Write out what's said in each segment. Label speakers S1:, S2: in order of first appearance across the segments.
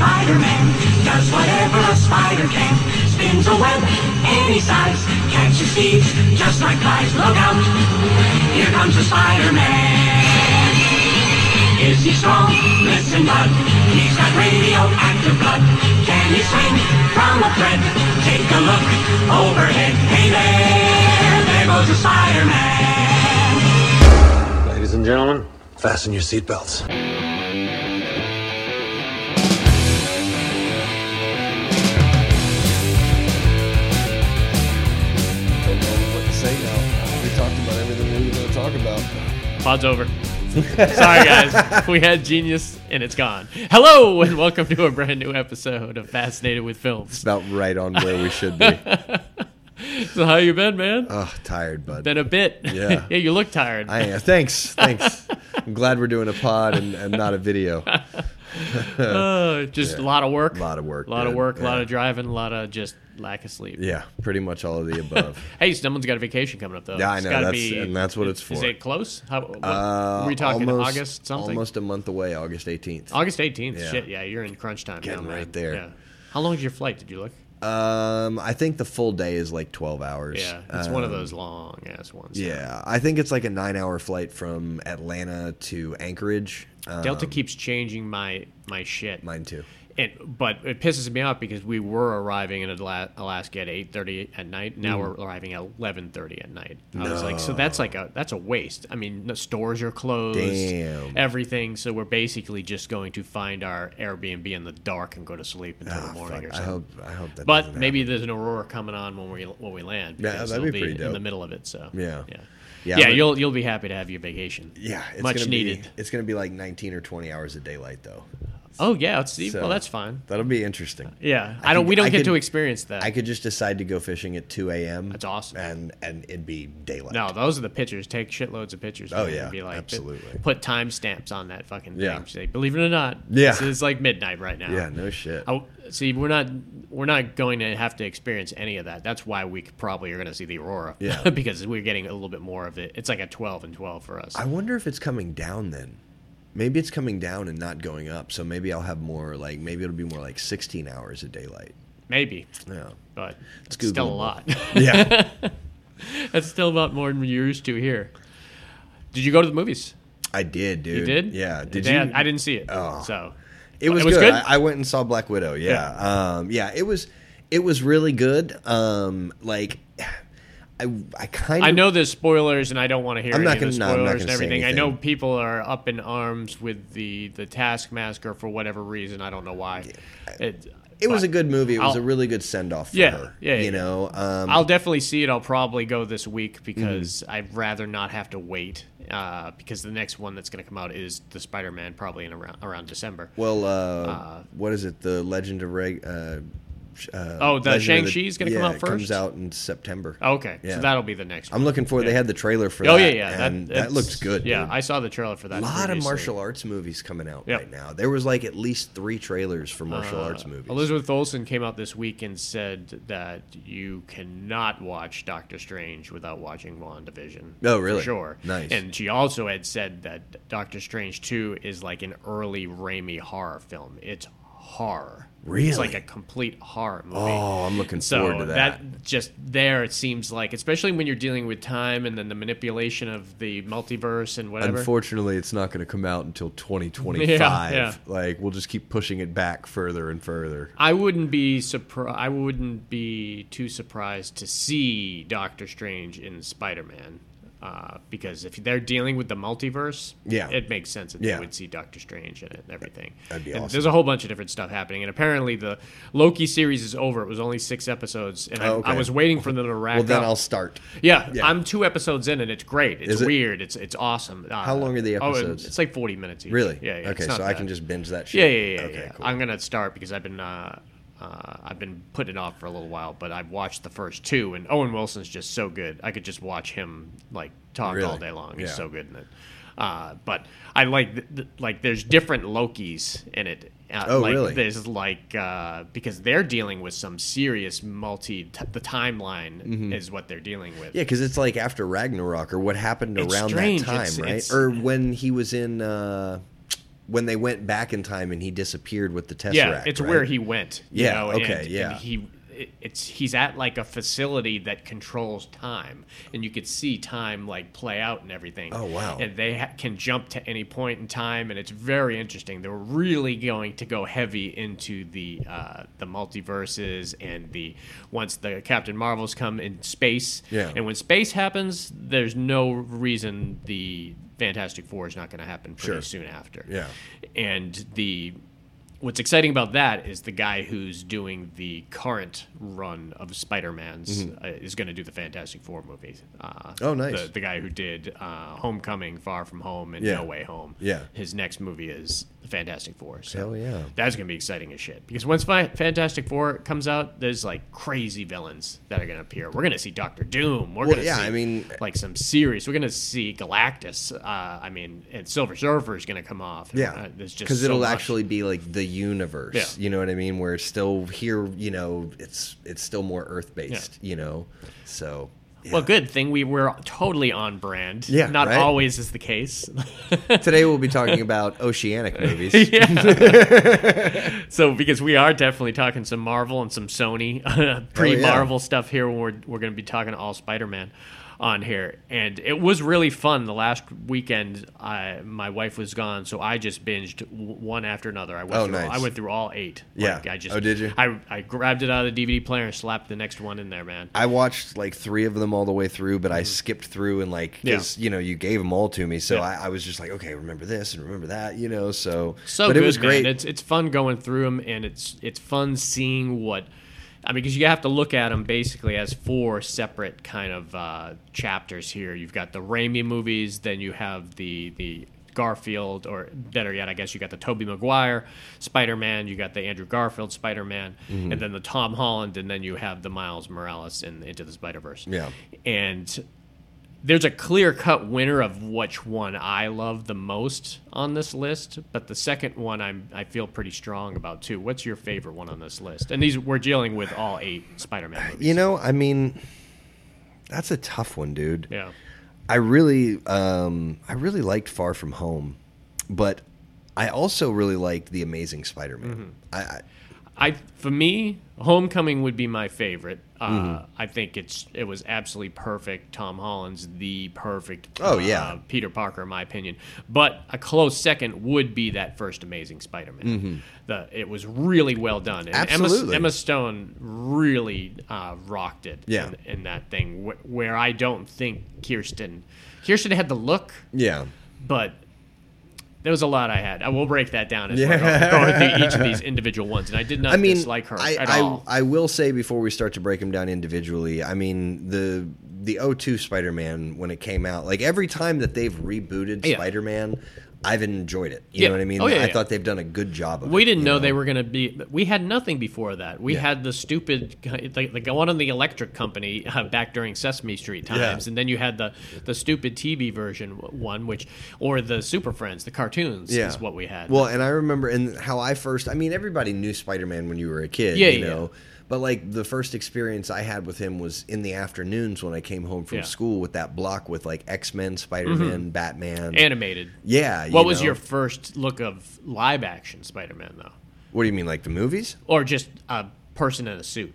S1: Spider-Man does whatever a spider can. Spins a web any size, catches thieves just like flies. Look out! Here comes the Spider-Man. Is he strong? Listen, bud. He's got radioactive blood. Can he swing from a thread? Take a look overhead. Hey there, there goes the Spider-Man.
S2: Ladies and gentlemen, fasten your seatbelts.
S3: don't know what to say now. We talked about everything we were going to talk about.
S4: Pod's over. Sorry, guys. We had genius and it's gone. Hello, and welcome to a brand new episode of Fascinated with Films.
S3: About right on where we should be.
S4: So, how you been, man?
S3: oh, tired, bud.
S4: Been a bit.
S3: Yeah.
S4: yeah, you look tired.
S3: I am. Thanks, thanks. I'm glad we're doing a pod and, and not a video. A
S4: Uh, just a lot of work. A
S3: lot of work.
S4: A lot of
S3: dude.
S4: work, a
S3: Yeah.
S4: lot of driving, a lot of just lack of sleep.
S3: Yeah, pretty much all of the above.
S4: Hey, someone's got a vacation coming up, though.
S3: Yeah, I
S4: It's
S3: know,
S4: gotta
S3: that's- and that's what it's
S4: Is
S3: for.
S4: it close? How, what,
S3: Uh,
S4: were we talking
S3: almost-
S4: August something?
S3: Almost a month away, August 18th.
S4: August 18th.
S3: Yeah.
S4: Shit, yeah, you're in crunch time
S3: Getting
S4: now, man.
S3: right there.
S4: Yeah. How long is your flight? Did you look?
S3: Um, I think the full day is like 12 hours.
S4: Yeah, it's one of
S3: Um,
S4: those long ass ones.
S3: Yeah, I think it's like a nine-hour flight from Atlanta to Anchorage. Um,
S4: Delta keeps changing my my shit.
S3: mine too.
S4: and but it pisses me off because we were arriving in Ala- Alaska at eight thirty at night. Now
S3: Mm.
S4: we're arriving at eleven thirty at night. I was like, so that's like a that's a waste. I mean, the stores are closed,
S3: Damn.
S4: everything. So we're basically just going to find our Airbnb in the dark and go to sleep until
S3: Ah,
S4: the morning
S3: fuck,
S4: or
S3: I
S4: something.
S3: hope. I hope that.
S4: But
S3: doesn't
S4: maybe there's an aurora coming on when we when we land.
S3: Yeah,
S4: because
S3: that'd be
S4: it'll
S3: pretty
S4: in the
S3: dope.
S4: middle of it. So
S3: Yeah.
S4: yeah,
S3: Yeah,
S4: yeah.
S3: but-
S4: you'll you'll be happy to have your vacation.
S3: Yeah, it's
S4: much
S3: gonna
S4: needed.
S3: Be, it's going to be like 19 or 20 hours of daylight, though.
S4: Oh yeah, it's, well
S3: So-
S4: that's fine.
S3: That'll be interesting.
S4: Yeah,
S3: I
S4: I, don't.
S3: could-
S4: we don't
S3: I
S4: get to
S3: could-
S4: experience that.
S3: I could just decide to go fishing at 2 a.m.
S4: That's awesome.
S3: And and it'd be daylight.
S4: no, those are the pictures. Take shitloads of pictures.
S3: Oh,
S4: man,
S3: yeah,
S4: and be like,
S3: absolutely.
S4: Put timestamps on that fucking thing.
S3: Yeah.
S4: Say, believe it or not,
S3: Yeah.
S4: this is like midnight right now.
S3: Yeah, no shit.
S4: I, see, we're not we're not going to have to experience any of that. That's why we could- probably are going to see the aurora.
S3: Yeah.
S4: because we're getting a little bit more of it. It's like a twelve and twelve for us.
S3: I wonder if it's coming down then. Maybe it's coming down and not going up. So maybe I'll have more like maybe it'll be more like 16 hours of daylight.
S4: Maybe,
S3: Yeah.
S4: but it's
S3: It's
S4: still a
S3: Googleable.
S4: lot.
S3: Yeah.
S4: That's still about more than you're used to here. Did you go to the movies?
S3: I did, dude.
S4: You did?
S3: Yeah. Did
S4: Yeah,
S3: you?
S4: I didn't see it.
S3: Oh.
S4: So
S3: It was,
S4: It was
S3: good.
S4: good?
S3: I, I went and saw Black Widow. Yeah. Yeah. Um, yeah. It was. It was really good. Um, like, I. I kind of.
S4: I know there's spoilers, and I don't want to hear
S3: I'm
S4: any
S3: not
S4: of the
S3: gonna- no, I'm not
S4: spoilers and
S3: gonna say
S4: everything. I know
S3: anything.
S4: people are up in arms with the the Taskmaster for whatever reason. I don't know why. It,
S3: It was
S4: but
S3: a good movie. It was
S4: I'll-
S3: a really good send off for
S4: Yeah,
S3: her.
S4: yeah, yeah.
S3: You know. Um,
S4: I'll definitely see it. I'll probably go this week
S3: Mm-hmm.
S4: because I'd rather not have to wait. Uh, because the next one that's going to come out is the Spider-Man, probably in around around December.
S3: well, uh, what is it? The Legend of Reg. Uh, sh- uh,
S4: Oh, the
S3: Legend of the-
S4: Shang-Chi's gonna
S3: yeah,
S4: come out
S3: it Comes
S4: first?
S3: out in September.
S4: okay,
S3: Yeah.
S4: so that'll be the next.
S3: I'm
S4: one.
S3: looking for. They had the trailer for.
S4: Oh yeah,
S3: that,
S4: yeah.
S3: And that,
S4: that's-
S3: looks good.
S4: Yeah,
S3: dude.
S4: I saw the trailer for that.
S3: a lot of
S4: previously.
S3: martial arts movies coming out
S4: Yep. Uh,
S3: right now. There was like at least three trailers for martial arts movies.
S4: Elizabeth Olsen came out this week and said that you cannot watch Doctor Strange without watching WandaVision.
S3: Oh,
S4: For
S3: really?
S4: sure.
S3: Nice.
S4: And she also had said that Doctor Strange 2 is like an early Raimi horror film. It's horror.
S3: Really?
S4: It's like a complete horror movie.
S3: Oh, I'm looking forward
S4: so
S3: to
S4: that. just there it seems like especially when you're dealing with time and then the manipulation of the multiverse and whatever
S3: Unfortunately, it's not going to come out until 2025.
S4: Yeah, yeah.
S3: Like we'll just keep pushing it back further and further.
S4: I wouldn't be surprised. I wouldn't be too surprised to see Doctor Strange in Spider Man, uh, because if they're dealing with the multiverse,
S3: Yeah.
S4: it makes sense that
S3: Yeah.
S4: they would see Doctor Strange in it and everything.
S3: That'd be
S4: and
S3: awesome.
S4: There's a whole bunch of different stuff happening, and apparently the Loki series is over. It was only six episodes, and I,
S3: Oh, okay.
S4: I was waiting for them to wrap
S3: Well, then
S4: up.
S3: I'll start.
S4: yeah,
S3: yeah.
S4: I'm two episodes in, and it's great. It's
S3: Is it-
S4: weird. It's it's awesome. Uh,
S3: How long are the
S4: oh, it-
S3: episodes?
S4: it's like 40 minutes. Each.
S3: Really?
S4: Yeah. yeah
S3: okay,
S4: it's
S3: so
S4: not
S3: I
S4: bad.
S3: can just binge that shit.
S4: Yeah, yeah, yeah.
S3: Okay,
S4: yeah.
S3: cool.
S4: I'm gonna start because I've been uh, uh, I've been putting it off for a little while, but I've watched the first two, and Owen Wilson's just so good. I could just watch him like talk all
S3: Really?
S4: day long. He's
S3: Yeah.
S4: so good in it. Uh, but I like th- th- like there's different Lokis in it. Uh,
S3: Oh,
S4: like,
S3: really?
S4: There's like uh, because they're dealing with some serious multi. T- the timeline is what they're dealing with.
S3: Mm-hmm. yeah, because it's like after Ragnarok or what happened
S4: It's
S3: around
S4: strange.
S3: that time,
S4: It's-
S3: right?
S4: it's-
S3: or when he was in. Uh, when they went back in time and he disappeared with the tesseract.
S4: yeah, it's where
S3: right?
S4: he went. you
S3: Yeah,
S4: know,
S3: okay,
S4: and-
S3: yeah.
S4: and he it- it's he's at like a facility that controls time, and you could see time like play out and everything.
S3: Oh, wow.
S4: And they ha- can jump to any point in time, and it's very interesting. They're really going to go heavy into the uh, the multiverses and the once the Captain Marvels come in space.
S3: Yeah.
S4: And when space happens, there's no reason the Fantastic Four is not going to happen pretty
S3: Sure.
S4: soon after.
S3: Yeah.
S4: And the what's exciting about that is the guy who's doing the current run of Spider-Man's uh, is going to do the Fantastic Four movies. Uh,
S3: Mm-hmm. Oh, nice.
S4: The, the guy who did uh, Homecoming, Far From Home, and
S3: Yeah.
S4: No Way Home.
S3: Yeah.
S4: His next movie is the Fantastic Four. So
S3: Hell yeah.
S4: That's going to be exciting as shit. Because once Fi- Fantastic Four comes out, there's like crazy villains that are going to appear. We're going to see Doctor Doom. We're
S3: Well,
S4: going to
S3: yeah,
S4: see
S3: I mean-
S4: like some serious. We're going to see Galactus. Uh, I mean, and Silver Surfer is going to come off.
S3: Yeah,
S4: Uh, there's just
S3: because
S4: so
S3: it'll
S4: much.
S3: actually be like the universe.
S4: Yeah.
S3: You know what I mean? Where it's still here, you know, it's it's still more Earth based. You know, so
S4: Well, good thing we were totally on brand.
S3: Yeah,
S4: not
S3: right?
S4: always is the case.
S3: today we'll be talking about oceanic movies.
S4: so because we are definitely talking some Marvel and some Sony pre-Marvel
S3: Oh,
S4: stuff here. When we're we're going to be talking all Spider-Man on here, and it was really fun. The last weekend, I, my wife was gone, so I just binged w- one after another. I went
S3: Oh,
S4: through,
S3: nice.
S4: I went through all eight.
S3: Yeah.
S4: I just
S3: Oh, did you?
S4: I I grabbed it out of the DVD player and slapped the next one in there, man.
S3: I watched like three of them all the way through, but I skipped through and like because you know you gave them all to me, so
S4: Mm-hmm. Yeah.
S3: I, I was just like, okay, remember this and remember that, you know. So,
S4: so
S3: but
S4: good,
S3: it was great.
S4: Man. It's it's fun going through them, and it's it's fun seeing what. I mean, because you have to look at them basically as four separate kind of uh, chapters here. You've got the Raimi movies, then you have the the Garfield, or better yet, I guess you got the Tobey Maguire Spider Man, you got the Andrew Garfield Spider Man,
S3: Mm-hmm.
S4: and then the Tom Holland, and then you have the Miles Morales in Into the Spider Verse.
S3: Yeah.
S4: and there's a clear cut winner of which one I love the most on this list, but the second one I'm I feel pretty strong about too. What's your favorite one on this list? And these we're dealing with all eight Spider-Man movies.
S3: you know, I mean, that's a tough one, dude.
S4: Yeah.
S3: I really, um, I really liked Far From Home, but I also really liked The Amazing Spider-Man.
S4: Mm-hmm.
S3: I, I
S4: I for me, Homecoming would be my favorite. Uh,
S3: Mm-hmm.
S4: I think it's it was absolutely perfect. Tom Holland's the perfect.
S3: Oh,
S4: uh,
S3: yeah.
S4: Peter Parker, in my opinion. But a close second would be that first Amazing Spider-Man. The it was really well done. And Emma,
S3: Mm-hmm. Absolutely.
S4: Emma Stone really uh, rocked it.
S3: Yeah.
S4: In, in that thing wh- where I don't think Kirsten, Kirsten had the look,
S3: yeah,
S4: but there was a lot I had. I will break that down as we're going going through each of these individual ones, and I did not
S3: I mean,
S4: dislike her
S3: I,
S4: at
S3: I,
S4: all.
S3: I will say before we start to break them down individually, I mean the the O2 Spider-Man when it came out, like every time that they've rebooted
S4: Yeah.
S3: Spider-Man, I've enjoyed it. You
S4: Yeah.
S3: know what I mean?
S4: Oh, yeah,
S3: I
S4: yeah.
S3: thought they've done a good job of it.
S4: we didn't
S3: you
S4: know they were going to be. We had nothing before that. We
S3: Yeah.
S4: had the stupid, the, the one on the electric company uh, back during Sesame Street times,
S3: Yeah.
S4: and then you had the the stupid TV version w- one, which or the Super Friends, the cartoons is what we had.
S3: Well, and I remember and how I first I mean everybody knew Spider-Man when you were a kid,
S4: Yeah,
S3: you
S4: yeah,
S3: know. But like the first experience I had with him was in the afternoons when I came home from
S4: Yeah.
S3: school with that block with like X-Men, Spider-Man, Batman.
S4: animated.
S3: yeah. you
S4: What was
S3: know.
S4: your first look of live action Spider Man though,
S3: What do you mean like the movies?
S4: or just a person in a suit?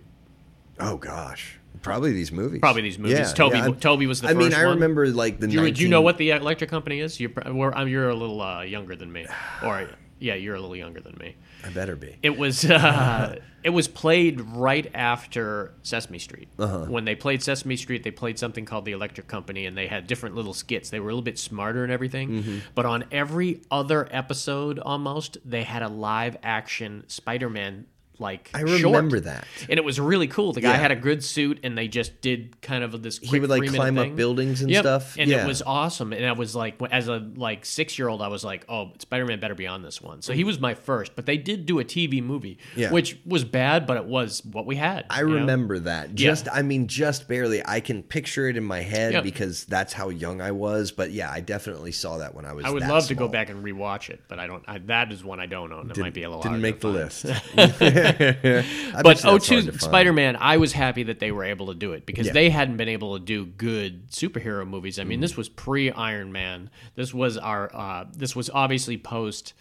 S3: Oh gosh. Probably these movies.
S4: Probably these movies. Toby-
S3: I-
S4: Toby was the
S3: I mean,
S4: first
S3: I
S4: one.
S3: remember like the
S4: Do you, do you know
S3: 19
S4: what the electric company is? You're, pr- we're, I'm, you're a little uh, younger than me, or yeah, you're a little younger than me.
S3: I better be.
S4: It was uh, it was played right after Sesame Street.
S3: Uh-huh.
S4: When they played Sesame Street, they played something called the Electric Company, and they had different little skits. They were a little bit smarter and everything,
S3: Mm-hmm.
S4: but on every other episode, almost they had a live action Spider Man like.
S3: I
S4: short.
S3: remember that.
S4: And it was really cool. The guy
S3: Yeah.
S4: had a good suit, and they just did kind of this. Quick
S3: would, like,
S4: three-minute
S3: climb up
S4: thing.
S3: buildings and
S4: Yep.
S3: stuff.
S4: and
S3: Yeah.
S4: it was awesome. And I was like, as a like six year old, I was like, oh, Spider Man better be on this one. So he was my first, but they did do a TV movie,
S3: Yeah.
S4: which was bad, but it was what we had.
S3: I
S4: you know?
S3: remember that.
S4: Yeah.
S3: Just I mean just barely. I can picture it in my head
S4: Yeah.
S3: because that's how young I was, but yeah, I definitely saw that when I was
S4: I would
S3: that
S4: love to
S3: small.
S4: go back and rewatch it, but I don't. I, that is one I don't own. It might be a little
S3: Didn't
S4: harder
S3: make
S4: to
S3: the
S4: find.
S3: list. I
S4: but
S3: bet you that's hard to
S4: 02
S3: find.
S4: Spider-Man, I was happy that they were able to do it because they hadn't been able to do good superhero movies. I mean, this was pre Iron Man. This was our uh, this was obviously post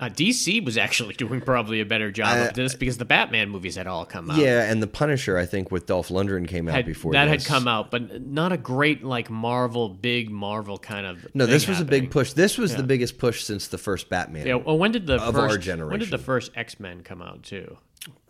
S4: uh, DC was actually doing probably a better job of this because the Batman movies had all come out.
S3: Yeah, and the Punisher, I think, with Dolph Lundgren came out
S4: Had-
S3: before
S4: that
S3: this.
S4: had come out, but not a great like Marvel, big Marvel kind of.
S3: No,
S4: thing
S3: this was a
S4: happening.
S3: big push. This was the biggest push since the first Batman.
S4: Yeah. Well, when did the
S3: of
S4: first,
S3: our
S4: When did
S3: generation.
S4: the first X Men come out too?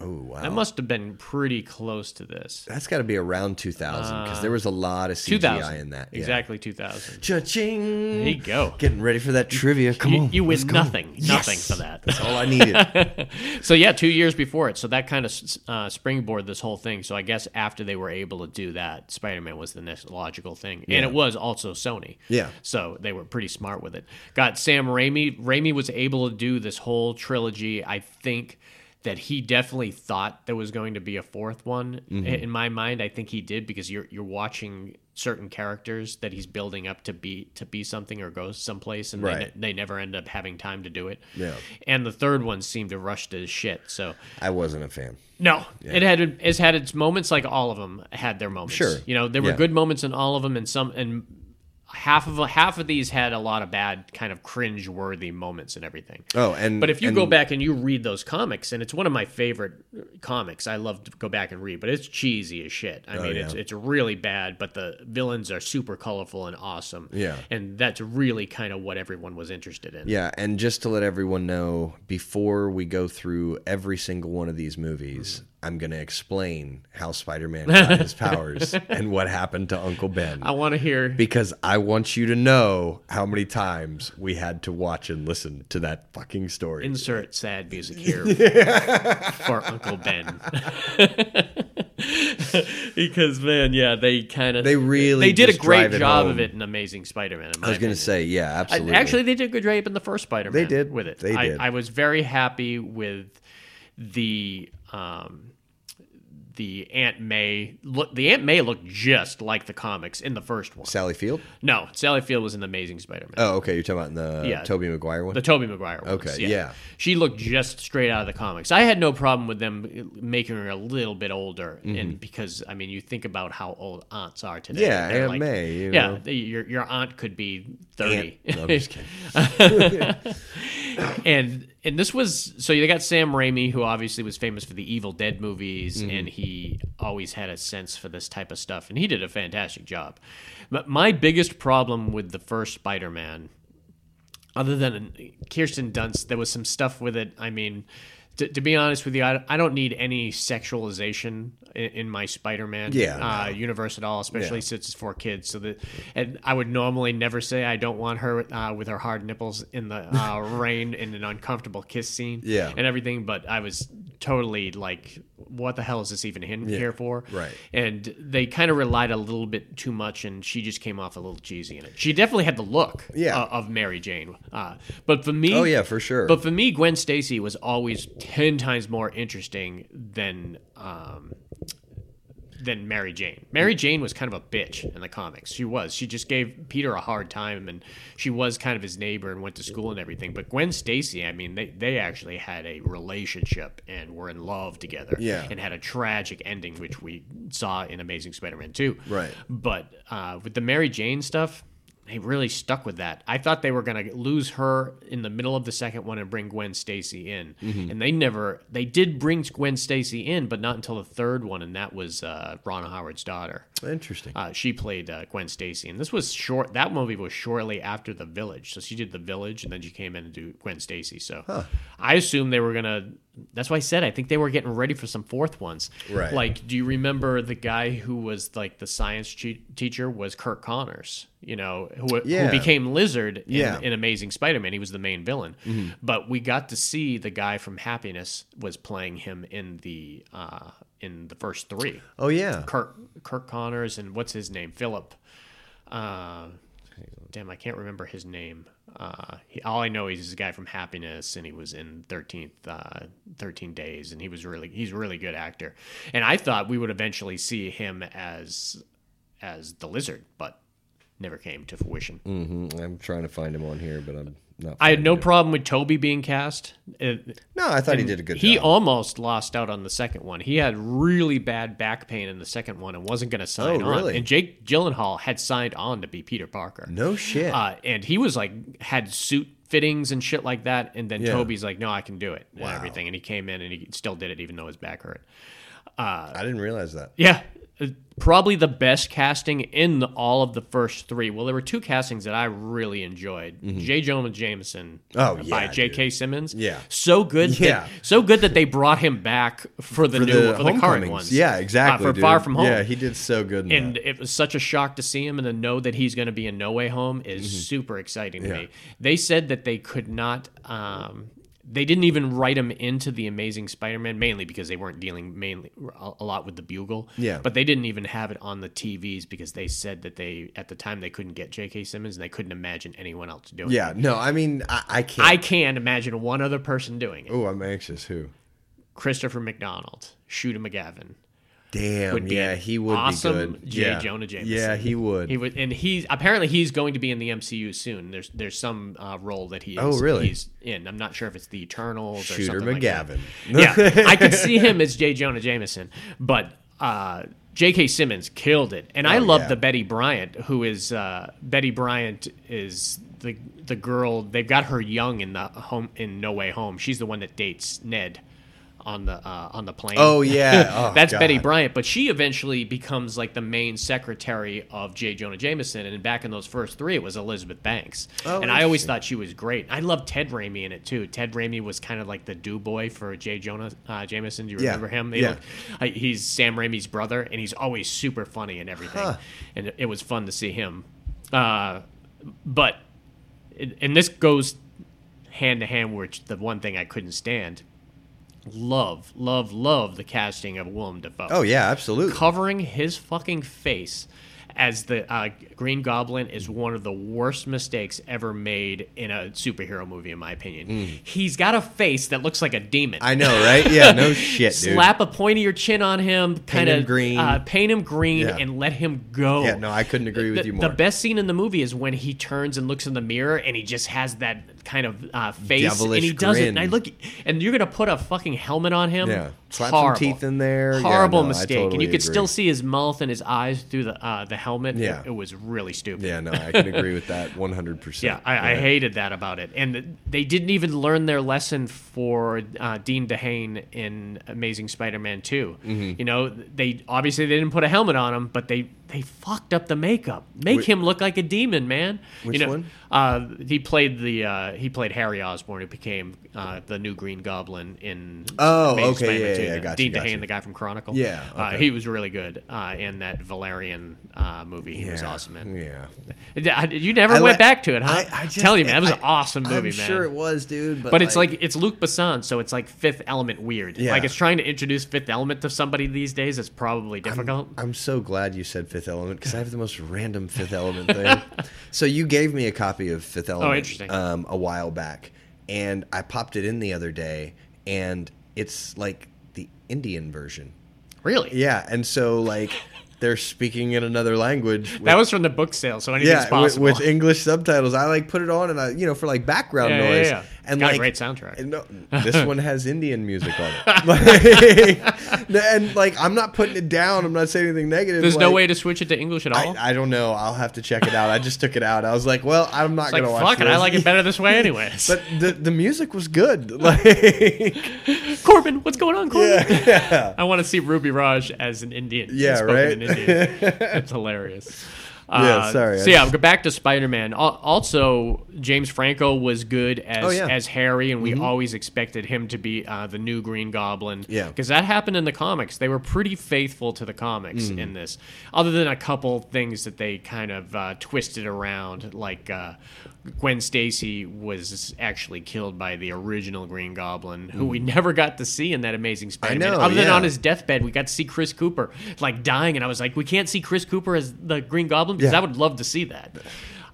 S3: Oh wow,
S4: That must have been pretty close to this.
S3: that's got to be around 2000 because there was a lot of
S4: Uh, Two
S3: CGI
S4: thousand.
S3: in that. Yeah.
S4: Exactly two thousand.
S3: Cha-ching!
S4: There you go.
S3: Getting ready for that trivia. Come
S4: You,
S3: on,
S4: you
S3: let's
S4: win
S3: go.
S4: nothing.
S3: Yes!
S4: Nothing for that.
S3: That's all I needed.
S4: so yeah, two years before it. So that kind of s- uh, springboard this whole thing. So I guess after they were able to do that, Spider Man was the next logical thing, and it was also Sony.
S3: Yeah.
S4: So they were pretty smart with it. Got Sam Raimi. Raimi was able to do this whole trilogy. I think that he definitely thought there was going to be a fourth one. I-
S3: Mm-hmm.
S4: In my mind, I think he did because you're you're watching certain characters that he's building up to be to be something or go someplace and they,
S3: Right.
S4: ne- they never end up having time to do it.
S3: Yeah.
S4: And the third one seemed to rush to shit. So
S3: I wasn't a fan.
S4: no, it had it's had its moments. Like all of them had their moments.
S3: Sure.
S4: you know there were
S3: Yeah.
S4: good moments in all of them, and some and half of half of these had a lot of bad kind of cringe worthy moments and everything.
S3: Oh, and
S4: But if you
S3: and
S4: go back and you read those comics, and it's one of my favorite uh, comics, I love to go back and read. But it's cheesy as shit.
S3: Oh,
S4: I mean, it's it's really bad, but the villains are super colorful and awesome.
S3: Yeah.
S4: and that's really kind of what everyone was interested in.
S3: Yeah, and just to let everyone know, before we go through every single one of these movies, I'm going to explain how Spider-Man got his powers and what happened to Uncle Ben.
S4: I want to hear.
S3: because I want you to know how many times we had to watch and listen to that fucking story.
S4: insert sad music here for Uncle Ben. because man, yeah, they kind of
S3: They really
S4: they did a
S3: just
S4: great
S3: drive it
S4: job
S3: home.
S4: of it in Amazing Spider-Man. in
S3: I
S4: my
S3: was going
S4: opinion.
S3: to say, yeah,
S4: I-
S3: absolutely.
S4: actually, they did a good job in the first Spider-Man.
S3: They did.
S4: with it.
S3: They
S4: I,
S3: did.
S4: I was very happy with the um, the Aunt May. Look, the Aunt May looked just like the comics in the first one.
S3: Sally Field?
S4: No, Sally Field was in the Amazing Spider-Man.
S3: Oh, okay. You're talking about in the
S4: Yeah.
S3: Toby Maguire one?
S4: The Toby Maguire ones.
S3: Okay, yeah.
S4: She looked just straight out of the comics. I had no problem with them making her a little bit older, and because I mean, you think about how old aunts are today.
S3: Mm-hmm. Yeah,
S4: They're
S3: Aunt May, you
S4: yeah,
S3: know.
S4: they- your your aunt could be thirty.
S3: Aunt- no, I'm just kidding.
S4: and and this was so they got Sam Raimi, who obviously was famous for the Evil Dead movies, and he always had a sense for this type of stuff, and he did a fantastic job. But my biggest problem with the first Spider-Man, other than Kirsten Dunst, there was some stuff with it. I mean. To, to be honest with you, I, I don't need any sexualization in, in my Spider-Man
S3: Yeah,
S4: uh, universe at all, especially since it's for kids. So that, and I would normally never say I don't want her uh, with her hard nipples in the uh, rain in an uncomfortable kiss scene,
S3: Yeah.
S4: and everything. But I was totally like, what the hell is this even in here for?
S3: right.
S4: And they kind of relied a little bit too much, and she just came off a little cheesy in it. She definitely had the look,
S3: Yeah.
S4: uh, of Mary Jane. Uh, but for me,
S3: Oh, yeah, for sure.
S4: But for me, Gwen Stacy was always ten times more interesting than. Um, than Mary Jane. Mary
S3: Mm.
S4: Jane was kind of a bitch in the comics. She was. She just gave Peter a hard time, and she was kind of his neighbor and went to school and everything. But Gwen Stacy, I mean, they, they actually had a relationship and were in love together.
S3: Yeah.
S4: And had a tragic ending, which we saw in Amazing Spider-Man 2.
S3: Right.
S4: But uh, with the Mary Jane stuff, they really stuck with that. I thought they were going to lose her in the middle of the second one and bring Gwen Stacy in, and they never. They did bring Gwen Stacy in, but not until the third one, and that was uh, Ron Howard's daughter.
S3: Interesting.
S4: Uh, she played uh, Gwen Stacy, and this was short. That movie was shortly after The Village, so she did The Village, and then she came in and do Gwen Stacy. So I assume they were gonna. That's why I said I think they were getting ready for some fourth ones.
S3: Right.
S4: Like, do you remember the guy who was like the science che- teacher was Kirk Connors? You know, who,
S3: Yeah.
S4: who became Lizard in,
S3: Yeah. Mm-hmm.
S4: in Amazing Spider-Man. He was the main villain, but we got to see the guy from Happiness was playing him in the uh, in the first three.
S3: oh, yeah.
S4: Kirk Kirk Connors and what's his name Philip. Uh, damn, I can't remember his name. Uh, he, all I know is he's a guy from Happiness, and he was in Thirteenth uh, Thirteen Days, and he was really he's a really good actor. And I thought we would eventually see him as as the lizard, but never came to fruition.
S3: Mm-hmm. I'm trying to find him on here, but I'm not.
S4: I had
S3: finding
S4: no
S3: him.
S4: problem with Toby being cast. Uh,
S3: No, I thought he did a good
S4: he
S3: job.
S4: almost lost out on the second one. He had really bad back pain in the second one and wasn't going to sign
S3: Oh, really?
S4: on. And Jake Gyllenhaal had signed on to be Peter Parker.
S3: no shit.
S4: Uh, and he was like had suit fittings and shit like that. And then
S3: Yeah.
S4: Toby's like, "No, I can do it." And everything. And he came in and he still did it, even though his back hurt.
S3: I didn't realize that.
S4: Yeah, uh, probably the best casting in the, all of the first three. Well, there were two castings that I really enjoyed: J. Jonah Jameson,
S3: Mm-hmm.
S4: uh,
S3: Oh,
S4: by
S3: yeah,
S4: J.K. Simmons.
S3: Yeah.
S4: so good. that-
S3: Yeah.
S4: so good that they brought him back for the new for the current
S3: Homecomings.
S4: ones.
S3: Yeah,
S4: Uh,
S3: exactly.
S4: for
S3: dude.
S4: Far From Home.
S3: Yeah, he did so good. In
S4: and
S3: that.
S4: it was such a shock to see him and to know that he's going to be in No Way Home is super exciting to
S3: Mm-hmm. Yeah.
S4: me. They said that they could not. Um, they didn't even write him into the Amazing Spider-Man mainly because they weren't dealing mainly a a lot with the Bugle.
S3: Yeah.
S4: but they didn't even have it on the TVs because they said that they at the time they couldn't get J.K. Simmons and they couldn't imagine anyone else doing it.
S3: yeah, no, I mean, I, I can't.
S4: I can't imagine one other person doing it.
S3: oh, I'm anxious. Who?
S4: Christopher McDonald, Shooter McGavin.
S3: Damn.
S4: would be
S3: yeah,
S4: an
S3: he would
S4: awesome
S3: be good.
S4: J.
S3: Yeah.
S4: Jonah Jameson.
S3: Yeah, he would.
S4: He would, and he's apparently he's going to be in the MCU soon. There's there's some uh, role that he is,
S3: Oh, really?
S4: he's in. I'm not sure if it's the Eternals
S3: Shooter
S4: or something
S3: McGavin.
S4: Like that. yeah, I could see him as J. Jonah Jameson, but uh, J.K. Simmons killed it, and I
S3: Oh,
S4: love
S3: yeah.
S4: the Betty Bryant who is uh, Betty Bryant is the the girl they've got her young in the home in No Way Home. She's the one that dates Ned on the uh, on the plane.
S3: Oh yeah, Oh,
S4: That's Betty
S3: God.
S4: Bryant, but she eventually becomes like the main secretary of J. Jonah Jameson. And back in those first three, it was Elizabeth Banks.
S3: Oh,
S4: and I always
S3: interesting.
S4: thought she was great. I love Ted Raimi in it too. Ted Raimi was kind of like the do boy for J. Jonah uh, Jameson. Do you
S3: Yeah.
S4: remember him?
S3: Yeah.
S4: looked- uh, he's Sam Raimi's brother, and he's always super funny and everything. And it was fun to see him. Uh, but, and this goes hand to hand, which the one thing I couldn't stand. Love, love, love the casting of Willem Dafoe.
S3: Oh yeah, absolutely.
S4: Covering his fucking face as the uh, Green Goblin is one of the worst mistakes ever made in a superhero movie, in my opinion. He's got a face that looks like a demon.
S3: Hmm. I know, right? Yeah, no shit, dude.
S4: Slap a point of your chin on him, kind
S3: him
S4: of
S3: green.
S4: uh, paint him green,
S3: Yeah.
S4: and let him go.
S3: Yeah, no, I couldn't agree with
S4: the,
S3: you
S4: the
S3: more.
S4: best scene in the movie is when he turns and looks in the mirror, and he just has that kind of uh, face,
S3: Devilish
S4: and he does it. And I
S3: grin.
S4: look, and you're gonna put a fucking helmet on him.
S3: Yeah. Slap some
S4: horrible.
S3: teeth in there. Yeah,
S4: Horrible
S3: no, I
S4: mistake, and
S3: totally
S4: you could
S3: agree.
S4: still see his mouth and his eyes through the uh, the helmet. It-
S3: Yeah.
S4: it, was really stupid.
S3: Yeah, no, I can agree with that 100.
S4: Yeah,
S3: percent
S4: I, I hated that about it, and they didn't even learn their lesson for uh, Dean DeHaan in Amazing Spider-Man 2
S3: Mm-hmm.
S4: You know, they obviously they didn't put a helmet on him, but they they fucked up the makeup, make
S3: Which-
S4: him look like a demon, man.
S3: Which
S4: you know,
S3: one?
S4: Uh, he played the uh, he played Harry Osborn, who became uh, the new Green Goblin in
S3: Oh,
S4: Amazing
S3: okay,
S4: Spider-Man
S3: yeah,
S4: 2.
S3: yeah, gotcha,
S4: Dean
S3: gotcha.
S4: DeHaan, the guy from Chronicle.
S3: Yeah,
S4: uh,
S3: okay.
S4: he was really good uh, in that Valerian uh, movie. He was awesome in.
S3: Yeah.
S4: Yeah, I- You never
S3: I
S4: went
S3: like-
S4: back to it, huh?
S3: I- I just-
S4: Tell you, man, that was an
S3: I-
S4: awesome movie,
S3: I'm
S4: man.
S3: sure it was, dude. But,
S4: But it's like it's Luc Besson, so it's like Fifth Element weird.
S3: Yeah.
S4: Like it's trying to introduce Fifth Element to somebody these days. It's probably difficult.
S3: I'm so glad you said Fifth Element because I have the most random Fifth Element thing. so you gave me a copy of Fifth Element
S4: Oh, interesting.
S3: Um, a while back, and I popped it in the other day, and it's like the Indian version.
S4: really?
S3: Yeah, and so like they're speaking in another language. with-
S4: That was from the book sale, so anything's
S3: yeah, with,
S4: possible.
S3: with English subtitles. I like put it on and I, you know, for like background
S4: Yeah, yeah,
S3: noise.
S4: yeah.
S3: And
S4: It's got a
S3: like
S4: great soundtrack.
S3: and no, this one has Indian music on it. Like, and like I'm not putting it down. I'm not saying anything negative.
S4: There's no
S3: like,
S4: way to switch it to English at all.
S3: I, I don't know. I'll have to check it out. I just took it out. I was like, well, I'm not
S4: it's
S3: gonna
S4: like
S3: watch
S4: fuck it, I
S3: this.
S4: like it better this way, anyways.
S3: But the the music was good. Like,
S4: Corbin, what's going on, Corbin?
S3: yeah, yeah.
S4: I want to see Ruby Raj as an Indian.
S3: Yeah,
S4: spoken
S3: right?
S4: In Indian. It's hilarious. Uh,
S3: sorry, I
S4: So yeah,
S3: just-
S4: go back to Spider Man. Also, James Franco was good as
S3: Oh, yeah.
S4: as Harry, and we always expected him to be uh, the new Green Goblin.
S3: Yeah.
S4: because that happened in the comics. They were pretty faithful to the comics
S3: Mm.
S4: in this, other than a couple things that they kind of uh, twisted around, like. Uh, Gwen Stacy was actually killed by the original Green Goblin, who
S3: Mm-hmm.
S4: we never got to see in that Amazing Spider-Man.
S3: know,
S4: Other than
S3: yeah.
S4: on his deathbed, we got to see Chris Cooper like dying, and I was like, we can't see Chris Cooper as the Green Goblin because
S3: Yeah.
S4: I would love to see that.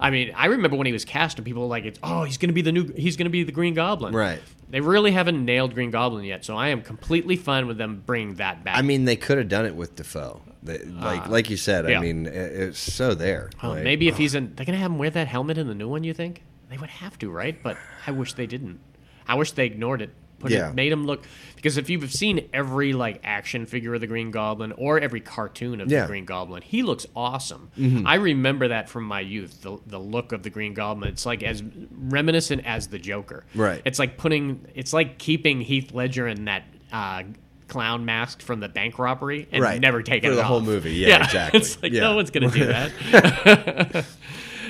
S4: I mean, I remember when he was cast, and people were like, "It's oh, he's gonna be the new, he's gonna be the Green Goblin."
S3: Right.
S4: They really haven't nailed Green Goblin yet, so I am completely fine with them bringing that back.
S3: I mean, they could have done it with Defoe. They, like like you said,
S4: Ah. yeah.
S3: I mean, it, it's so there.
S4: Oh,
S3: Like,
S4: maybe if he's in, they're gonna have him wear that helmet in the new one. You think they would have to, right? But I wish they didn't. I wish they ignored it. Put
S3: Yeah.
S4: it, made him look because if you've seen every like action figure of the Green Goblin or every cartoon of
S3: Yeah. Mm-hmm.
S4: the Green Goblin, he looks awesome. I remember that from my youth. The, the look of the Green Goblin, it's like as reminiscent as the Joker.
S3: Right.
S4: It's like putting, it's like keeping Heath Ledger in that. Uh, clown mask from the bank robbery and
S3: Right.
S4: never taking
S3: For
S4: it
S3: the whole
S4: off.
S3: movie. Yeah, exactly.
S4: It's like
S3: Yeah.
S4: no one's gonna do that.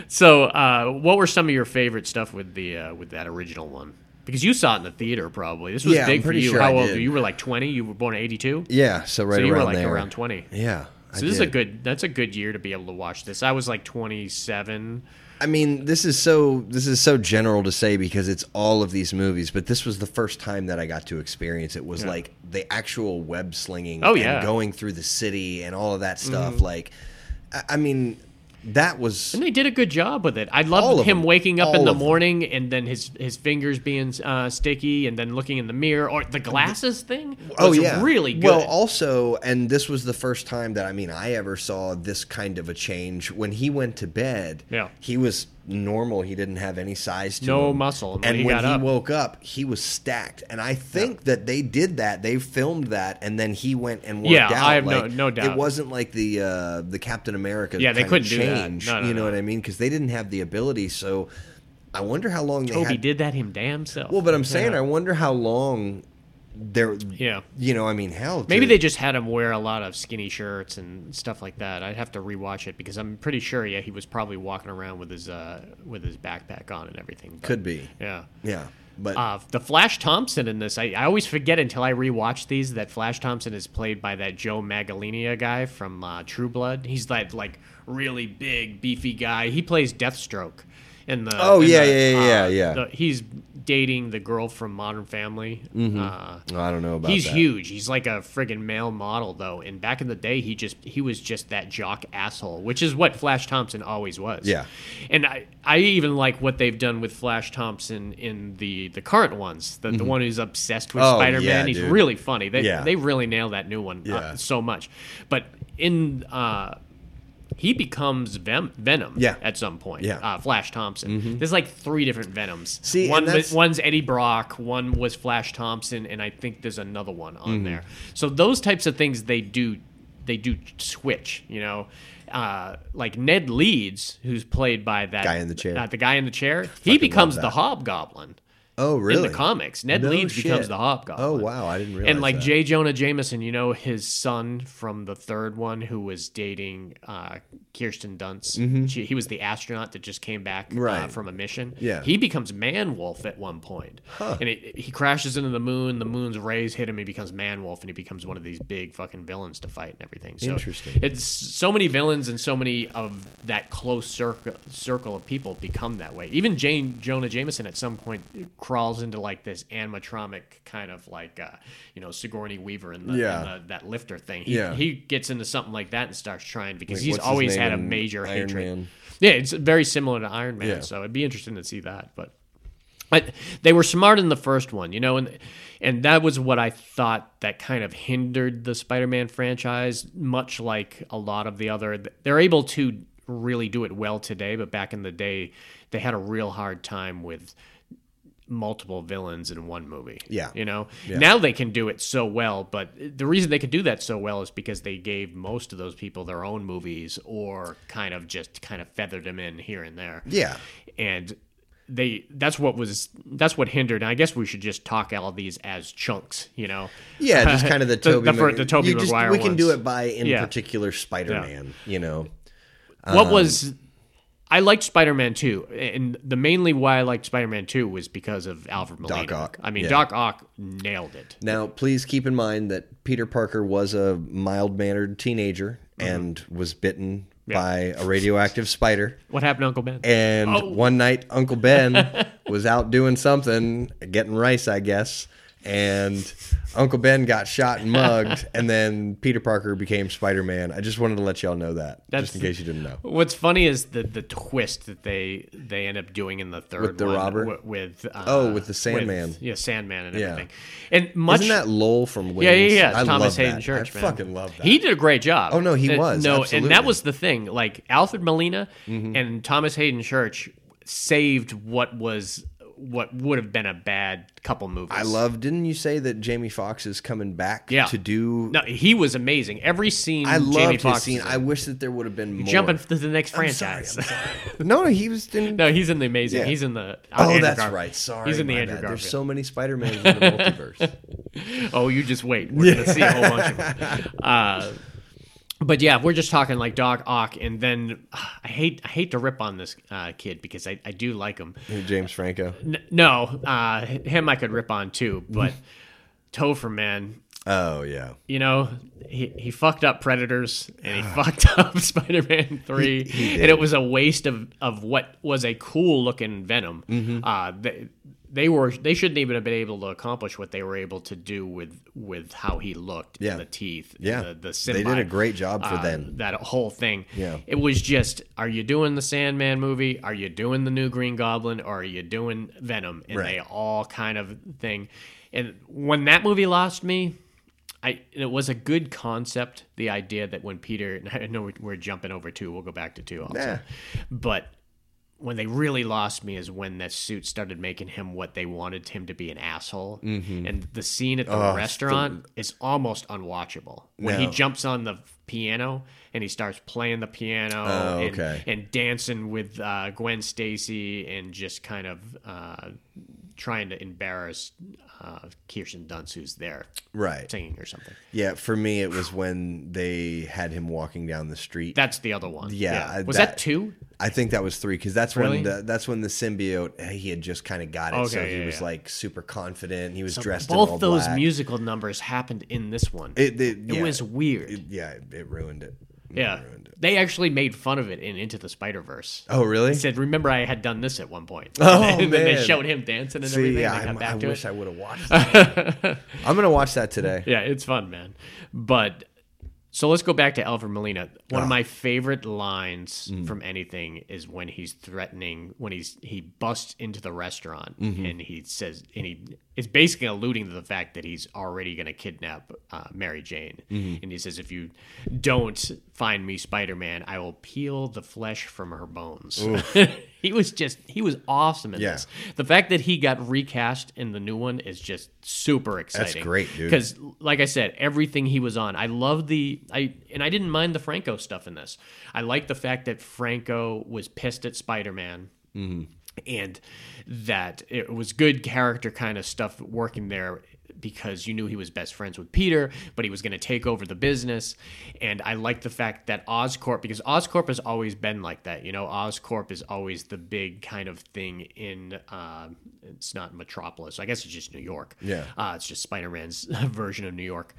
S4: So, uh, what were some of your favorite stuff with the uh, with that original one? Because you saw it in the theater, probably. This was
S3: Yeah, I'm
S4: big for
S3: pretty
S4: you.
S3: sure
S4: How
S3: I
S4: old
S3: did.
S4: were you? You were like 20. You were born in 82.
S3: yeah, so right
S4: so you
S3: around
S4: were like
S3: there.
S4: around 20.
S3: Yeah. I
S4: So this is a
S3: did.
S4: good. That's a good year to be able to watch this. I was like 27.
S3: I mean, this is so this is so general to say because it's all of these movies, but this was the first time that I got to experience it was like the actual web slinging
S4: Oh, yeah. Mm-hmm.
S3: and going through the city and all of that stuff. Like I, I mean, that was
S4: And they did a good job with it. I
S3: All
S4: loved
S3: of
S4: him
S3: them.
S4: waking up in
S3: All
S4: the
S3: of them.
S4: morning and then his his fingers being uh, sticky and then looking in the mirror or the glasses thing. was really good.
S3: Oh, Well, also, and this was the first time that I mean I ever saw this kind of a change. When he went to bed,
S4: Yeah.
S3: he was normal. He didn't have any size to
S4: No
S3: him.
S4: muscle. And when
S3: And
S4: he
S3: when
S4: got
S3: he
S4: up-
S3: woke up, he was stacked. And I think that they did that. They filmed that, and then he went and worked
S4: Yeah,
S3: out.
S4: I have no-
S3: Like,
S4: no doubt.
S3: It wasn't like the uh, the Captain America.
S4: Yeah, they
S3: kind of
S4: couldn't do that.
S3: change.
S4: No, no,
S3: you know
S4: no.
S3: what I mean? Because they didn't have the ability. So I wonder how long they
S4: Toby
S3: had.
S4: did that him damn self.
S3: Well, but I'm saying
S4: Yeah.
S3: I wonder how long. There,
S4: Yeah.
S3: you know, I mean, hell,
S4: Maybe
S3: dude.
S4: they just had him wear a lot of skinny shirts and stuff like that. I'd have to rewatch it because I'm pretty sure, yeah, he was probably walking around with his uh, with his backpack on and everything. but-
S3: Could be.
S4: yeah.
S3: Yeah. But
S4: Uh, the Flash Thompson in this, I, I always forget until I rewatch these that Flash Thompson is played by that Joe Magalinia guy from uh, True Blood. He's that like really big, beefy guy. He plays Deathstroke in the.
S3: Oh,
S4: in
S3: yeah,
S4: the,
S3: yeah, yeah,
S4: uh,
S3: yeah, yeah.
S4: the- he's dating the girl from Modern Family.
S3: Mm-hmm.
S4: Uh,
S3: Oh, I don't know about
S4: he's
S3: that.
S4: huge. He's like a friggin' male model though. And back in the day, he just he was just that jock asshole, which is what Flash Thompson always was.
S3: Yeah.
S4: And I I even like what they've done with Flash Thompson in the the current ones. The the one who's obsessed with
S3: Mm-hmm. Oh,
S4: Spider Man.
S3: yeah,
S4: he's
S3: dude.
S4: really funny. They
S3: Yeah.
S4: they really nailed that new one
S3: Yeah.
S4: uh, so much. But in uh he becomes Ven- Venom
S3: Yeah.
S4: at some point.
S3: Yeah. Mm-hmm.
S4: Uh, Flash Thompson. There's like three different Venoms.
S3: See,
S4: one
S3: and that's-
S4: one's Eddie Brock, one was Flash Thompson, and I think there's another one on
S3: Mm-hmm.
S4: there. So those types of things they do they do switch, you know. Uh, like Ned Leeds, who's played by that
S3: Guy in the chair.
S4: uh, the guy in the chair, he becomes the Hobgoblin
S3: oh, really?
S4: in the comics. Ned
S3: No
S4: Leeds becomes
S3: shit.
S4: the Hobgoblin.
S3: Oh, wow, I didn't realize
S4: And like
S3: that.
S4: Jay Jonah Jameson, you know his son from the third one, who was dating uh, Kirsten Dunst. She, he was the astronaut that just came back uh,
S3: Mm-hmm. Right.
S4: from a mission.
S3: Yeah.
S4: he becomes Man Wolf at one point, and it, he crashes into the moon. The moon's rays hit him. He becomes Man Wolf, and he becomes one of these big fucking villains to fight and everything. So
S3: Interesting.
S4: It's so many villains and so many of that close circle circle of people become that way. Even Jane Jonah Jameson at some point crawls into like this animatronic kind of like uh, you know Sigourney Weaver in, the, in
S3: Yeah.
S4: the- that lifter thing. He,
S3: Yeah.
S4: he gets into something like that and starts trying because
S3: Like,
S4: he's
S3: what's his
S4: always
S3: name
S4: had a
S3: in
S4: major
S3: Iron
S4: hatred.
S3: Man?
S4: Yeah, it's very similar to Iron Man.
S3: Yeah.
S4: So it'd be interesting to see that, but. But they were smart in the first one, you know, and and that was what I thought that kind of hindered the Spider-Man franchise, much like a lot of the other. They're able to really do it well today, but back in the day, they had a real hard time with multiple villains in one movie.
S3: Yeah.
S4: you know, now they can do it so well, but the reason they could do that so well is because they gave most of those people their own movies, or kind of just kind of feathered them in here and there
S3: Yeah.
S4: and they that's what was that's what hindered and i guess we should just talk all these as chunks you know
S3: Yeah, just kind of the
S4: The-
S3: Toby
S4: the fir- the Tobey Maguire
S3: We can do
S4: ones.
S3: it by in
S4: Yeah.
S3: particular Spider-Man, you know. Um,
S4: what was i liked spider-man 2 and the mainly why i liked spider-man 2 was because of alfred molina
S3: Ock,
S4: i mean
S3: yeah.
S4: doc ock nailed it
S3: Now, please keep in mind that Peter Parker was a mild-mannered teenager and was bitten
S4: Mm-hmm. Yeah.
S3: by a radioactive spider.
S4: what happened to uncle ben
S3: And
S4: Oh.
S3: one night, Uncle Ben was out doing something, getting rice, I guess, and Uncle Ben got shot and mugged, and then Peter Parker became Spider Man. I just wanted to let y'all know that,
S4: That's-
S3: just in case you didn't know.
S4: What's funny is the the twist that they they end up doing in the third
S3: With the
S4: one
S3: robber?
S4: wi- with uh,
S3: Oh, with the Sandman.
S4: yeah, Sandman and
S3: Yeah.
S4: everything, and much
S3: Isn't that Lowell from Wings?
S4: yeah, yeah, yeah, it's
S3: I
S4: Thomas
S3: love
S4: Hayden
S3: that.
S4: Church,
S3: I
S4: man.
S3: fucking love that.
S4: He did a great job.
S3: Oh, no, he
S4: Uh,
S3: was,
S4: no, and that
S3: absolutely. Mm-hmm.
S4: was the thing. Like Alfred Molina and Thomas Hayden Church saved what was what would have been a bad couple movies.
S3: I love. Didn't you say that Jamie Foxx is coming back
S4: Yeah.
S3: to do?
S4: No, he was amazing. Every scene,
S3: I
S4: Jamie
S3: loved his
S4: Foxx
S3: scene.
S4: is in.
S3: I wish that there would have been more.
S4: jumping to the next
S3: I'm sorry, I'm
S4: franchise.
S3: No, no, he was in.
S4: no, he's in the amazing.
S3: Yeah.
S4: He's in the.
S3: Oh,
S4: Andrew
S3: that's
S4: Garfield.
S3: right. Sorry,
S4: he's in the
S3: my
S4: Andrew
S3: bad.
S4: Garfield.
S3: There's so many Spider Mans in the multiverse.
S4: Oh, you just wait. We're gonna see a whole bunch of them. Uh, but yeah, we're just talking like Doc Ock, and then I hate I hate to rip on this uh, kid because I, I do like him.
S3: James Franco.
S4: N- no, uh, him I could rip on too, but Topher man,
S3: Oh yeah.
S4: you know he he fucked up Predators and he
S3: Ah.
S4: fucked up Spider Man three, and it was a waste of of what was a cool looking Venom.
S3: Mm-hmm.
S4: Uh, they, they were they shouldn't even have been able to accomplish what they were able to do with with how he looked,
S3: Yeah.
S4: and the teeth, and
S3: Yeah.
S4: the, the
S3: They did a
S4: symbiote, uh,
S3: great job for them.
S4: That whole thing,
S3: Yeah.
S4: It was just, are you doing the Sandman movie? Are you doing the new Green Goblin? Or are you doing Venom? And
S3: Right.
S4: they all kind of thing. And when that movie lost me, I it was a good concept. The idea that when Peter, and I know we're, we're jumping over two, we'll go back to two also,
S3: Yeah.
S4: but. When they really lost me is when that suit started making him what they wanted him to be an asshole.
S3: Mm-hmm.
S4: And the scene at the restaurant is almost unwatchable. When he
S3: Oh, No.
S4: jumps on the piano and he starts playing the piano
S3: Oh,
S4: and,
S3: okay.
S4: and dancing with uh, Gwen Stacy and just kind of uh, trying to embarrass uh, Kirsten Dunst, who's there
S3: Right.
S4: singing or something.
S3: Yeah. For me, it was when they had him walking down the street.
S4: That's the other one.
S3: Yeah, I-
S4: Was that,
S3: that-
S4: two?
S3: I think that was three because that's
S4: Really?
S3: when the that's when the symbiote he had just kind of got it, so
S4: Okay,
S3: he
S4: yeah,
S3: was
S4: yeah.
S3: like super confident. He was dressed in all
S4: Both those
S3: black.
S4: musical numbers happened in this one. It,
S3: It, it, yeah,
S4: was weird.
S3: It- yeah, it, it ruined it. It
S4: yeah.
S3: ruined it.
S4: They actually made fun of it in Into the Spider Verse.
S3: Oh really?
S4: He said, "Remember, I had done this at one point."
S3: Oh,
S4: and then they
S3: man.
S4: showed him dancing and
S3: See,
S4: everything.
S3: yeah,
S4: and they got
S3: I'm-
S4: back
S3: I
S4: to
S3: wish
S4: it.
S3: I would have watched. that. I'm gonna watch that today.
S4: Yeah, it's fun, man. But so let's go back to Alfred Molina. One of my favorite lines from anything is when he's threatening when he's he busts into the restaurant and he says and he is basically alluding to the fact that he's already going to kidnap uh, Mary Jane. And he says, "If you don't find me Spider Man, I will peel the flesh from her bones." he was just he was awesome in
S3: Yeah.
S4: this. The fact that he got recast in the new one is just super exciting.
S3: great, dude.
S4: Because, like I said, everything he was on, I love the I and I didn't mind the Franco stuff in this. I like the fact that Franco was pissed at Spider Man. And that it was good character kind of stuff working there because you knew he was best friends with Peter, but he was going to take over the business. And I like the fact that Oscorp, because Oscorp has always been like that. You know, Oscorp is always the big kind of thing in, uh, it's not Metropolis. I guess it's just New York.
S3: Yeah.
S4: Uh, it's just Spider Man's version of New York.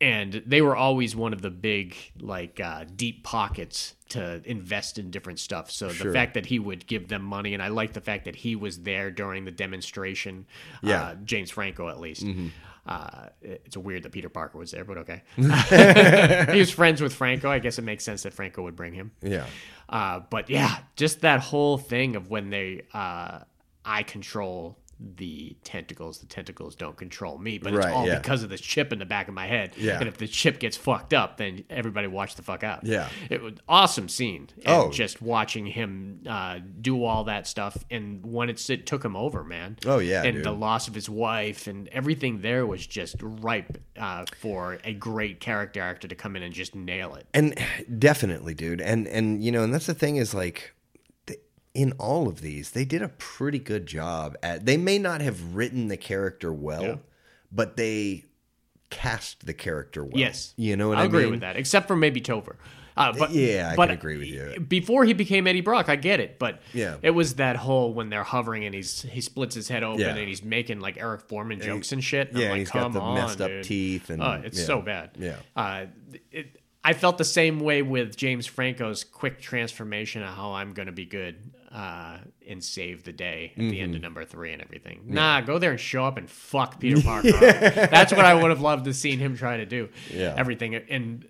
S4: And they were always one of the big, like, uh, deep pockets to invest in different stuff. So the fact that he would give them money, and I like the fact that he was there during the demonstration. Uh,
S3: Yeah.
S4: James Franco, at least. Uh, it's weird that Peter Parker was there, but okay. he was friends with Franco. I guess it makes sense that Franco would bring him.
S3: Yeah.
S4: Uh, but yeah, just that whole thing of when they, uh, I control the tentacles, the tentacles don't control me, but it's
S3: Right,
S4: all
S3: yeah.
S4: because of this chip in the back of my head.
S3: Yeah.
S4: And if the chip gets fucked up, then everybody watch the fuck out.
S3: Yeah.
S4: It was awesome scene. And
S3: Oh.
S4: Just watching him uh, do all that stuff. And when it's, it took him over, man.
S3: Oh, yeah,
S4: And the
S3: dude.
S4: loss of his wife and everything there was just ripe uh, for a great character actor to come in and just nail it.
S3: and definitely dude and and you know and that's the thing is like th- in all of these they did a pretty good job at they may not have written the character well
S4: Yeah.
S3: but they cast the character well
S4: Yes,
S3: you know what i,
S4: I agree
S3: mean?
S4: with that, except for maybe Tover. Uh, but
S3: yeah, I
S4: but
S3: can agree with you.
S4: Before he became Eddie Brock, I get it, but
S3: Yeah.
S4: it was that whole when they're hovering and he's he splits his head open
S3: Yeah.
S4: and he's making like Eric Foreman jokes and shit. and
S3: yeah
S4: I'm like,
S3: and he's got
S4: "Come
S3: the
S4: on,
S3: messed up
S4: dude."
S3: teeth and
S4: Oh, it's
S3: yeah.
S4: so bad.
S3: Yeah.
S4: Uh, it, I felt the same way with James Franco's quick transformation of how I'm going to be good. uh, and save the day at the end of number three and everything. Nah, go there and show up and fuck Peter Parker. up. That's what I would have loved to seen him try to do.
S3: Yeah.
S4: everything and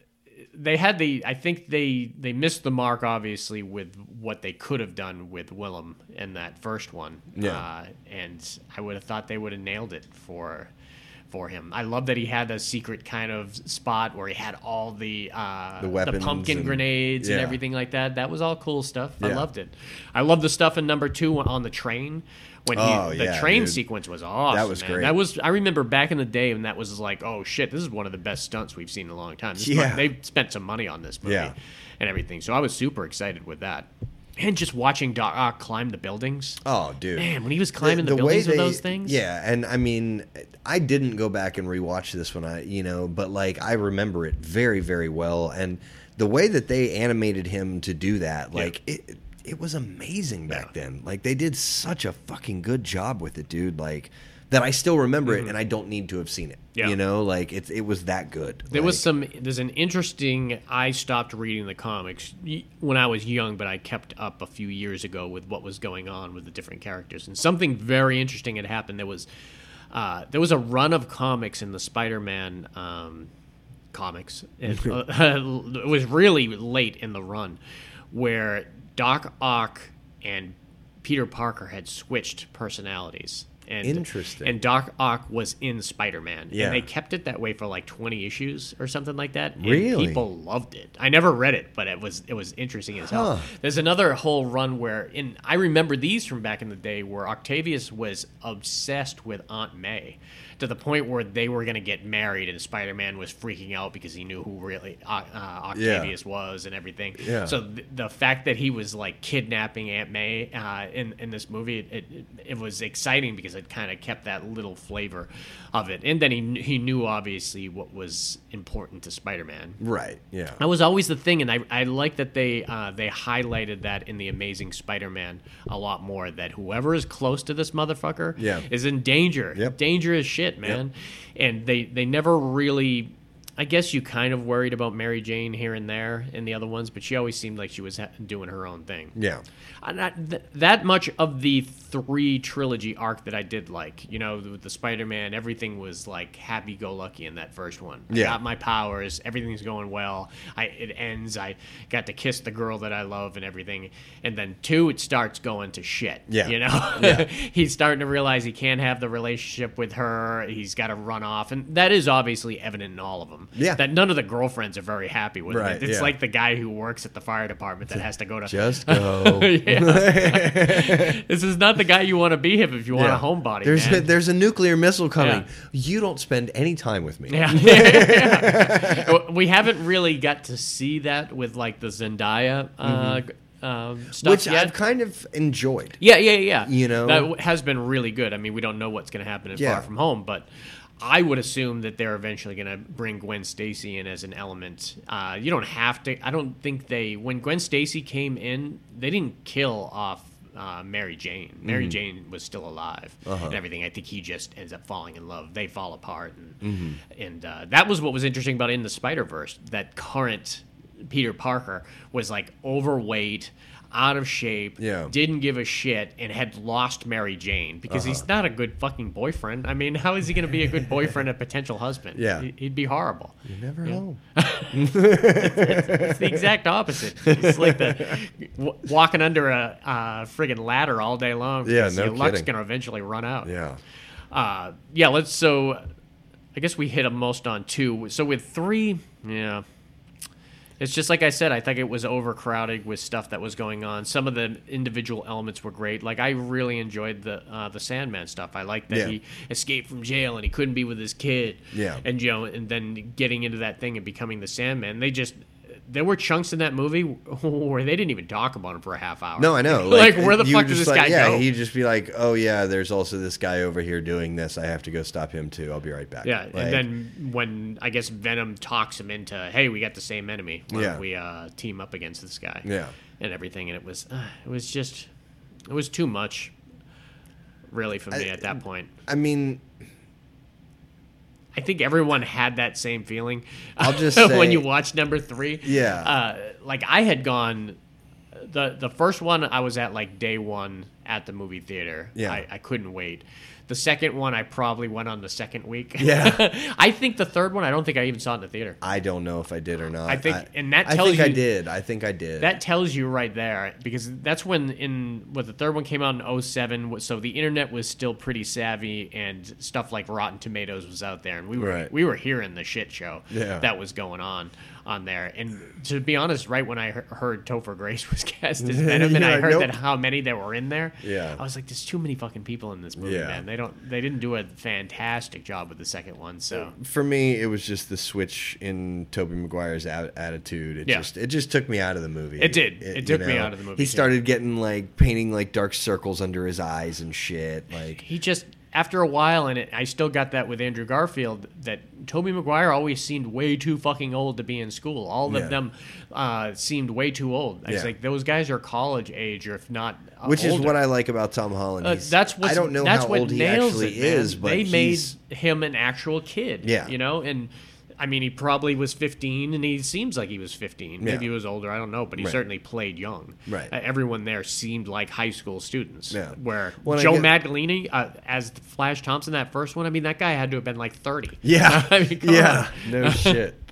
S4: they had the I think they they missed the mark obviously with what they could have done with Willem in that first one.
S3: Yeah.
S4: uh, and I would have thought they would have nailed it for for him. I love that he had a secret kind of spot where he had all the uh,
S3: The weapons
S4: pumpkin
S3: and-
S4: grenades and
S3: yeah.
S4: everything like that. That was all cool stuff. I
S3: Yeah.
S4: loved it. I love the stuff in number two on the train when he,
S3: Oh,
S4: the
S3: yeah,
S4: train
S3: dude.
S4: sequence was awesome.
S3: was
S4: man.
S3: great.
S4: That was I remember back in the day when that was like, oh shit, this is one of the best stunts we've seen in a long time. This
S3: Yeah.
S4: they spent some money on this movie
S3: Yeah.
S4: and everything. So I was super excited with that. And just watching Doc Ock climb the buildings.
S3: Oh, dude.
S4: Man, when he was climbing the, buildings with those things.
S3: Yeah, and I mean, I didn't go back and rewatch this one. I, you know, but like I remember it very, very well, and the way that they animated him to do that, like it, it was amazing back then. Like they did such a fucking good job with it, dude. Like that, I still remember it, and I don't need to have seen it.
S4: Mm-hmm. Yeah.
S3: You know, like it, it was that good.
S4: There
S3: Like,
S4: was some. There's an interesting. I stopped reading the comics y- when I was young, but I kept up a few years ago with what was going on with the different characters, and something very interesting had happened. There was, uh, there was a run of comics in the Spider-Man um, comics. It, uh, it was really late in the run where Doc Ock and Peter Parker had switched personalities. And,
S3: Interesting.
S4: And Doc Ock was in Spider-Man.
S3: Yeah.
S4: And they kept it that way for like 20 issues or something like that. and
S3: Really?
S4: people loved it. I never read it, but it was it was interesting as hell.
S3: Huh.
S4: There's another whole run where, and I remember these from back in the day, where Octavius was obsessed with Aunt May to the point where they were going to get married, and Spider-Man was freaking out because he knew who really uh, uh, Octavius was and everything.
S3: Yeah.
S4: So th- the fact that he was like kidnapping Aunt May uh, in in this movie, it, it it was exciting because it kind of kept that little flavor of it, and then he kn- he knew obviously what was important to Spider-Man.
S3: right. Yeah.
S4: That was always the thing, and I, I like that they uh, they highlighted that in the Amazing Spider-Man a lot more. That whoever is close to this motherfucker
S3: Yeah.
S4: is in danger.
S3: Yep.
S4: Danger is shit, man. And they they never really. I guess you kind of worried about Mary Jane here and there in the other ones, but she always seemed like she was ha- doing her own thing.
S3: Yeah.
S4: I, not, th- that much of the three trilogy arc that I did like, you know, with the Spider-Man, everything was like happy-go-lucky in that first one. I
S3: Yeah.
S4: got my powers, everything's going well. I it ends. I got to kiss the girl that I love and everything. And then two, it starts going to shit.
S3: Yeah.
S4: you know, he's starting to realize he can't have the relationship with her. He's got to run off, and that is obviously evident in all of them.
S3: Yeah.
S4: that none of the girlfriends are very happy with
S3: Right,
S4: it. It's
S3: yeah.
S4: like the guy who works at the fire department that has to go to
S3: Just go.
S4: Yeah. this is not the guy you want to be if if you want
S3: Yeah.
S4: a homebody.
S3: There's
S4: man.
S3: a, there's a nuclear missile coming.
S4: Yeah.
S3: You don't spend any time with me.
S4: yeah. Yeah. We haven't really got to see that with like the Zendaya uh, g- um, stuff
S3: Mm-hmm. Which
S4: yet.
S3: I've kind of enjoyed.
S4: yeah, yeah, yeah.
S3: You know?
S4: that w- has been really good. I mean, we don't know what's going to happen in
S3: Yeah.
S4: Far From Home, but. I would assume that they're eventually going to bring Gwen Stacy in as an element. Uh, you don't have to. I don't think they. When Gwen Stacy came in, they didn't kill off uh, Mary Jane. Mary
S3: Mm-hmm.
S4: Jane was still alive
S3: Uh-huh.
S4: and everything. I think he just ends up falling in love. They fall apart, and
S3: Mm-hmm.
S4: and uh, that was what was interesting about in the Spider Verse. That current Peter Parker was like overweight, out of shape,
S3: Yeah.
S4: didn't give a shit and had lost Mary Jane because he's
S3: Uh-huh.
S4: not a good fucking boyfriend. I mean, how is he going to be a good boyfriend, a potential husband?
S3: Yeah.
S4: He- He'd be horrible.
S3: Never home.
S4: It's the exact opposite. It's like the w- walking under a uh, friggin' ladder all day long.
S3: Yeah,
S4: because
S3: no
S4: your luck's
S3: kidding.
S4: going to eventually run out.
S3: Yeah.
S4: Uh, yeah, let's. So I guess we hit 'em most on two. So with three, yeah. It's just like I said, I think it was overcrowded with stuff that was going on. Some of the individual elements were great. Like I really enjoyed the uh, the Sandman stuff. I liked that
S3: Yeah.
S4: he escaped from jail and he couldn't be with his kid.
S3: Yeah.
S4: And you know, and then getting into that thing and becoming the Sandman. They just there were chunks in that movie where they didn't even talk about him for a half hour.
S3: No, I know.
S4: Like, where the
S3: you were
S4: fuck did
S3: just
S4: this guy
S3: yeah,
S4: go?
S3: he'd just be like, "Oh yeah, there's also this guy over here doing this. I have to go stop him too. I'll be right back."
S4: Yeah,
S3: Like,
S4: and then when I guess Venom talks him into, hey, we got the same enemy. Why
S3: Yeah.
S4: don't we uh, team up against this guy?
S3: Yeah.
S4: and everything, and it was, uh, it was just, it was too much, really, for me at that point.
S3: I mean,
S4: I think everyone had that same feeling.
S3: I'll just
S4: when
S3: say-
S4: you watch number three.
S3: Yeah.
S4: uh, like I had gone. the the first one I was at like day one at the movie theater.
S3: Yeah.
S4: I, I couldn't wait. The second one I probably went on the second week.
S3: Yeah.
S4: I think the third one I don't think I even saw it in the theater.
S3: I don't know if I did or not.
S4: I think- and that
S3: I
S4: tells
S3: think I
S4: you-
S3: did. I think I did.
S4: That tells you right there because that's when in when the third one came out in 07 so the internet was still pretty savvy and stuff like Rotten Tomatoes was out there and we were
S3: Right.
S4: we were hearing the shit show
S3: Yeah.
S4: that was going on on there and to be honest right when I he- heard Topher Grace was cast as Venom and I
S3: You're like,
S4: heard
S3: nope.
S4: that how many there were in there
S3: Yeah.
S4: I was like there's too many fucking people in this movie
S3: Yeah.
S4: man they don't they didn't do a fantastic job with the second one so
S3: for me, it was just the switch in Toby Maguire's at- attitude. It
S4: Yeah.
S3: just it just took me out of the movie.
S4: It did. It
S3: you
S4: took me out of the movie,
S3: He
S4: too.
S3: started getting like painting like dark circles under his eyes and shit. Like
S4: he just after a while and it, i still got that with andrew garfield that toby maguire always seemed way too fucking old to be in school all of
S3: Yeah.
S4: them uh, seemed way too old i was
S3: Yeah.
S4: like those guys are college age or if not uh,
S3: which is
S4: older.
S3: what I like about Tom Holland.
S4: Uh,
S3: He's-
S4: that's what
S3: I don't know
S4: that's
S3: how
S4: what
S3: old he
S4: nails
S3: actually
S4: it, man.
S3: is, but
S4: they made
S3: he's-
S4: him an actual kid.
S3: Yeah.
S4: you know, and I mean, he probably was 15, and he seems like he was 15. Maybe
S3: Yeah.
S4: he was older. I don't know, but he
S3: Right.
S4: certainly played young.
S3: Right.
S4: Uh, everyone there seemed like high school students.
S3: Yeah.
S4: Where
S3: Well, and I
S4: Joe
S3: guess-
S4: Magdalene uh, as Flash Thompson, that first one. I mean, that guy had to have been like 30.
S3: yeah,
S4: I mean, come
S3: yeah,
S4: on.
S3: no shit.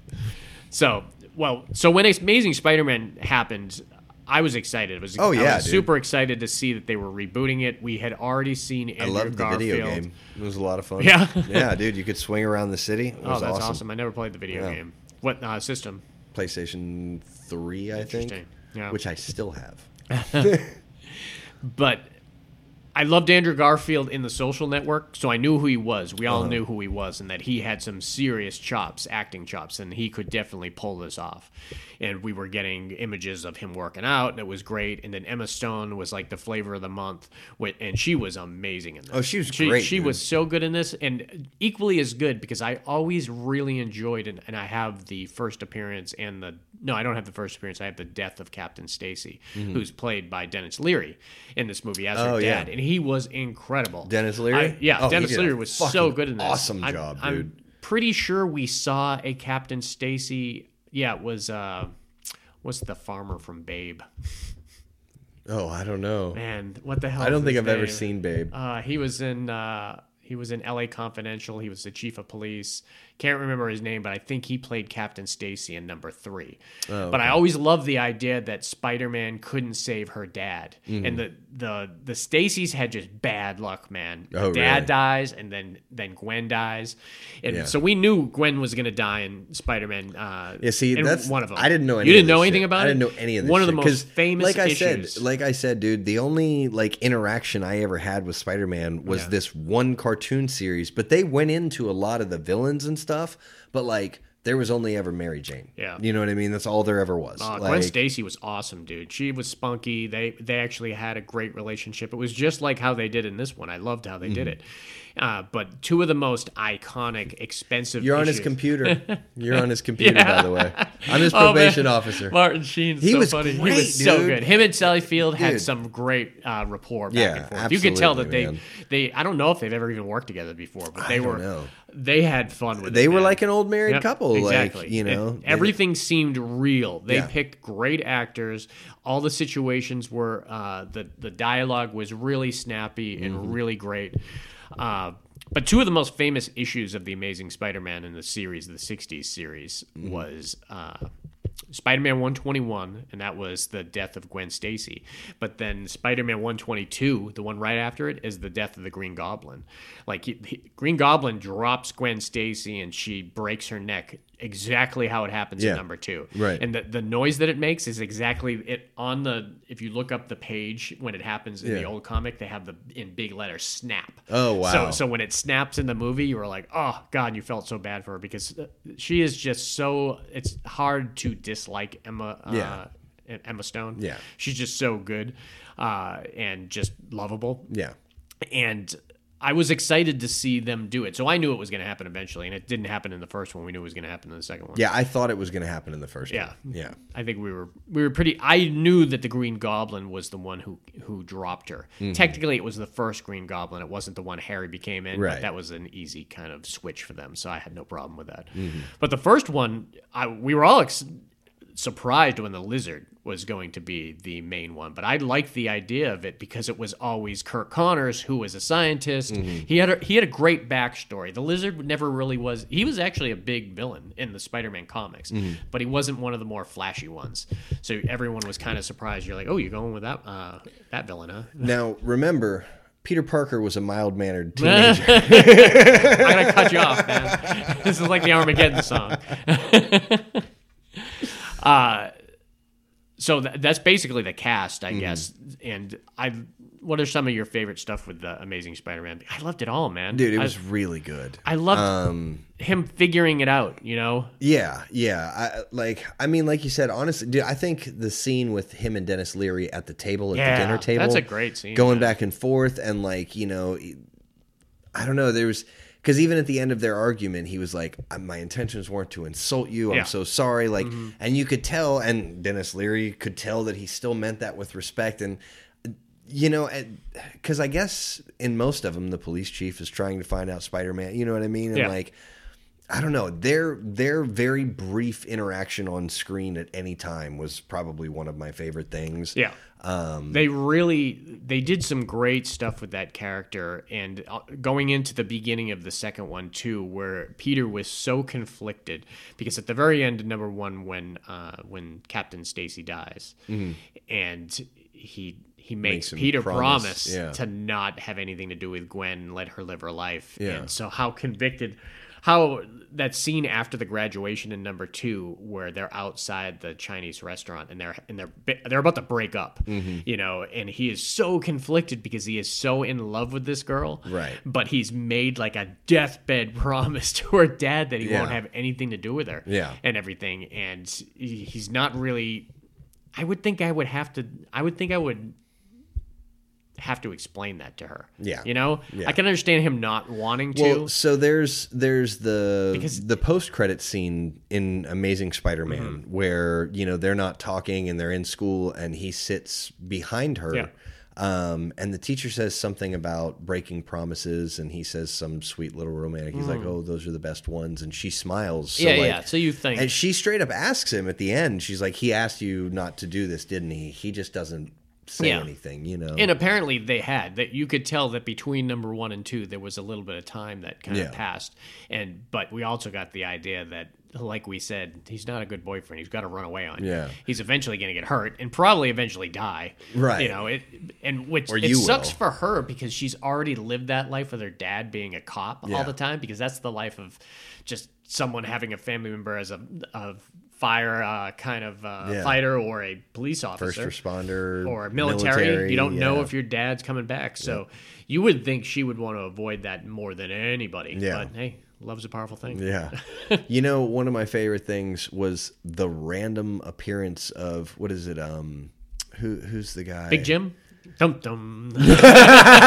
S4: So, well, so when Amazing Spider-Man happened, I was excited. I was,
S3: Oh,
S4: I
S3: yeah,
S4: was
S3: dude.
S4: super excited to see that they were rebooting it. We had already seen Andrew
S3: I loved the
S4: Garfield.
S3: video game. It was a lot of fun.
S4: Yeah.
S3: yeah, dude. You could swing around the city. It
S4: Oh,
S3: was
S4: that's awesome.
S3: awesome.
S4: I never played the video
S3: Yeah.
S4: game. What uh, system?
S3: PlayStation Three, I think,
S4: Interesting. Yeah.
S3: which I still have.
S4: But I loved Andrew Garfield in The Social Network, so I knew who he was. We all
S3: Uh-huh.
S4: knew who he was, and that he had some serious chops, acting chops, and he could definitely pull this off. And we were getting images of him working out, and it was great. And then Emma Stone was like the flavor of the month, wi- and she was amazing in this.
S3: Oh, she was great,
S4: She
S3: dude.
S4: was so good in this, and equally as good because I always really enjoyed, and, and I have the first appearance and the no, I don't have the first appearance. I have the death of Captain Stacy, who's played by Dennis Leary in this movie as her
S3: Mm-hmm. Oh, yeah.
S4: dad, and he was incredible.
S3: Dennis Leary?
S4: I- yeah,
S3: Oh, he
S4: Dennis
S3: did a
S4: Leary was so
S3: fucking
S4: good in this.
S3: awesome
S4: I'm-
S3: job,
S4: I'm
S3: dude.
S4: pretty sure we saw a Captain Stacy. Yeah, it was. Uh, What's the farmer from Babe?
S3: Oh, I don't know.
S4: Man, what the hell?
S3: I don't
S4: is
S3: think
S4: his
S3: I've ever
S4: name?
S3: seen Babe.
S4: Uh, he was in uh, he was in L.A. Confidential. He was the chief of police. Can't remember his name, but I think he played Captain Stacy in number three.
S3: Oh,
S4: But I always loved the idea that Spider-Man couldn't save her dad,
S3: Mm-hmm.
S4: and the the the Stacys had just bad luck, man.
S3: Oh,
S4: dad
S3: really?
S4: dies, and then then Gwen dies, and
S3: Yeah.
S4: so we knew Gwen was gonna die in Spider-Man. Uh,
S3: Yeah, see,
S4: in
S3: that's
S4: one of them.
S3: I didn't know. Any
S4: you didn't
S3: of this
S4: know
S3: shit.
S4: anything about it.
S3: I didn't know any of this.
S4: One of the
S3: shit,
S4: most
S3: 'cause
S4: famous
S3: like I
S4: issues.
S3: said, like I said, dude, the only like interaction I ever had with Spider-Man was
S4: Yeah.
S3: this one cartoon series. But they went into a lot of the villains and stuff. But like, there was only ever Mary Jane.
S4: Yeah.
S3: you know what I mean. That's all there ever was.
S4: Uh,
S3: like,
S4: Gwen Stacy was awesome, dude. She was spunky. They they actually had a great relationship. It was just like how they did in this one. I loved how they did it. Uh, but two of the most iconic, expensive.
S3: Mm-hmm. you're on his
S4: issues-
S3: computer. You're on his computer, by the way. I'm his
S4: Oh, man.
S3: probation officer.
S4: Martin Sheen's
S3: He
S4: so
S3: was
S4: funny.
S3: great,
S4: he was so
S3: dude.
S4: good. Him and Sally Field had
S3: Dude.
S4: some great uh, rapport back
S3: Yeah,
S4: and forth. You could tell that
S3: absolutely,
S4: they
S3: man.
S4: they I don't know if they've ever even worked together before, but they
S3: don't
S4: were
S3: know.
S4: they had fun with it.
S3: They were
S4: man.
S3: like an old married
S4: Yep,
S3: couple. Like you
S4: It-
S3: know, they-
S4: everything seemed real. They
S3: Yeah.
S4: picked great actors. All the situations were uh, the the dialogue was really snappy and really great. Uh, but two of the most famous issues of the Amazing Spider-Man in the series, the '60s series, was. Uh, Spider-Man 121, and that was the death of Gwen Stacy. But then Spider-Man 122, the one right after it, is the death of the Green Goblin. Like he, he- Green Goblin drops Gwen Stacy, and she breaks her neck exactly how it happens
S3: Yeah.
S4: in number two.
S3: Right.
S4: And the, the noise that it makes is exactly it on the. If you look up the page when it happens in the
S3: Yeah.
S4: old comic, they have the in big letters snap.
S3: Oh, wow.
S4: So so when it snaps in the movie, you were like, oh god, you felt so bad for her because uh, she is just so. It's hard to dislike Emma. Uh,
S3: Yeah.
S4: Emma Stone.
S3: Yeah.
S4: She's just so good, uh, and just lovable
S3: yeah.
S4: and I was excited to see them do it. So I knew it was going to happen eventually, and it didn't happen in the first one. We knew it was going to happen in the second one.
S3: Yeah, I thought it was going to happen in the first
S4: Yeah.
S3: one. Yeah.
S4: I think we were we were pretty. I knew that the Green Goblin was the one who who dropped her. Technically, it was the first Green Goblin. It wasn't the one Harry became in. but
S3: Right.
S4: that was an easy kind of switch for them, so I had no problem with that. But the first one, I, we were all ex- surprised when the lizard was going to be the main one. But I liked the idea of it because it was always Kirk Connors, who was a scientist. He had a, he had a great backstory. The Lizard never really was. He was actually a big villain in the Spider-Man comics, but he wasn't one of the more flashy ones. So everyone was kind of surprised. You're like, oh, you're going with that uh, that villain, huh?
S3: Now, remember, Peter Parker was a mild mannered teenager.
S4: I'm gonna cut you off, man. This is like the Armageddon song. uh, so tha- that's basically the cast, I
S3: Mm-hmm.
S4: guess. And I, what are some of your favorite stuff with the Amazing Spider-Man? I loved it all, man.
S3: Dude, it
S4: I-
S3: was uh, really good. Um,
S4: I, loved him figuring it out. You know,
S3: Yeah, yeah. I like. I mean, like you said, honestly, dude. I think the scene with him and Dennis Leary at the table at
S4: Yeah,
S3: the dinner
S4: that's
S3: table.
S4: a great scene,
S3: Going
S4: yeah.
S3: back and forth, and like you know, e, I don't know. There was because even at the end of their argument, he was like, "Uh, "My intentions weren't to insult you. I'm
S4: Yeah. Mm-hmm.
S3: so sorry." Like, and you could tell, and Dennis Leary could tell that he still meant that with respect and. You know, because I guess in most of them, the police chief is trying to find out Spider Man. You know what I mean? And
S4: Yeah.
S3: like, I don't know. Their their very brief interaction on screen at any time was probably one of my favorite things.
S4: yeah. Um, they really they did some great stuff with that character, and uh, going into the beginning of the second one too, where Peter was so conflicted because at the very end, of number one, when uh, when Captain Stacy dies, and he he makes,
S3: Mm-hmm. Makes him
S4: Peter
S3: promise,
S4: promise,
S3: yeah.
S4: to not have anything to do with Gwen, let her live her life,
S3: Yeah.
S4: and so how convicted how that scene after the graduation in number two where they're outside the chinese restaurant and they're and they're bi- they're about to break up
S3: Mm-hmm.
S4: you know and he is so conflicted because he is so in love with this girl
S3: Right.
S4: but he's made like a deathbed promise to her dad that he won't
S3: Yeah.
S4: have anything to do with her
S3: Yeah.
S4: and everything and he- he's not really i would think i would have to i would think i would have to explain that to her
S3: Yeah.
S4: you know
S3: Yeah.
S4: i can understand him not wanting to
S3: Well, so there's there's the
S4: Because-
S3: the post credit scene in Amazing Spider-Man
S4: Mm-hmm.
S3: where you know they're not talking and they're in school and he sits behind her.
S4: Yeah.
S3: Um, and the teacher says something about breaking promises, and he says some sweet little romantic. He's like, "Oh, those are the best ones," and she smiles. So
S4: Mm. yeah,
S3: like,
S4: yeah. So you think
S3: And she straight up asks him at the end. She's like, "He asked you not to do this, didn't he? He just doesn't say
S4: Yeah.
S3: anything, you know."
S4: and apparently they had that you could tell that between number one and two there was a little bit of time that kind
S3: Yeah.
S4: of passed and but we also got the idea that like we said he's not a good boyfriend he's got to run away on you.
S3: Yeah.
S4: he's eventually going to get hurt and probably eventually die
S3: Right.
S4: you know it and which
S3: Or
S4: it
S3: you
S4: sucks
S3: will.
S4: for her because she's already lived that life with her dad being a cop
S3: Yeah.
S4: all the time because that's the life of just someone having a family member as a, a fire uh, kind of uh,
S3: Yeah.
S4: fighter or a police officer
S3: First responder
S4: or military. you don't know
S3: yeah.
S4: if your dad's coming back. So you would think she would want to avoid that more than anybody.
S3: Yeah.
S4: But hey, love's a powerful thing.
S3: Yeah. you know, one of my favorite things was the random appearance of what is it? Um, who who's the guy?
S4: Big Jim? Dum dum.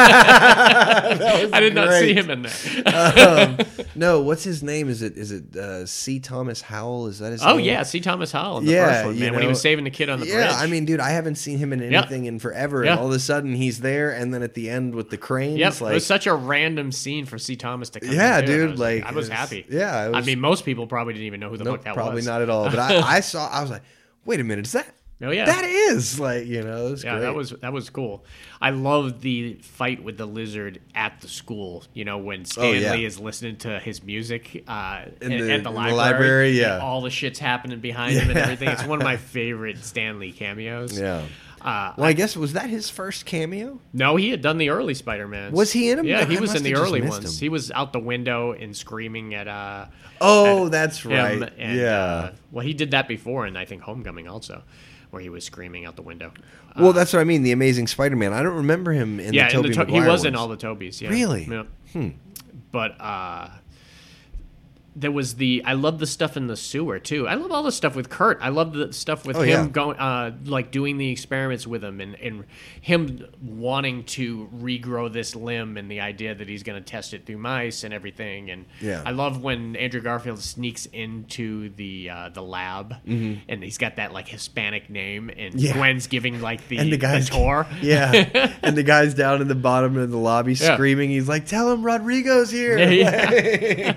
S4: I did not see
S3: great.
S4: him in there.
S3: No, what's his name? Is it is it uh, C. Thomas Howell? Is that his?
S4: Oh
S3: name?
S4: yeah, see Thomas Howell in the
S3: Yeah,
S4: first one,
S3: you
S4: man, when he
S3: know-
S4: was saving the kid on the
S3: Yeah,
S4: bridge.
S3: I mean, dude, I haven't seen him in
S4: Yeah.
S3: anything in forever,
S4: Yeah.
S3: and all of a sudden he's there, and then at the end with the cranes,
S4: Yep,
S3: like
S4: it was such a random scene for C. Thomas to come.
S3: Yeah,
S4: in too, and
S3: dude,
S4: I was
S3: like,
S4: I was
S3: it was-
S4: happy.
S3: yeah, it
S4: I
S3: was-
S4: mean, most people probably didn't even know who the
S3: Nope,
S4: fuck that
S3: probably
S4: was.
S3: not at all. But I, I saw, I was like, wait a minute, is that?
S4: Oh, yeah.
S3: that is like you know, it's
S4: Yeah,
S3: great.
S4: that was that was cool. I love the fight with the lizard at the school. You know when Stanley
S3: Oh, yeah.
S4: is listening to his music uh,
S3: In
S4: at,
S3: the-
S4: at
S3: in the
S4: the library.
S3: library,
S4: and
S3: yeah.
S4: all the shit's happening behind him and everything. It's one of my favorite Stanley cameos.
S3: yeah.
S4: Uh,
S3: Well, I guess was that his first cameo?
S4: no, he had done the early Spider-Man.
S3: Was he in 'em?
S4: Yeah, he
S3: I
S4: was
S3: must
S4: in the
S3: have just
S4: early
S3: missed
S4: ones.
S3: him.
S4: He was out the window and screaming at uh
S3: Oh, that's
S4: him
S3: right.
S4: and,
S3: yeah.
S4: uh, well, he did that before in I think Homecoming also, where he was screaming out the window. Uh,
S3: well, that's what I mean. The Amazing Spider-Man. I don't remember him in
S4: yeah,
S3: the
S4: and
S3: Tobey
S4: the to- he
S3: Maguire
S4: was in
S3: ones.
S4: all the Tobies. Yeah.
S3: Really? Hmm.
S4: Yeah. But uh, there was the I love the stuff in the sewer too. I love all the stuff with Kurt. I love the stuff with
S3: Oh,
S4: him
S3: yeah.
S4: going uh, like doing the experiments with him and and him wanting to regrow this limb and the idea that he's going to test it through mice and everything. And
S3: Yeah.
S4: I love when Andrew Garfield sneaks into the uh, the lab and he's got that like Hispanic name and
S3: Mm-hmm. Yeah.
S4: Gwen's giving like the,
S3: and the guys
S4: tour.
S3: Yeah, and the guys down in the bottom of the lobby
S4: Yeah.
S3: screaming. He's like, "Tell him Rodrigo's here."
S4: Yeah.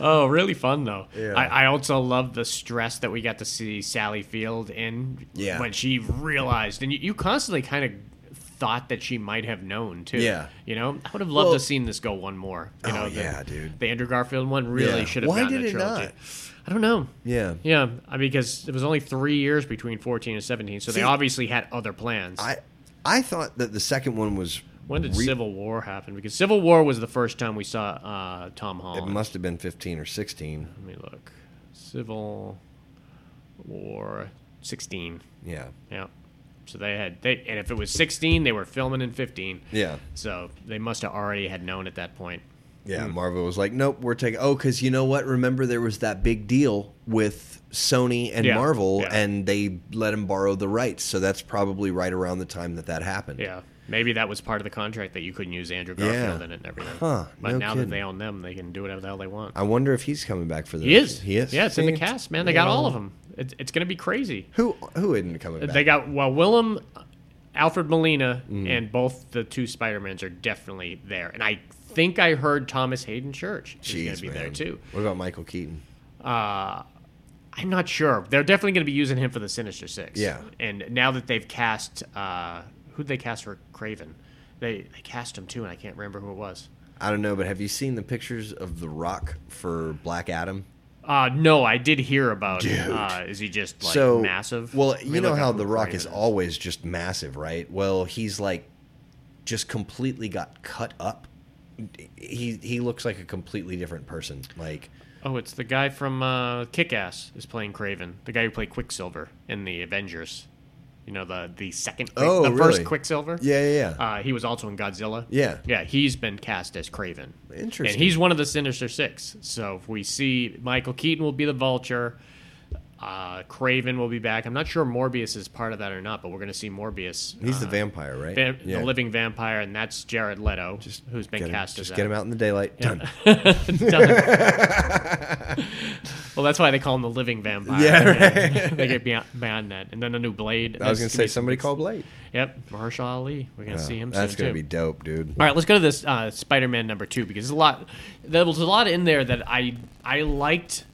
S4: Oh, really fun though.
S3: Yeah.
S4: I, I also love the stress that we got to see Sally Field in
S3: Yeah.
S4: when she realized, and you, you constantly kind of thought that she might have known too.
S3: Yeah.
S4: you know, I would have loved
S3: Well-
S4: to have seen this go one more. You
S3: Oh,
S4: know,
S3: yeah,
S4: the,
S3: dude.
S4: The Andrew Garfield one really
S3: Yeah.
S4: should have.
S3: Why
S4: gotten
S3: did
S4: a
S3: it
S4: trilogy.
S3: not?
S4: I don't know.
S3: Yeah.
S4: yeah, I mean, because it was only three years between fourteen and seventeen, so
S3: See,
S4: they obviously had other plans.
S3: I I thought that the second one was
S4: when did
S3: re-
S4: Civil War happen? Because Civil War was the first time we saw uh, Tom
S3: It
S4: Holland.
S3: must have been fifteen or sixteen.
S4: Let me look. Civil War 16.
S3: Yeah,
S4: Yeah. So they had they and if it was 16, they were filming in 15.
S3: yeah,
S4: So they must have already had known at that point.
S3: yeah.
S4: Mm.
S3: Marvel was like, nope, we're taking. Oh, because you know what? Remember there was that big deal with Sony and
S4: Yeah,
S3: Marvel,
S4: yeah.
S3: and they let him borrow the rights. So that's probably right around the time that that happened.
S4: Yeah. Maybe that was part of the contract that you couldn't use Andrew
S3: Yeah.
S4: Garfield in it and everything.
S3: Huh,
S4: But
S3: no
S4: now
S3: kidding.
S4: that they own them, they can do whatever the hell they want.
S3: I wonder if he's coming back for the
S4: He is.
S3: He is.
S4: Yeah, it's in the
S3: See?
S4: cast, man. They got all of them. It's, it's going to be crazy.
S3: Who who isn't coming back? Mm.
S4: They got well, Willem, Alfred Molina, and both the two Spider Mans are definitely there. And I think I heard Thomas Hayden Church is going
S3: Jeez,
S4: to be
S3: man.
S4: there too.
S3: What about Michael Keaton?
S4: Uh, I'm not sure. They're definitely going to be using him for the Sinister Six.
S3: Yeah.
S4: And now that they've cast, uh, who they cast for Craven? They they cast him too, and I can't remember who it was.
S3: I don't know, but have you seen the pictures of The Rock for Black Adam?
S4: Uh, no, I did hear about. Uh, is he just like
S3: so
S4: massive?
S3: Well,
S4: Let me
S3: you know
S4: look
S3: how
S4: up who
S3: The Rock
S4: Craven
S3: is always just massive, right? Well, he's like just completely got cut up. He he looks like a completely different person. Like
S4: Oh, it's the guy from uh, Kick Ass is playing Craven. The guy who played Quicksilver in the Avengers. You know the the second,
S3: Oh,
S4: the
S3: really?
S4: first Quicksilver.
S3: Yeah, yeah, yeah.
S4: Uh, he was also in Godzilla.
S3: Yeah.
S4: yeah. He's been cast as Craven.
S3: Interesting.
S4: And he's one of the Sinister Six. So if we see Michael Keaton will be the Vulture. Uh, Craven will be back. I'm not sure Morbius is part of that or not, but we're going to see Morbius.
S3: he's
S4: uh,
S3: the vampire, right?
S4: va- the living vampire, and that's Jared Leto, who's been
S3: Get him-
S4: cast as
S3: just
S4: that.
S3: get him out in the daylight. Done.
S4: Well, that's why they call him the living vampire.
S3: Yeah,
S4: they get beyond, beyond that, and then a new Blade.
S3: I was gonna
S4: That's
S3: say
S4: be-
S3: somebody called late.
S4: Yep, Mahershala Ali. We're gonna see him.
S3: That's
S4: soon
S3: gonna
S4: too.
S3: be dope, dude.
S4: All right, let's go to this uh, Spider-Man number two because there's a lot. There was a lot in there that I I liked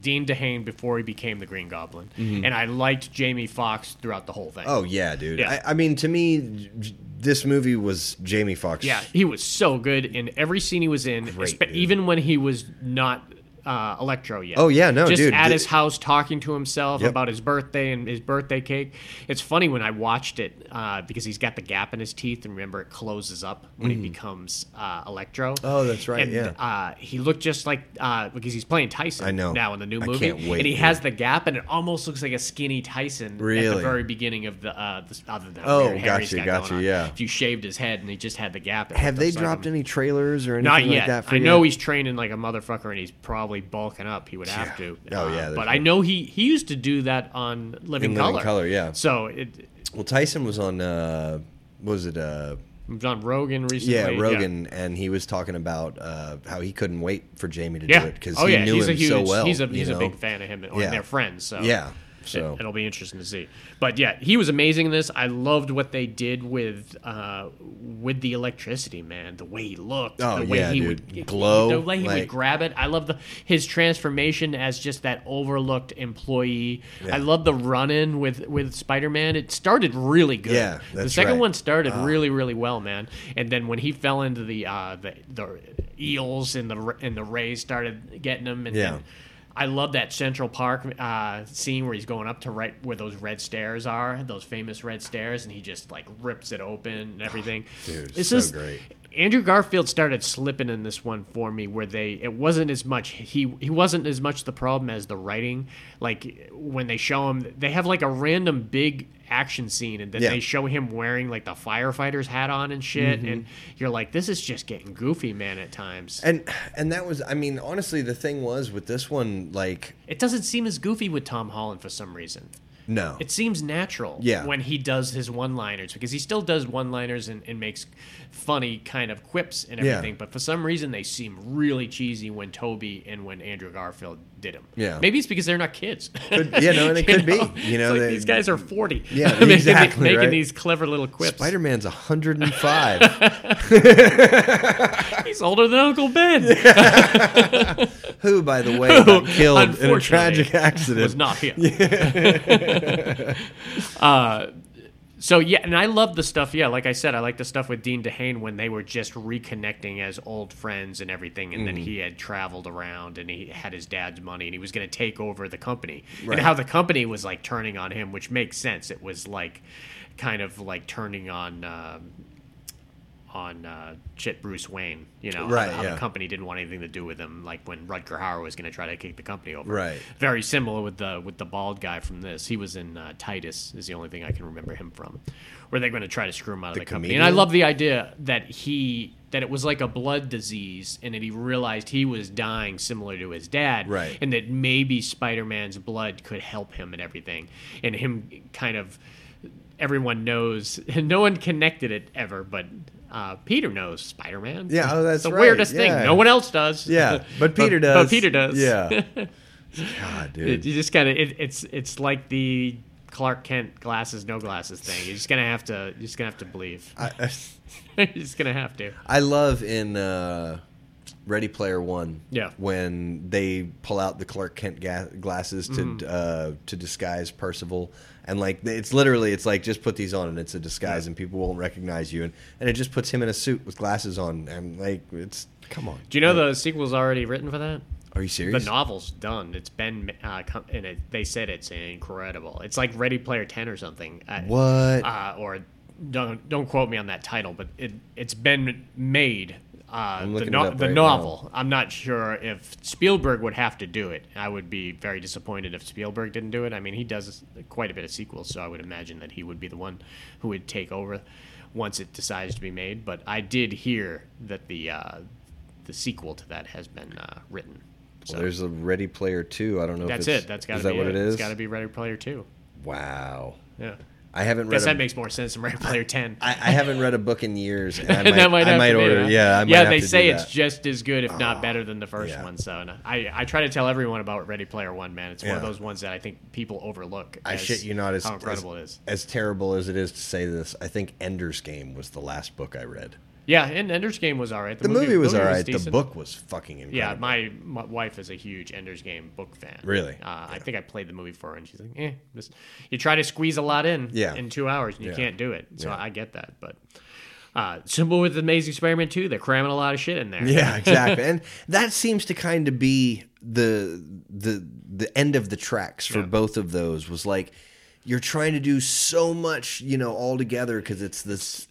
S4: Dean DeHaan before he became the Green Goblin, and I liked Jamie Foxx throughout the whole thing.
S3: Mm-hmm. Oh yeah, dude.
S4: Yeah.
S3: I, I mean, to me, j- this movie was Jamie Foxx.
S4: Yeah, he was so good in every scene he was in,
S3: Great,
S4: espe-
S3: dude.
S4: even when he was not uh, Electro yet.
S3: Oh, yeah, no,
S4: just
S3: dude,
S4: at
S3: the-
S4: his house talking to himself
S3: Yep.
S4: about his birthday and his birthday cake. It's funny when I watched it uh, because he's got the gap in his teeth, and remember it closes up when he becomes uh, Electro.
S3: Mm. Oh, that's right,
S4: And,
S3: yeah.
S4: uh, he looked just like uh, because he's playing Tyson.
S3: I know.
S4: now in the new
S3: I
S4: movie,
S3: can't wait,
S4: and he
S3: dude.
S4: has the gap, and it almost looks like a skinny Tyson at
S3: Really?
S4: the very beginning of the uh, this, other than
S3: Oh,
S4: weird hair he's
S3: gotcha,
S4: got
S3: gotcha,
S4: going on.
S3: yeah.
S4: If you shaved his head and he just had the gap. it
S3: Have
S4: looked
S3: they
S4: upside
S3: dropped
S4: down.
S3: any trailers or anything
S4: Not
S3: like
S4: yet.
S3: that? For
S4: I
S3: you?
S4: know he's training like a motherfucker, and he's probably bulking up. He would have to. Um,
S3: Oh, yeah,
S4: but
S3: there's
S4: I
S3: no-
S4: know he he used to do that on Living
S3: In Living
S4: Color.
S3: Colour, yeah.
S4: So it,
S3: Well, Tyson was on. Uh, what was it? Uh,
S4: John Rogan recently.
S3: yeah, Rogan, and he was talking about uh, how he couldn't wait for Jamie to
S4: Yeah.
S3: do it because
S4: oh
S3: he
S4: yeah,
S3: knew
S4: he's
S3: him
S4: a huge.
S3: so well.
S4: he's a
S3: you
S4: he's a
S3: know?
S4: big fan of him, or
S3: Yeah.
S4: they're friends. So
S3: Yeah,
S4: So.
S3: so
S4: It, will be interesting to see, but yeah, he was amazing in this. I loved what they did with uh, with the electricity, man. The way he looked,
S3: Oh,
S4: the way
S3: yeah,
S4: he
S3: dude.
S4: would
S3: Glow,
S4: the way he
S3: like-
S4: would grab it. I love the his transformation as just that overlooked employee. I love the run in with with Spider Man. It started really good.
S3: Yeah,
S4: the
S3: that's
S4: second
S3: right.
S4: one started really really well, man. And then when he fell into the uh, the the eels and the r- and the rays started getting him, and
S3: Yeah.
S4: then I love that Central Park uh, scene where he's going up to right where those red stairs are, those famous red stairs, and he just like rips it open and everything.
S3: Dude,
S4: It's
S3: so
S4: just-
S3: great.
S4: Andrew Garfield started slipping in this one for me, where they it wasn't as much he he wasn't as much the problem as the writing. Like when they show him, they have like a random big action scene, and then
S3: Yeah.
S4: they show him wearing like the firefighter's hat on and shit, and you're like, this is just getting goofy, man. At times,
S3: and and that was. I mean, honestly, the thing was with this one, like,
S4: it doesn't seem as goofy with Tom Holland for some reason.
S3: no,
S4: It seems natural
S3: Yeah.
S4: when he does his one liners because he still does one liners and, and makes funny kind of quips and
S3: Yeah.
S4: everything. But for some reason, they seem really cheesy when Toby and when Andrew Garfield did them.
S3: Yeah.
S4: Maybe it's because they're not kids.
S3: yeah, no, and it could be. You
S4: It's
S3: know,
S4: like
S3: they-
S4: these guys are 40.
S3: Yeah,
S4: making the-
S3: exactly,
S4: Making
S3: right?
S4: these clever little quips.
S3: Spider Man's 105.
S4: He's older than Uncle Ben.
S3: who, by the way, got killed in a
S4: unfortunately,
S3: tragic accident.
S4: was not him. Uh, so yeah, and I love the stuff. Yeah, like I said, I like the stuff with Dean DeHane when they were just reconnecting as old friends and everything, and
S3: Mm.
S4: then he had traveled around and he had his dad's money and he was going to take over the company,
S3: Right.
S4: and how the company was like turning on him, which makes sense. It was like kind of like turning on. Um, on uh, shit Bruce Wayne, you know, how the-
S3: Right,
S4: how
S3: yeah.
S4: the company didn't want anything to do with him, like when Rutger Hauer was going to try to kick the company over.
S3: Right.
S4: Very similar with the with the bald guy from this. He was in uh, Titus is the only thing I can remember him from. Where they're going to try to screw him out of the company. And I
S3: comedian?
S4: love the idea that he that it was like a blood disease and that he realized he was dying similar to his dad
S3: Right.
S4: and that maybe Spider-Man's blood could help him and everything. And him kind of everyone knows and no one connected it ever but uh, Peter knows Spider-Man.
S3: Yeah, oh, that's
S4: the
S3: right,
S4: weirdest
S3: yeah.
S4: thing. No one else does.
S3: Yeah, but Peter does.
S4: But Peter does.
S3: Yeah. God,
S4: It,
S3: dude.
S4: you just kind of it, it's it's like the Clark Kent glasses no glasses thing. You're just gonna have to you're just gonna have to believe.
S3: I,
S4: you're just gonna have to.
S3: I love in uh, Ready Player One.
S4: Yeah.
S3: When they pull out the Clark Kent ga- glasses to
S4: Mm-hmm.
S3: uh, to disguise Percival, and like it's literally it's like just put these on and it's a disguise and people won't recognize you, and, and it just puts him in a suit with glasses on and like it's come on.
S4: Do you know the sequel's already written for that?
S3: Are you serious?
S4: The novel's done. It's been uh, com- and it, they said it's incredible. It's like Ready Player Ten or something. I-
S3: What?
S4: Uh, or don't don't quote me on that title, but it it's been made. Uh, the,
S3: looking
S4: no-
S3: it up
S4: the
S3: right
S4: novel. I'm not sure if Spielberg would have to do it. I would be very disappointed if Spielberg didn't do it. I mean, he does quite a bit of sequels, so I would imagine that he would be the one who would take over once it decides to be made. But I did hear that the uh, the sequel to that has been uh, written.
S3: Well, there's a Ready Player Two. I don't know.
S4: That's
S3: if it's,
S4: it. That's got to
S3: is
S4: be
S3: that what it is?
S4: It's got to be Ready Player Two.
S3: Wow.
S4: Yeah.
S3: I haven't read.
S4: Guess
S3: a-
S4: that makes more sense than Ready Player Ten.
S3: I, I haven't read a book in years, and I might,
S4: And that might
S3: I
S4: have
S3: might
S4: to be,
S3: order.
S4: huh?
S3: yeah, I might
S4: yeah.
S3: have
S4: they
S3: to
S4: say
S3: do
S4: it's
S3: that. Ah,
S4: just as good, if not better, than the first
S3: yeah.
S4: one. So, and I I try to tell everyone about Ready Player One. Man, it's one of
S3: Yeah.
S4: those ones that I think people overlook.
S3: I
S4: as
S3: shit you not, as
S4: how incredible it is.
S3: As terrible as it is to say this, I think Ender's Game was the last book I read.
S4: Yeah, and Ender's Game was all right.
S3: The movie, was all right. the
S4: decent.
S3: book was fucking incredible.
S4: Yeah, my, my wife is a huge Ender's Game book fan.
S3: Really?
S4: Uh, I think I played the movie for her, and she's like, "Eh, this, you try to squeeze a lot in,
S3: Yeah.
S4: in two hours, and you
S3: Yeah.
S4: can't do it." So
S3: Yeah.
S4: I get that, but uh, similar with Amazing Spider-Man two, they're cramming a lot of shit in there.
S3: Yeah, exactly. and that seems to kind of be the the the end of the tracks for both of those was like you're trying to do so much, you know, all together because it's this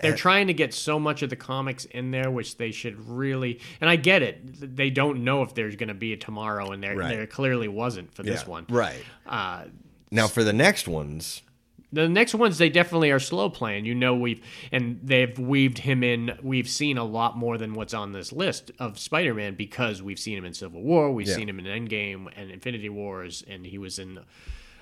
S4: They're trying to get so much of the comics in there, which they should really. And I get it; they don't know if there's going to be a tomorrow, and there
S3: Right.
S4: there clearly wasn't for this
S3: Yeah,
S4: one.
S3: Right.
S4: Uh,
S3: Now for the next ones,
S4: the next ones they definitely are slow playing. You know we've and they've weaved him in. We've seen a lot more than what's on this list of Spider-Man because we've seen him in Civil War, we've
S3: Yeah.
S4: seen him in Endgame and Infinity Wars, and he was in.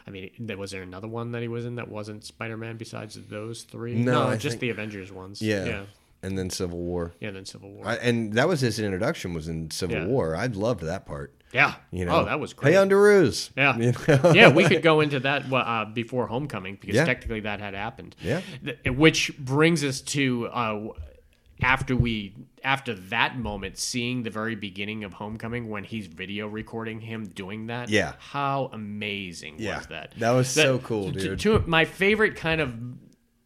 S4: I mean, there was there another one that he was in that wasn't Spider-Man besides those three?
S3: No, I
S4: just
S3: think-
S4: the Avengers ones.
S3: yeah,
S4: yeah,
S3: and then Civil War.
S4: yeah. Then Civil War.
S3: I, and that was his introduction was in Civil
S4: Yeah.
S3: War. I loved that part.
S4: yeah.
S3: You know,
S4: Oh, that was great.
S3: Hey, Underoos.
S4: Yeah.
S3: You know?
S4: yeah, we could go into that well, uh, before Homecoming because
S3: Yeah.
S4: technically that had happened.
S3: Yeah.
S4: Th- which brings us to uh, w- after we after that moment, seeing the very beginning of Homecoming when he's video recording him doing that.
S3: Yeah.
S4: How amazing
S3: Yeah.
S4: was that?
S3: That was so cool,
S4: to-
S3: dude.
S4: to- my favorite kind of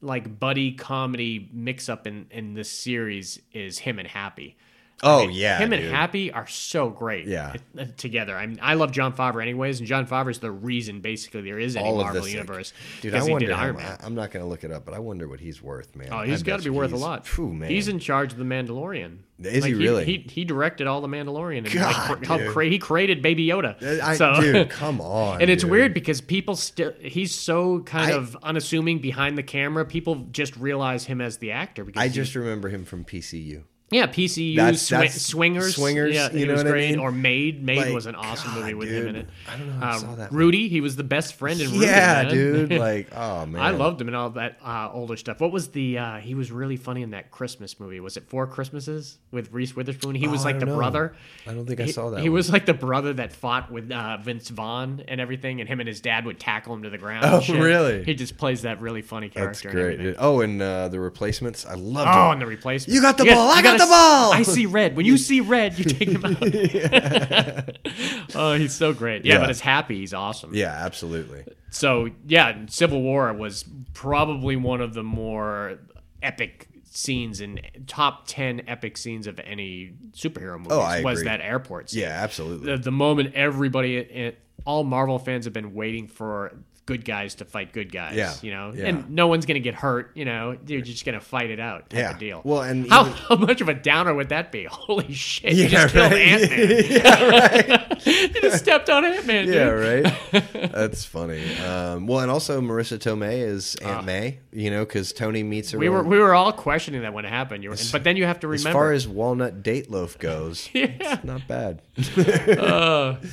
S4: like buddy comedy mix up in in this series is him and Happy.
S3: Oh yeah.
S4: Him
S3: dude.
S4: and Happy are so great.
S3: Yeah.
S4: Together. I mean, I love John Favreau anyways, and John Favreau's the reason basically there is any
S3: All of
S4: Marvel
S3: this, like-
S4: universe.
S3: Dude, I
S4: because
S3: wonder.
S4: he did
S3: how
S4: Iron
S3: mu-
S4: Man.
S3: I, am not going to look it up, but I wonder what he's worth, man.
S4: Oh,
S3: I
S4: he's got to
S3: bet
S4: be
S3: you
S4: worth a
S3: he's-
S4: lot.
S3: Phew, man.
S4: He's in charge of the Mandalorian.
S3: Is he really?
S4: He, he directed all the Mandalorian. And
S3: God,
S4: like, how
S3: dude.
S4: cra- he created Baby Yoda.
S3: Uh, I,
S4: so,
S3: dude, come on.
S4: and it's
S3: dude.
S4: weird because people still he's so kind
S3: I-
S4: of unassuming behind the camera. People just realize him as the actor. Because
S3: I
S4: he-
S3: just remember him from PCU.
S4: yeah, PCU
S3: That's-
S4: swi-
S3: that's
S4: swingers,
S3: Swingers,
S4: Yeah,
S3: you
S4: he
S3: know
S4: was
S3: what I
S4: great.
S3: mean?
S4: Or Maid. Maid
S3: Like,
S4: was an awesome
S3: God,
S4: movie with him in
S3: dude.
S4: it.
S3: I don't know how I
S4: Uh,
S3: saw that one.
S4: Rudy, he was the best friend in Rudy.
S3: yeah,
S4: man.
S3: dude. Like, oh man.
S4: I loved him in all that uh, older stuff. What was the? Uh, he was really funny in that Christmas movie. Was it Four Christmases with Reese Witherspoon? He
S3: Oh,
S4: was
S3: I
S4: like the
S3: don't know.
S4: brother.
S3: I don't think I
S4: He-
S3: saw that
S4: He
S3: one.
S4: was like the brother that fought with uh, Vince Vaughn and everything, and him and his dad would tackle him to the ground. and
S3: Oh,
S4: shit.
S3: really?
S4: He just plays that really funny character.
S3: That's
S4: and
S3: great.
S4: everything.
S3: dude. Oh, and uh, the replacements. I loved.
S4: Oh,
S3: him.
S4: and the replacement.
S3: You got the ball, I got the the ball!
S4: I see red. When you see red, you take him out. oh, he's so great. Yeah,
S3: Yeah.
S4: but it's happy. He's awesome.
S3: Yeah, absolutely.
S4: So yeah, Civil War was probably one of the more epic scenes in top ten epic scenes of any superhero movie.
S3: Oh, I
S4: was
S3: agree.
S4: that airport scene.
S3: Yeah, absolutely.
S4: The, the moment everybody, it, all Marvel fans have been waiting for good guys to fight good guys.
S3: Yeah,
S4: You know,
S3: yeah.
S4: and no one's gonna get hurt. You know, you're just gonna fight it out. Type
S3: Yeah.
S4: Of deal.
S3: Well, and
S4: how,
S3: even-
S4: how much of a downer would that be? Holy shit! you
S3: Yeah,
S4: just killed
S3: right.
S4: Ant Man. you just stepped on Ant Man.
S3: Yeah,
S4: dude.
S3: right. That's funny. Um, well, and also Marissa Tomei is Aunt May, you know, because Tony meets her.
S4: Ah. We were
S3: on-
S4: we were all questioning that when it happened. You were, but then you have to
S3: as
S4: remember
S3: far as walnut date loaf goes, it's not bad.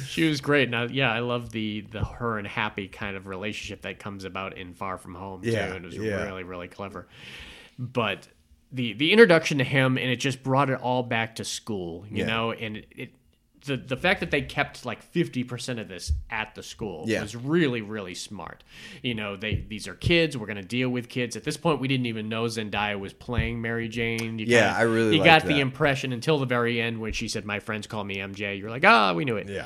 S4: she was great. Now, yeah, I love the the her and Happy kind of relationship that comes about in Far From Home
S3: Yeah,
S4: too, and it was
S3: yeah.
S4: really really clever. But the the introduction to him and it just brought it all back to school, you
S3: Yeah.
S4: know, and it. it the, the fact that they kept like 50% of this at the school
S3: Yeah.
S4: was really really smart you know they these are kids we're going to deal with kids at this point we didn't even know zendaya was playing mary jane you
S3: Yeah,
S4: kinda-
S3: I really
S4: you
S3: liked
S4: got the
S3: that.
S4: impression until the very end when she said my friends call me mj you're like ah we knew it
S3: Yeah.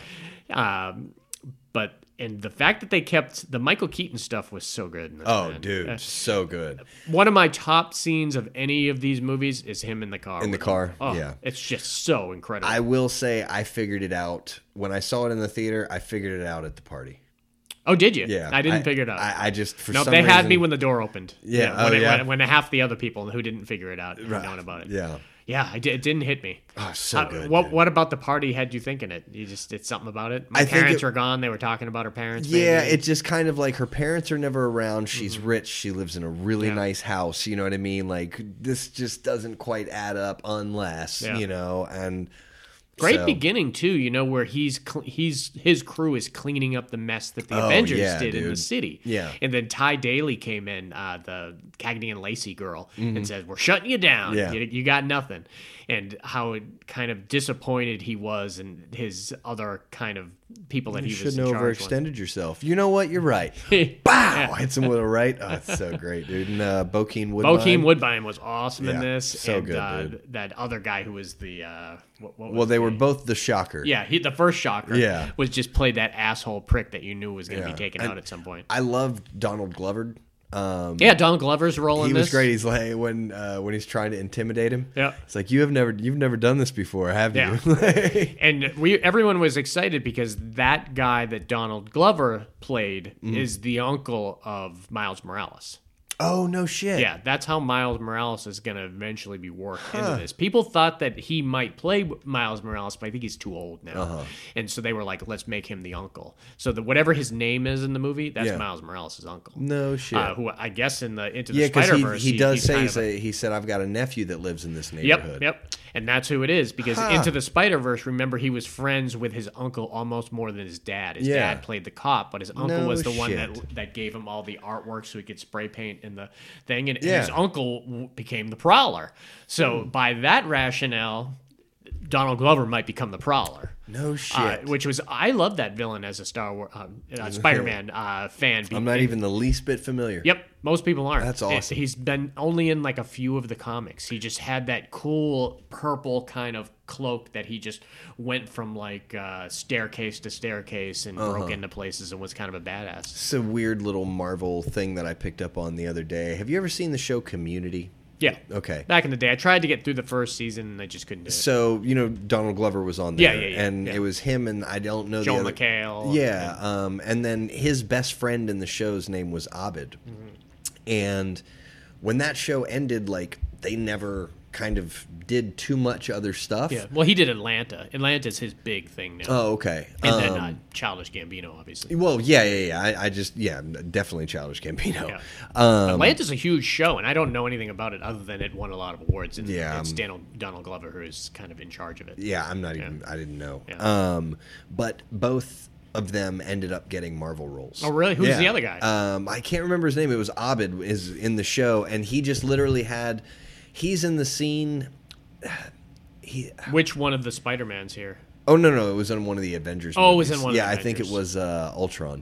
S4: um, but and the fact that they kept the Michael Keaton stuff was so good. in this,
S3: Oh,
S4: man. Uh,
S3: dude, so good.
S4: One of my top scenes of any of these movies is him in the car.
S3: In the
S4: with-
S3: car,
S4: Oh,
S3: yeah.
S4: it's just so incredible.
S3: I will say, I figured it out when I saw it in the theater. I figured it out at the party.
S4: oh, did you?
S3: Yeah,
S4: I didn't figure it out.
S3: I, I just for
S4: no,
S3: some
S4: they had me
S3: reason-
S4: when the door opened.
S3: Yeah,
S4: when,
S3: oh,
S4: it-
S3: yeah.
S4: when, when half the other people who didn't figure it out had known about it.
S3: Yeah.
S4: yeah, I did, it didn't hit me.
S3: Oh, so
S4: Uh,
S3: good.
S4: what
S3: dude.
S4: What about the party had you thinking it? You just did something about it. My
S3: I think
S4: parents
S3: it-
S4: were gone. They were talking about her parents.
S3: Yeah,
S4: maybe.
S3: it just kind of like her parents are never around. She's
S4: Mm-hmm.
S3: rich. She lives in a really nice house. You know what I mean? Like this just doesn't quite add up unless
S4: Yeah.
S3: you know. And
S4: Great
S3: so-
S4: beginning too, you know, where he's cl- he's his crew is cleaning up the mess that the
S3: Oh,
S4: Avengers
S3: yeah,
S4: did in the
S3: dude.
S4: city.
S3: Yeah.
S4: and then Ty Daly came in, uh, the Cagney and Lacey girl, and says, "We're shutting you down.
S3: Mm-hmm. Yeah.
S4: You, you got nothing." And how it kind of disappointed he was, and his other kind of people that
S3: You
S4: he was
S3: shouldn't
S4: in
S3: have
S4: charge with.
S3: overextended yourself. You know what? You're right. Bow! Hits him with a right. Oh, it's so great, dude. And uh, Bokeem Woodbine.
S4: Bokeem Woodbine was awesome in
S3: Yeah,
S4: this.
S3: so
S4: and,
S3: good,
S4: uh,
S3: dude.
S4: That other guy who was the uh, what, what was
S3: Well, they were
S4: the-
S3: both the shocker.
S4: Yeah, he, the first shocker
S3: Yeah.
S4: was just played that asshole prick that you knew was going to
S3: Yeah.
S4: be taken
S3: And-
S4: out at some point.
S3: I loved Donald Glover. Um,
S4: Yeah, Don Glover's role in
S3: he
S4: this.
S3: was great. He's like when uh, when he's trying to intimidate him.
S4: Yeah.
S3: It's like you have never you've never done this before, have
S4: Yeah.
S3: you? Like-
S4: And we everyone was excited because that guy that Donald Glover played
S3: Mm-hmm.
S4: is the uncle of Miles Morales.
S3: oh no shit.
S4: Yeah, that's how Miles Morales is going to eventually be worked into this. People thought that he might play Miles Morales, but I think he's too old now.
S3: Uh-huh.
S4: And so they were like, let's make him the uncle. So the, whatever his name is in the movie, that's
S3: Yeah.
S4: Miles Morales' uncle.
S3: No shit.
S4: Uh, who I guess in the Into the
S3: yeah,
S4: Spider
S3: because
S4: Verse,
S3: he, he does
S4: he's
S3: say
S4: kind
S3: he's
S4: of a-
S3: a, he said I've got a nephew that lives in this neighborhood.
S4: Yep, yep. And that's who it is because Into the Spider Verse, remember, he was friends with his uncle almost more than his dad. His
S3: Yeah.
S4: dad played the cop, but his uncle
S3: No
S4: was the one
S3: shit.
S4: that that gave him all the artwork so he could spray paint in the thing. And, and
S3: Yeah. Hmm.
S4: his uncle w- became the Prowler. So by that rationale, Donald Glover might become the Prowler.
S3: No shit.
S4: Uh, which was I love that villain as a Star Wars um, uh, Spider-Man uh, fan.
S3: I'm not even the least bit familiar.
S4: Yep, most people aren't.
S3: That's awesome.
S4: It- He's been only in like a few of the comics. He just had that cool purple kind of cloak that he just went from like uh, staircase to staircase and
S3: Uh-huh.
S4: broke into places and was kind of a badass.
S3: It's a weird little Marvel thing that I picked up on the other day. Have you ever seen the show Community?
S4: Yeah.
S3: Okay.
S4: Back in the day, I tried to get through the first season and I just couldn't do it.
S3: So you know Donald Glover was on
S4: Yeah,
S3: there,
S4: yeah, yeah,
S3: and
S4: yeah.
S3: it was him, and I don't know
S4: Joel
S3: the other,
S4: McHale.
S3: Yeah, um, and then his best friend in the show's name was Abed,
S4: Mm-hmm.
S3: and when that show ended, like they never kind of did too much other stuff.
S4: Yeah. Well, he did Atlanta. Atlanta's his big thing now.
S3: Oh, okay.
S4: and
S3: Um,
S4: then uh, Childish Gambino, obviously.
S3: well, yeah, yeah, yeah. I, I just yeah, definitely Childish Gambino.
S4: Yeah.
S3: Um,
S4: Atlanta's a huge show, and I don't know anything about it other than it won a lot of awards. And
S3: Yeah,
S4: it's
S3: um,
S4: Donald, Donald Glover who is kind of in charge of it.
S3: Yeah, I'm not even. I didn't know.
S4: Yeah.
S3: Um, but both of them ended up getting Marvel roles.
S4: Oh, really? Who's the other guy?
S3: Um, I can't remember his name. It was Abed is in the show, and he just literally had. He's in the scene. He,
S4: Which one of the Spider Mans here?
S3: oh no no! It was on one of the Avengers.
S4: Oh, it was
S3: movies.
S4: in one of the
S3: Yeah, I think it
S4: Avengers. Oh,
S3: was uh, Ultron. Um,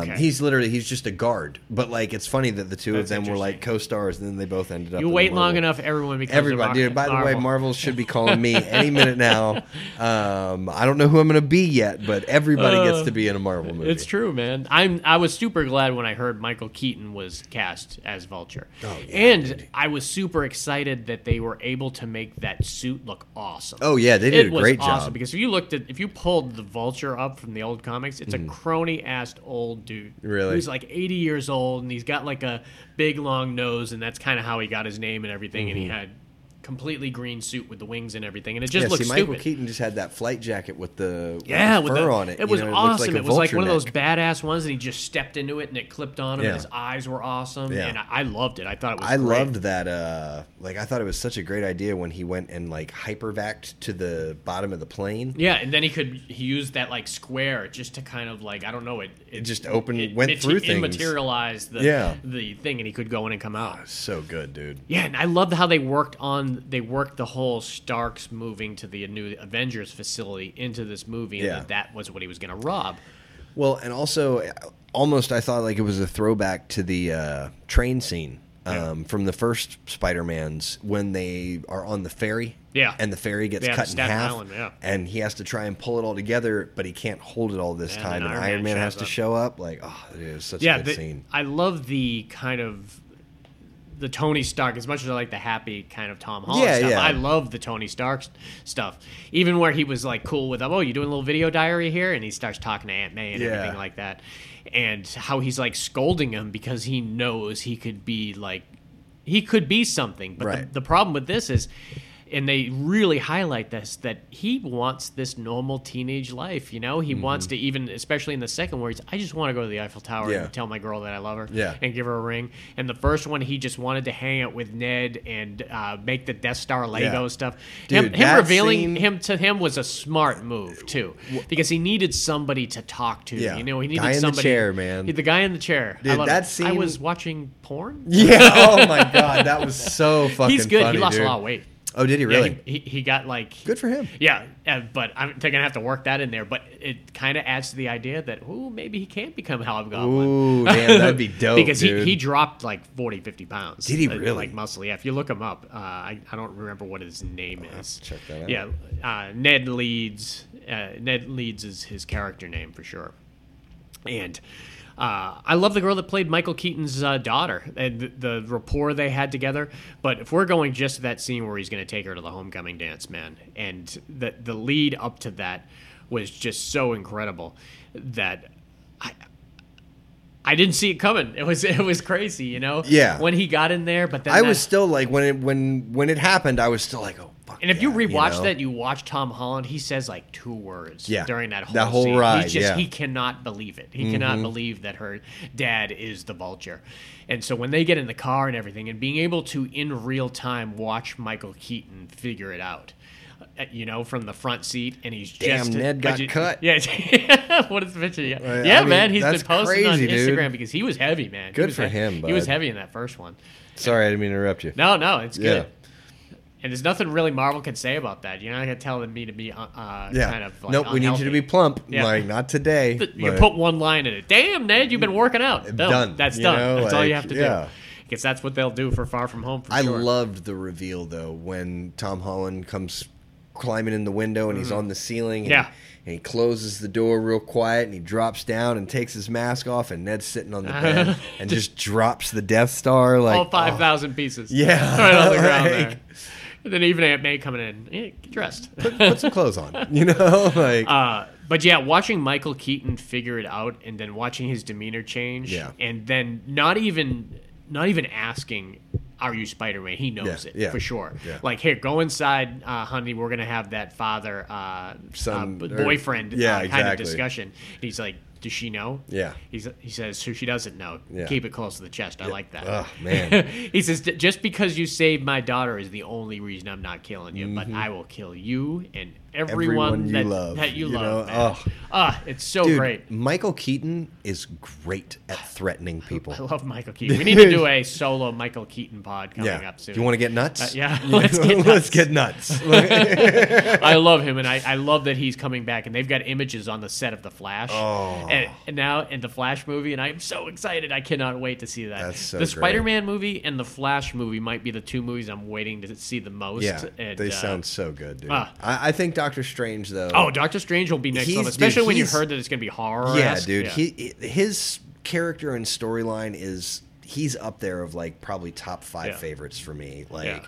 S4: Okay.
S3: He's literally he's just a guard, but like it's funny that the two
S4: That's
S3: of them were like
S4: interesting.
S3: co-stars, and then they both ended up.
S4: You
S3: in
S4: wait long
S3: Marvel.
S4: enough, everyone becomes
S3: Everybody,
S4: a
S3: dude. By the way,
S4: Marvel.
S3: Marvel should be calling me any minute now. Um, I don't know who I'm going to be yet, but everybody gets to be in a Marvel movie.
S4: Uh, It's true, man. I'm I was super glad when I heard Michael Keaton was cast as Vulture. Oh,
S3: yeah,
S4: and I was super excited that they were able to make that suit look awesome.
S3: Oh, yeah, they did a great job.
S4: because if you looked at if you pulled the Vulture up from the old comics, it's a crony assed old dude.
S3: Mm-hmm. Really?
S4: Who's like 80 years old and he's got like a big long nose and that's kind of how he got his name and everything and he
S3: Mm-hmm.
S4: had completely green suit with the wings and everything and it just
S3: yeah,
S4: looks
S3: see, Michael
S4: stupid.
S3: Keaton just had that flight jacket with the with
S4: Yeah,
S3: the
S4: with
S3: fur
S4: the-
S3: on it.
S4: It was
S3: you know,
S4: awesome.
S3: It, looked like
S4: It,
S3: a
S4: was like
S3: vulture
S4: one of those
S3: neck.
S4: badass ones, and he just stepped into it, and it clipped on him,
S3: Yeah.
S4: and his eyes were awesome.
S3: Yeah.
S4: And I, I loved it. I thought it was.
S3: I
S4: great.
S3: loved that. Uh, like I thought it was such a great idea when he went and like hypervaced to the bottom of the plane.
S4: Yeah, and then he could he used that like square just to kind of like I don't know it. It
S3: just opened- went through things.
S4: materialized the
S3: Yeah.
S4: the thing, and he could go in and come out.
S3: So good, dude.
S4: Yeah, and I loved how they worked on they worked the whole Starks moving to the new Avengers facility into this movie, and
S3: Yeah.
S4: that, that was what he was going to rob.
S3: Well, and also uh, almost I thought like it was a throwback to the uh, train scene um, from the first Spider-Man's when they are on the ferry.
S4: Yeah.
S3: And the ferry gets
S4: Yeah,
S3: cut in
S4: Staten
S3: half.
S4: Island, yeah.
S3: And he has to try and pull it all together, but he can't hold it all this
S4: And
S3: time. And
S4: then
S3: Iron,
S4: Iron Man
S3: Man, has
S4: shows
S3: to
S4: up.
S3: show up. Like, oh, it is such a good
S4: the-
S3: scene.
S4: I love the kind of the Tony Stark as much as I like the happy kind of Tom Holland
S3: Yeah,
S4: stuff.
S3: yeah.
S4: I love the Tony Stark s- stuff. Even where he was like cool with, "Oh, you doing a little video diary here?" and he starts talking to Aunt May and
S3: Yeah.
S4: everything like that. And how he's like scolding him because he knows he could be like he could be something, but
S3: Right.
S4: the, the problem with this is and they really highlight this that he wants this normal teenage life, you know?
S3: Mm-hmm.
S4: He wants to even especially in the second where he's I just want to go to the Eiffel Tower
S3: Yeah.
S4: and tell my girl that I love her
S3: Yeah.
S4: and give her a ring. And the first one, he just wanted to hang out with Ned and uh, make the Death Star Lego
S3: Yeah.
S4: stuff. him
S3: Dude,
S4: him
S3: that
S4: revealing
S3: scene-
S4: him to him was a smart move too, because he needed somebody to talk to.
S3: Yeah.
S4: You know, he needed
S3: Guy in the
S4: somebody.
S3: chair, man.
S4: The guy in the chair. I
S3: Dude,
S4: love
S3: that
S4: it. I
S3: scene-
S4: was watching porn.
S3: Yeah. Oh my god, that was so fucking.
S4: He's good.
S3: funny,
S4: he lost
S3: dude.
S4: a lot of weight.
S3: Oh, did he really?
S4: Yeah, he, he, he got like
S3: good for him.
S4: Yeah, uh, but I'm they're gonna have to work that in there. But it kind of adds to the idea that ooh, maybe he can't become Hobgoblin.
S3: Ooh, damn, that'd be dope,
S4: because
S3: dude.
S4: he he dropped like 40, 50 pounds.
S3: Did he
S4: Uh,
S3: really?
S4: Like muscle. Yeah, if you look him up, uh, I I don't remember what his name is.
S3: check that out.
S4: Yeah, uh, Ned Leeds. Uh, Ned Leeds is his character name for sure. And uh, I love the girl that played Michael Keaton's uh, daughter and the, the rapport they had together. But if we're going just to that scene where he's going to take her to the homecoming dance, man, and the the lead up to that was just so incredible that I I didn't see it coming. It was it was crazy, you know.
S3: Yeah.
S4: When he got in there, but then
S3: I
S4: that-
S3: was still like when it when when it happened, I was still like, oh fuck.
S4: And if you
S3: yeah,
S4: rewatch
S3: know?
S4: that, you watch Tom Holland. He says like two words
S3: Yeah.
S4: during that whole
S3: That whole
S4: scene.
S3: ride,
S4: He's just
S3: yeah. Mm-hmm.
S4: he cannot believe it. He cannot believe that her dad is the Vulture. And so when they get in the car and everything, and being able to in real time watch Michael Keaton figure it out. uh, You know, from the front seat, and he's
S3: Damn,
S4: just
S3: Ned got
S4: I ju-
S3: cut.
S4: Yeah, what is the picture? Yeah,
S3: Right,
S4: yeah
S3: I mean,
S4: man, he's been
S3: that's
S4: posting on
S3: crazy, dude.
S4: Instagram because he was heavy, man. He
S3: Good
S4: was
S3: for
S4: heavy.
S3: him,
S4: He was
S3: bud.
S4: heavy in that first one.
S3: Sorry, I didn't mean to interrupt you.
S4: No, no, it's
S3: Yeah.
S4: good. And there's nothing really Marvel can say about that. You're not gonna tell me to be uh, uh,
S3: yeah.
S4: kind of like
S3: nope. We need you to be plump.
S4: Yeah.
S3: Like not today.
S4: unhealthy. You
S3: but-
S4: put one line in it. Damn, Ned, you've been working out. Done.
S3: Mm. Done,
S4: That's
S3: you
S4: done.
S3: know,
S4: that's all you
S3: like,
S4: have to
S3: yeah.
S4: do. Because that's what they'll do for Far From Home. For
S3: I
S4: sure.
S3: loved the reveal though when Tom Holland comes climbing in the window and he's on the ceiling. And,
S4: Mm-hmm. Yeah.
S3: And he closes the door real quiet and he drops down and takes his mask off and Ned's sitting on the bed and just drops the Death Star like
S4: Uh-huh.
S3: oh.
S4: all five thousand pieces.
S3: Yeah,
S4: right on the ground
S3: like-
S4: there. And then even Aunt May coming in, "Yeah, get dressed.
S3: oh, put some clothes on. You know, like
S4: Uh, but yeah, watching Michael Keaton figure it out and then watching his demeanor change
S3: Yeah.
S4: and then not even not even asking are you Spider-Man? He knows
S3: Yeah,
S4: it
S3: yeah,
S4: for sure.
S3: yeah.
S4: Like here, go inside, uh, honey. We're gonna have that father, uh,
S3: Son,
S4: uh, b-
S3: or-
S4: boyfriend,
S3: yeah,
S4: uh, kind of
S3: exactly.
S4: discussion. He's like, does she know?
S3: Yeah.
S4: He's, he says, so she doesn't know.
S3: Yeah.
S4: Keep it close to the chest. I like that.
S3: Oh, man.
S4: he says, just because you saved my daughter is the only reason I'm not killing you,
S3: Mm-hmm.
S4: but I will kill you and every everyone,
S3: everyone you
S4: that,
S3: love,
S4: that you,
S3: you
S4: love.
S3: know?
S4: man.
S3: Ugh.
S4: Ah, it's so
S3: dude,
S4: great.
S3: Michael Keaton is great at threatening people.
S4: I love Michael Keaton. We need to do a solo Michael Keaton pod coming
S3: yeah.
S4: up soon.
S3: You want to get nuts?
S4: Uh, yeah, let's get
S3: Let's
S4: nuts.
S3: get nuts. Oh.
S4: I love him, and I, I love that he's coming back. And they've got images on the set of The Flash, and, and now in the Flash movie, and I'm so excited. I cannot wait to see that.
S3: That's so
S4: the
S3: great.
S4: Spider-Man movie and the Flash movie might be the two movies I'm waiting to see the most.
S3: Yeah,
S4: and,
S3: they
S4: uh,
S3: sound so good, dude.
S4: ah.
S3: I, I think Doctor Strange though.
S4: Oh, Doctor Strange will be next
S3: He's-
S4: level, especially
S3: dude,
S4: when you
S3: he's-
S4: heard that it's going to be horror.
S3: yeah, dude. He his character and storyline is he's up there of like probably top five
S4: Yeah.
S3: favorites for me. Like.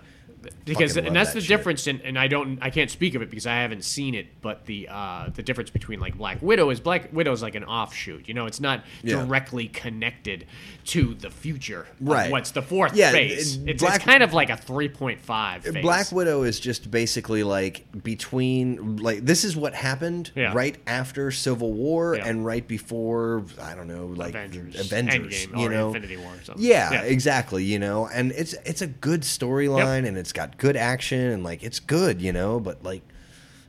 S4: because
S3: fucking
S4: and
S3: love
S4: that's
S3: that
S4: the
S3: shit.
S4: difference in, and i don't i can't speak of it because i haven't seen it but the uh the difference between like black widow is black widow is like an offshoot you know it's not
S3: Yeah.
S4: directly connected to the future of
S3: Right.
S4: what's the fourth
S3: Yeah,
S4: phase
S3: it-
S4: it's,
S3: Black-
S4: it's kind of like a 3.5 phase.
S3: Black Widow is just basically like between like this is what happened
S4: Yeah.
S3: right after Civil War
S4: Yeah.
S3: and right before I don't know like
S4: Avengers,
S3: Avengers,
S4: Endgame,
S3: you
S4: or
S3: know
S4: Infinity War or something.
S3: Yeah,
S4: Yeah.
S3: exactly, you know. And it's it's a good storyline and it's got good action and like it's good, you know, but like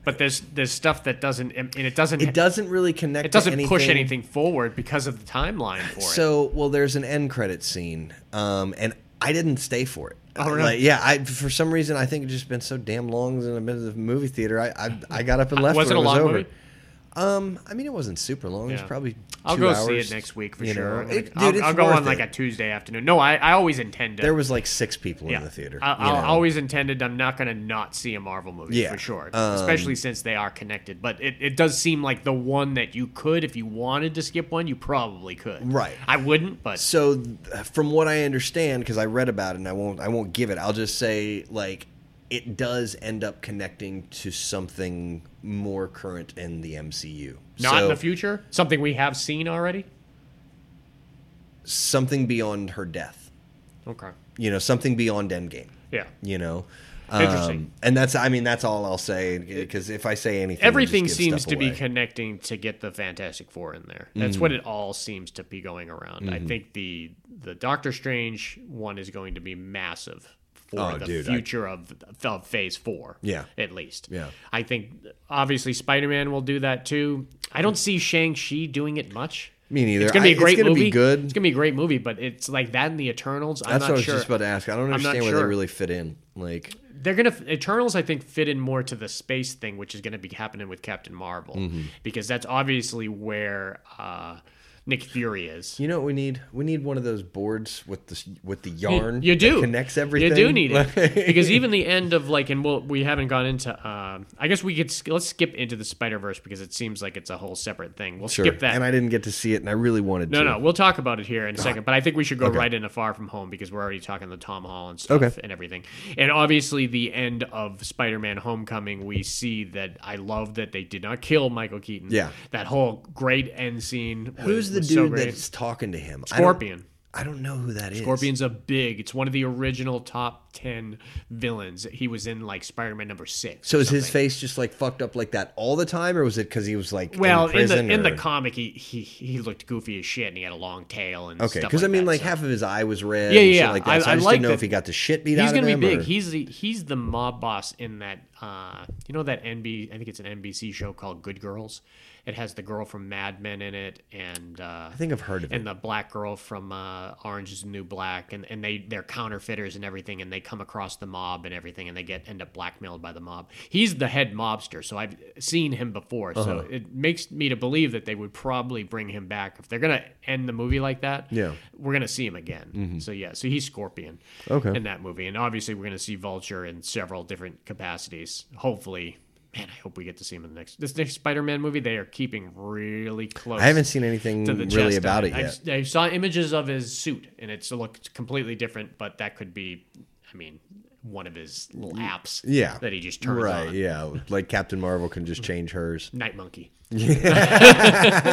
S4: but there's there's stuff that doesn't and it doesn't
S3: it doesn't really connect
S4: it doesn't
S3: to anything.
S4: push anything forward because of the timeline for it
S3: So, well, there's an end credit scene, um, and I didn't stay for it.
S4: Oh, really?
S3: Like, yeah, I for some reason I think it's just been so damn long since I've been to the movie theater. I I, I got up and left.
S4: Uh, was
S3: when
S4: it a long
S3: was over.
S4: movie
S3: Um, I mean, it wasn't super long. It was
S4: Yeah.
S3: probably.
S4: I'll
S3: two
S4: go
S3: hours,
S4: see it next week for
S3: you know.
S4: sure. I'm gonna-
S3: It-
S4: I'll,
S3: dude, it's
S4: I'll go
S3: worth
S4: on like
S3: it.
S4: a Tuesday afternoon. No, I, I always intend to.
S3: There was like six people
S4: yeah.
S3: in the theater.
S4: I,
S3: you
S4: I
S3: know.
S4: always intended I'm not going to not see a Marvel movie
S3: Yeah.
S4: for sure,
S3: Um,
S4: especially since they are connected. But it, it does seem like the one that you could, if you wanted to skip one, you probably could.
S3: Right.
S4: I wouldn't, but
S3: So, th- from what I understand, because I read about it, and I won't, I won't give it. I'll just say like it does end up connecting to something more current in the MCU.
S4: not in
S3: So,
S4: the future. Something we have seen already.
S3: Something beyond her death.
S4: Okay.
S3: You know, something beyond Endgame.
S4: Yeah.
S3: You know.
S4: Interesting.
S3: Um, and that's, I mean, that's all I'll say because if I say anything, it just
S4: Everything
S3: gives
S4: seems
S3: stuff
S4: to be
S3: away. Mm-hmm.
S4: connecting to get the Fantastic Four in there. That's what it all seems to be going around. I think the the Doctor Strange one is going to be massive for
S3: Oh,
S4: the
S3: dude, I-
S4: future of, of Phase Four.
S3: Yeah.
S4: at least.
S3: Yeah.
S4: I think obviously Spider Man will do that too. I don't see Shang Chi doing it much.
S3: Me neither.
S4: It's gonna be
S3: I-
S4: a
S3: it's
S4: great
S3: gonna be
S4: movie.
S3: good.
S4: It's gonna be a great movie, but it's like that in the Eternals. I'm
S3: That's
S4: not
S3: what I was
S4: sure.
S3: just about to ask. I don't
S4: not
S3: understand where they
S4: sure.
S3: really fit in. Like,
S4: they're gonna Eternals. I think fit in more to the space thing, which is gonna be happening with Captain Marvel,
S3: Mm-hmm.
S4: because that's obviously where uh, Nick Fury is.
S3: you know what we need? We need one of those boards with the s- with the yarn.
S4: you
S3: that
S4: do
S3: connects everything.
S4: You do need it because even the end of like, and we'll, we haven't gone into. Um, I guess we could sk- let's skip into the Spider Verse because it seems like it's a whole separate thing. We'll
S3: sure.
S4: skip that.
S3: And I didn't get to see it, and I really wanted
S4: no,
S3: to.
S4: no, we'll talk about it here in a second, but I think we should go
S3: Okay.
S4: right into Far From Home because we're already talking the Tom Holland stuff
S3: Okay.
S4: and everything. And obviously, the end of Spider Man Homecoming, we see that I love that they did not kill Michael Keaton.
S3: Yeah.
S4: That whole great end scene. was-
S3: Who's the
S4: was so
S3: dude
S4: great.
S3: that's talking to him? I don't-
S4: Scorpion?
S3: I don't, know who that is.
S4: Scorpion's a big. It's one of the original top ten villains. He was in like Spider Man number six.
S3: So
S4: or
S3: is his
S4: something.
S3: face just like fucked up like that all the time, or was it because he was like
S4: Well,
S3: in,
S4: in, the
S3: prison
S4: in the
S3: or-
S4: comic, he, he he looked goofy as shit, and he had a long tail and
S3: Okay,
S4: because
S3: because I mean,
S4: that,
S3: like
S4: so-
S3: half of his eye was red.
S4: Yeah,
S3: and
S4: yeah,
S3: shit
S4: yeah.
S3: Like that.
S4: I-
S3: so I,
S4: I
S3: just
S4: like
S3: didn't know
S4: that-
S3: if he got the shit beat
S4: He's
S3: out of
S4: gonna be
S3: him,
S4: big.
S3: or-
S4: He's the he's the mob boss in that. Uh, you know that NB. I think it's an NBC show called Good Girls. It has the girl from Mad Men in it, and uh,
S3: I think I've heard of it.
S4: and the black girl from uh, Orange Is the New Black, and, and they they're counterfeiters and everything, and they come across the mob and everything, and they get end up blackmailed by the mob. He's the head mobster, so I've seen him before,
S3: Uh-huh.
S4: so it makes me to believe that they would probably bring him back if they're gonna end the movie like that.
S3: Yeah.
S4: we're gonna see him again. So yeah, so he's Scorpion.
S3: Mm-hmm. Okay.
S4: in that movie, and obviously we're gonna see Vulture in several different capacities. Hopefully. Man, I hope we get to see him in the next this next Spider-Man movie. They are keeping really close.
S3: I haven't seen anything
S4: to the
S3: really
S4: chest
S3: about it
S4: I,
S3: yet.
S4: I saw images of his suit, and it's it looked completely different. But that could be, I mean, one of his little apps.
S3: Mm, Yeah,
S4: that he just turns
S3: right.
S4: on.
S3: Yeah, like Captain Marvel can just change hers.
S4: Night Monkey.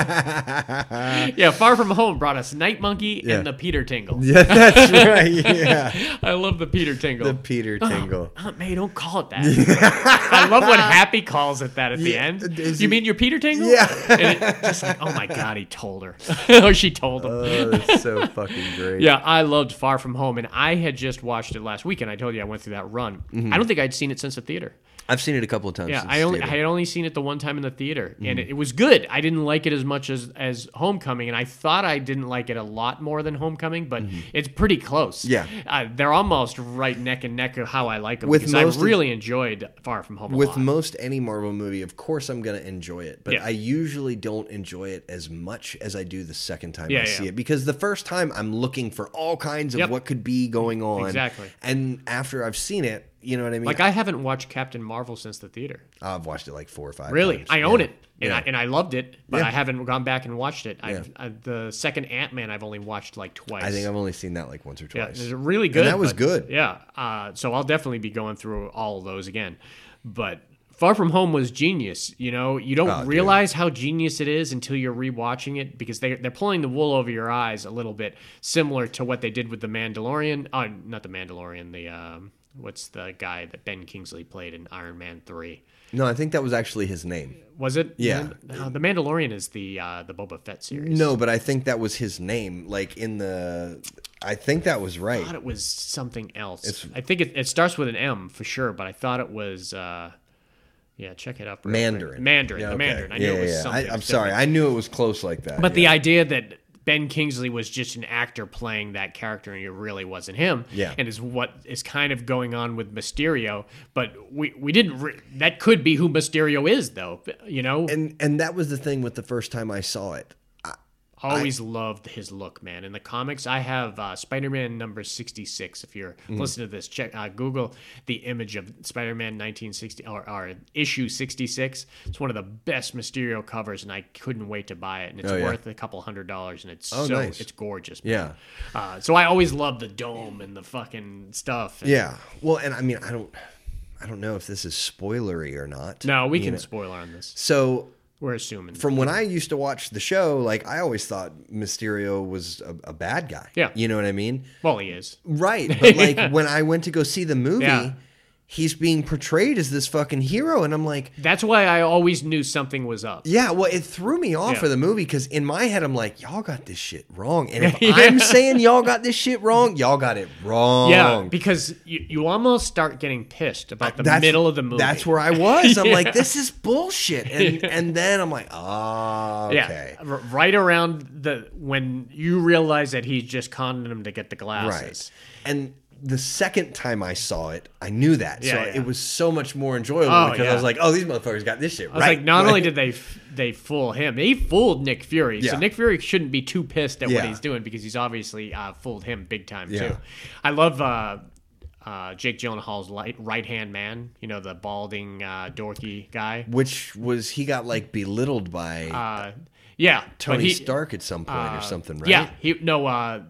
S4: Yeah. Far From Home brought us Night Monkey
S3: Yeah.
S4: and the Peter Tingle.
S3: Yeah, that's right. Yeah,
S4: I love the Peter Tingle.
S3: the Peter Tingle.
S4: Aunt May, Uh, don't call it that. I love when Happy calls it that at the
S3: Yeah,
S4: end. You
S3: is he-
S4: mean your Peter Tingle?
S3: Yeah.
S4: And it, just like, oh my God, he told her. or she told him.
S3: Oh, that's so fucking great.
S4: Yeah, I loved Far
S3: Mm-hmm.
S4: From Home, and I had just watched it last weekend. I told you I went through that run. I don't think I'd seen it since the theater.
S3: I've seen it a couple of Mm-hmm. times.
S4: Yeah,
S3: since
S4: I only
S3: theater.
S4: I had only seen it the one time in the theater, and it, it was good. I didn't like it as much as as Homecoming, and I thought I didn't like it a lot more than Homecoming, but it's pretty close.
S3: Mm-hmm. Yeah.
S4: uh, they're almost right neck and neck of how I like them.
S3: With
S4: because
S3: most
S4: I
S3: of-
S4: really enjoyed Far From Home. A
S3: with
S4: lot.
S3: most any Marvel movie, of course I'm going to enjoy it, but
S4: Yeah.
S3: I usually don't enjoy it as much as I do the second time I
S4: Yeah,
S3: see
S4: yeah.
S3: it because the first time I'm looking for all kinds of
S4: Yep.
S3: what could be going on.
S4: Exactly.
S3: And after I've seen it, you know what I mean?
S4: like I haven't watched Captain Marvel since the theater.
S3: I've watched it like 4 or 5
S4: Really,
S3: times.
S4: I own
S3: Yeah.
S4: it, and
S3: Yeah.
S4: I and I loved it, but
S3: Yeah.
S4: I haven't gone back and watched it. I've,
S3: Yeah.
S4: I, the second Ant Man I've only watched like twice.
S3: I think I've only seen that like once or
S4: Yeah,
S3: twice.
S4: it's really good.
S3: that was
S4: but-
S3: good.
S4: Yeah. Uh, so I'll definitely be going through all of those again. But Far From Home was genius. You know, you don't
S3: Oh, dude.
S4: realize how genius it is until you're rewatching it because they, they're pulling the wool over your eyes a little bit, similar to what they did with The Mandalorian. Uh, not The Mandalorian, the. Um, What's the guy that Ben Kingsley played in Iron Man Three?
S3: No, I think that was actually his name.
S4: Was it?
S3: Yeah.
S4: Man- no, the Mandalorian is the uh, the Boba Fett series.
S3: No, but I think that was his name like in the I think that was right.
S4: I thought it was something else. I think it, it starts with an M for sure, but I thought it was. Uh, yeah, check it up. real quick.
S3: Mandarin.
S4: Mandarin.
S3: Yeah,
S4: The
S3: okay.
S4: Mandarin. I
S3: yeah,
S4: knew it was
S3: yeah, yeah.
S4: something.
S3: I, am
S4: different.
S3: sorry. I knew it was close like that.
S4: But the
S3: yeah.
S4: idea that Ben Kingsley was just an actor playing that character and it really wasn't him,
S3: Yeah.
S4: and is what is kind of going on with Mysterio. But we we didn't. Re- that could be who Mysterio is, though. You know,
S3: and and that was the thing with the first time I saw it.
S4: always loved his look, man. In the comics, I have uh, Spider-Man number sixty-six. If you're
S3: Mm-hmm.
S4: listening to this, check uh, Google the image of Spider-Man nineteen sixty or, or issue sixty-six. It's one of the best Mysterio covers, and I couldn't wait to buy it. And it's
S3: Oh, yeah.
S4: worth a couple hundred dollars, and it's
S3: Oh,
S4: so
S3: nice.
S4: it's gorgeous. man.
S3: Yeah.
S4: Uh, so I always loved the dome and the fucking stuff. And-
S3: Yeah. Well, and I mean, I don't, I don't know if this is spoilery or not.
S4: No, we can spoiler on this.
S3: So
S4: We're assuming.
S3: from when I used to watch the show, like I always thought Mysterio was a, a bad guy.
S4: Yeah.
S3: You know what I mean?
S4: well, he is.
S3: Right. But like when I went to go see the movie,
S4: Yeah.
S3: he's being portrayed as this fucking hero, and I'm like.
S4: That's why I always knew something was up.
S3: Yeah, well, it threw me off
S4: Yeah.
S3: of the movie because in my head I'm like, y'all got this shit wrong, and if I'm saying y'all got this shit wrong, y'all got it wrong.
S4: Yeah, because you, you almost start getting pissed about the
S3: That's-
S4: middle of the movie.
S3: That's where I was. I'm like,
S4: Yeah.
S3: this is bullshit. And and then I'm like, ah, okay.
S4: Yeah, r- right around the when you realize that he's just conning him to get the
S3: Right.
S4: glasses.
S3: And the second time I saw it, I knew that. so
S4: Yeah, yeah.
S3: it was so much more enjoyable
S4: Oh,
S3: because I
S4: yeah.
S3: was like, oh, these motherfuckers got this shit
S4: I was
S3: right.
S4: like, not only did they f- they fool him, they fooled Nick Fury.
S3: Yeah.
S4: So Nick Fury shouldn't be too pissed at
S3: Yeah.
S4: what he's doing because he's obviously uh, fooled him big time
S3: Yeah.
S4: too. I love uh, uh, Jake Gyllenhaal's right hand man. You know the balding uh, dorky guy.
S3: Which was he got like belittled by
S4: Uh, yeah, but
S3: Tony
S4: he- uh,
S3: Stark at some point or something, right?
S4: Yeah, he no uh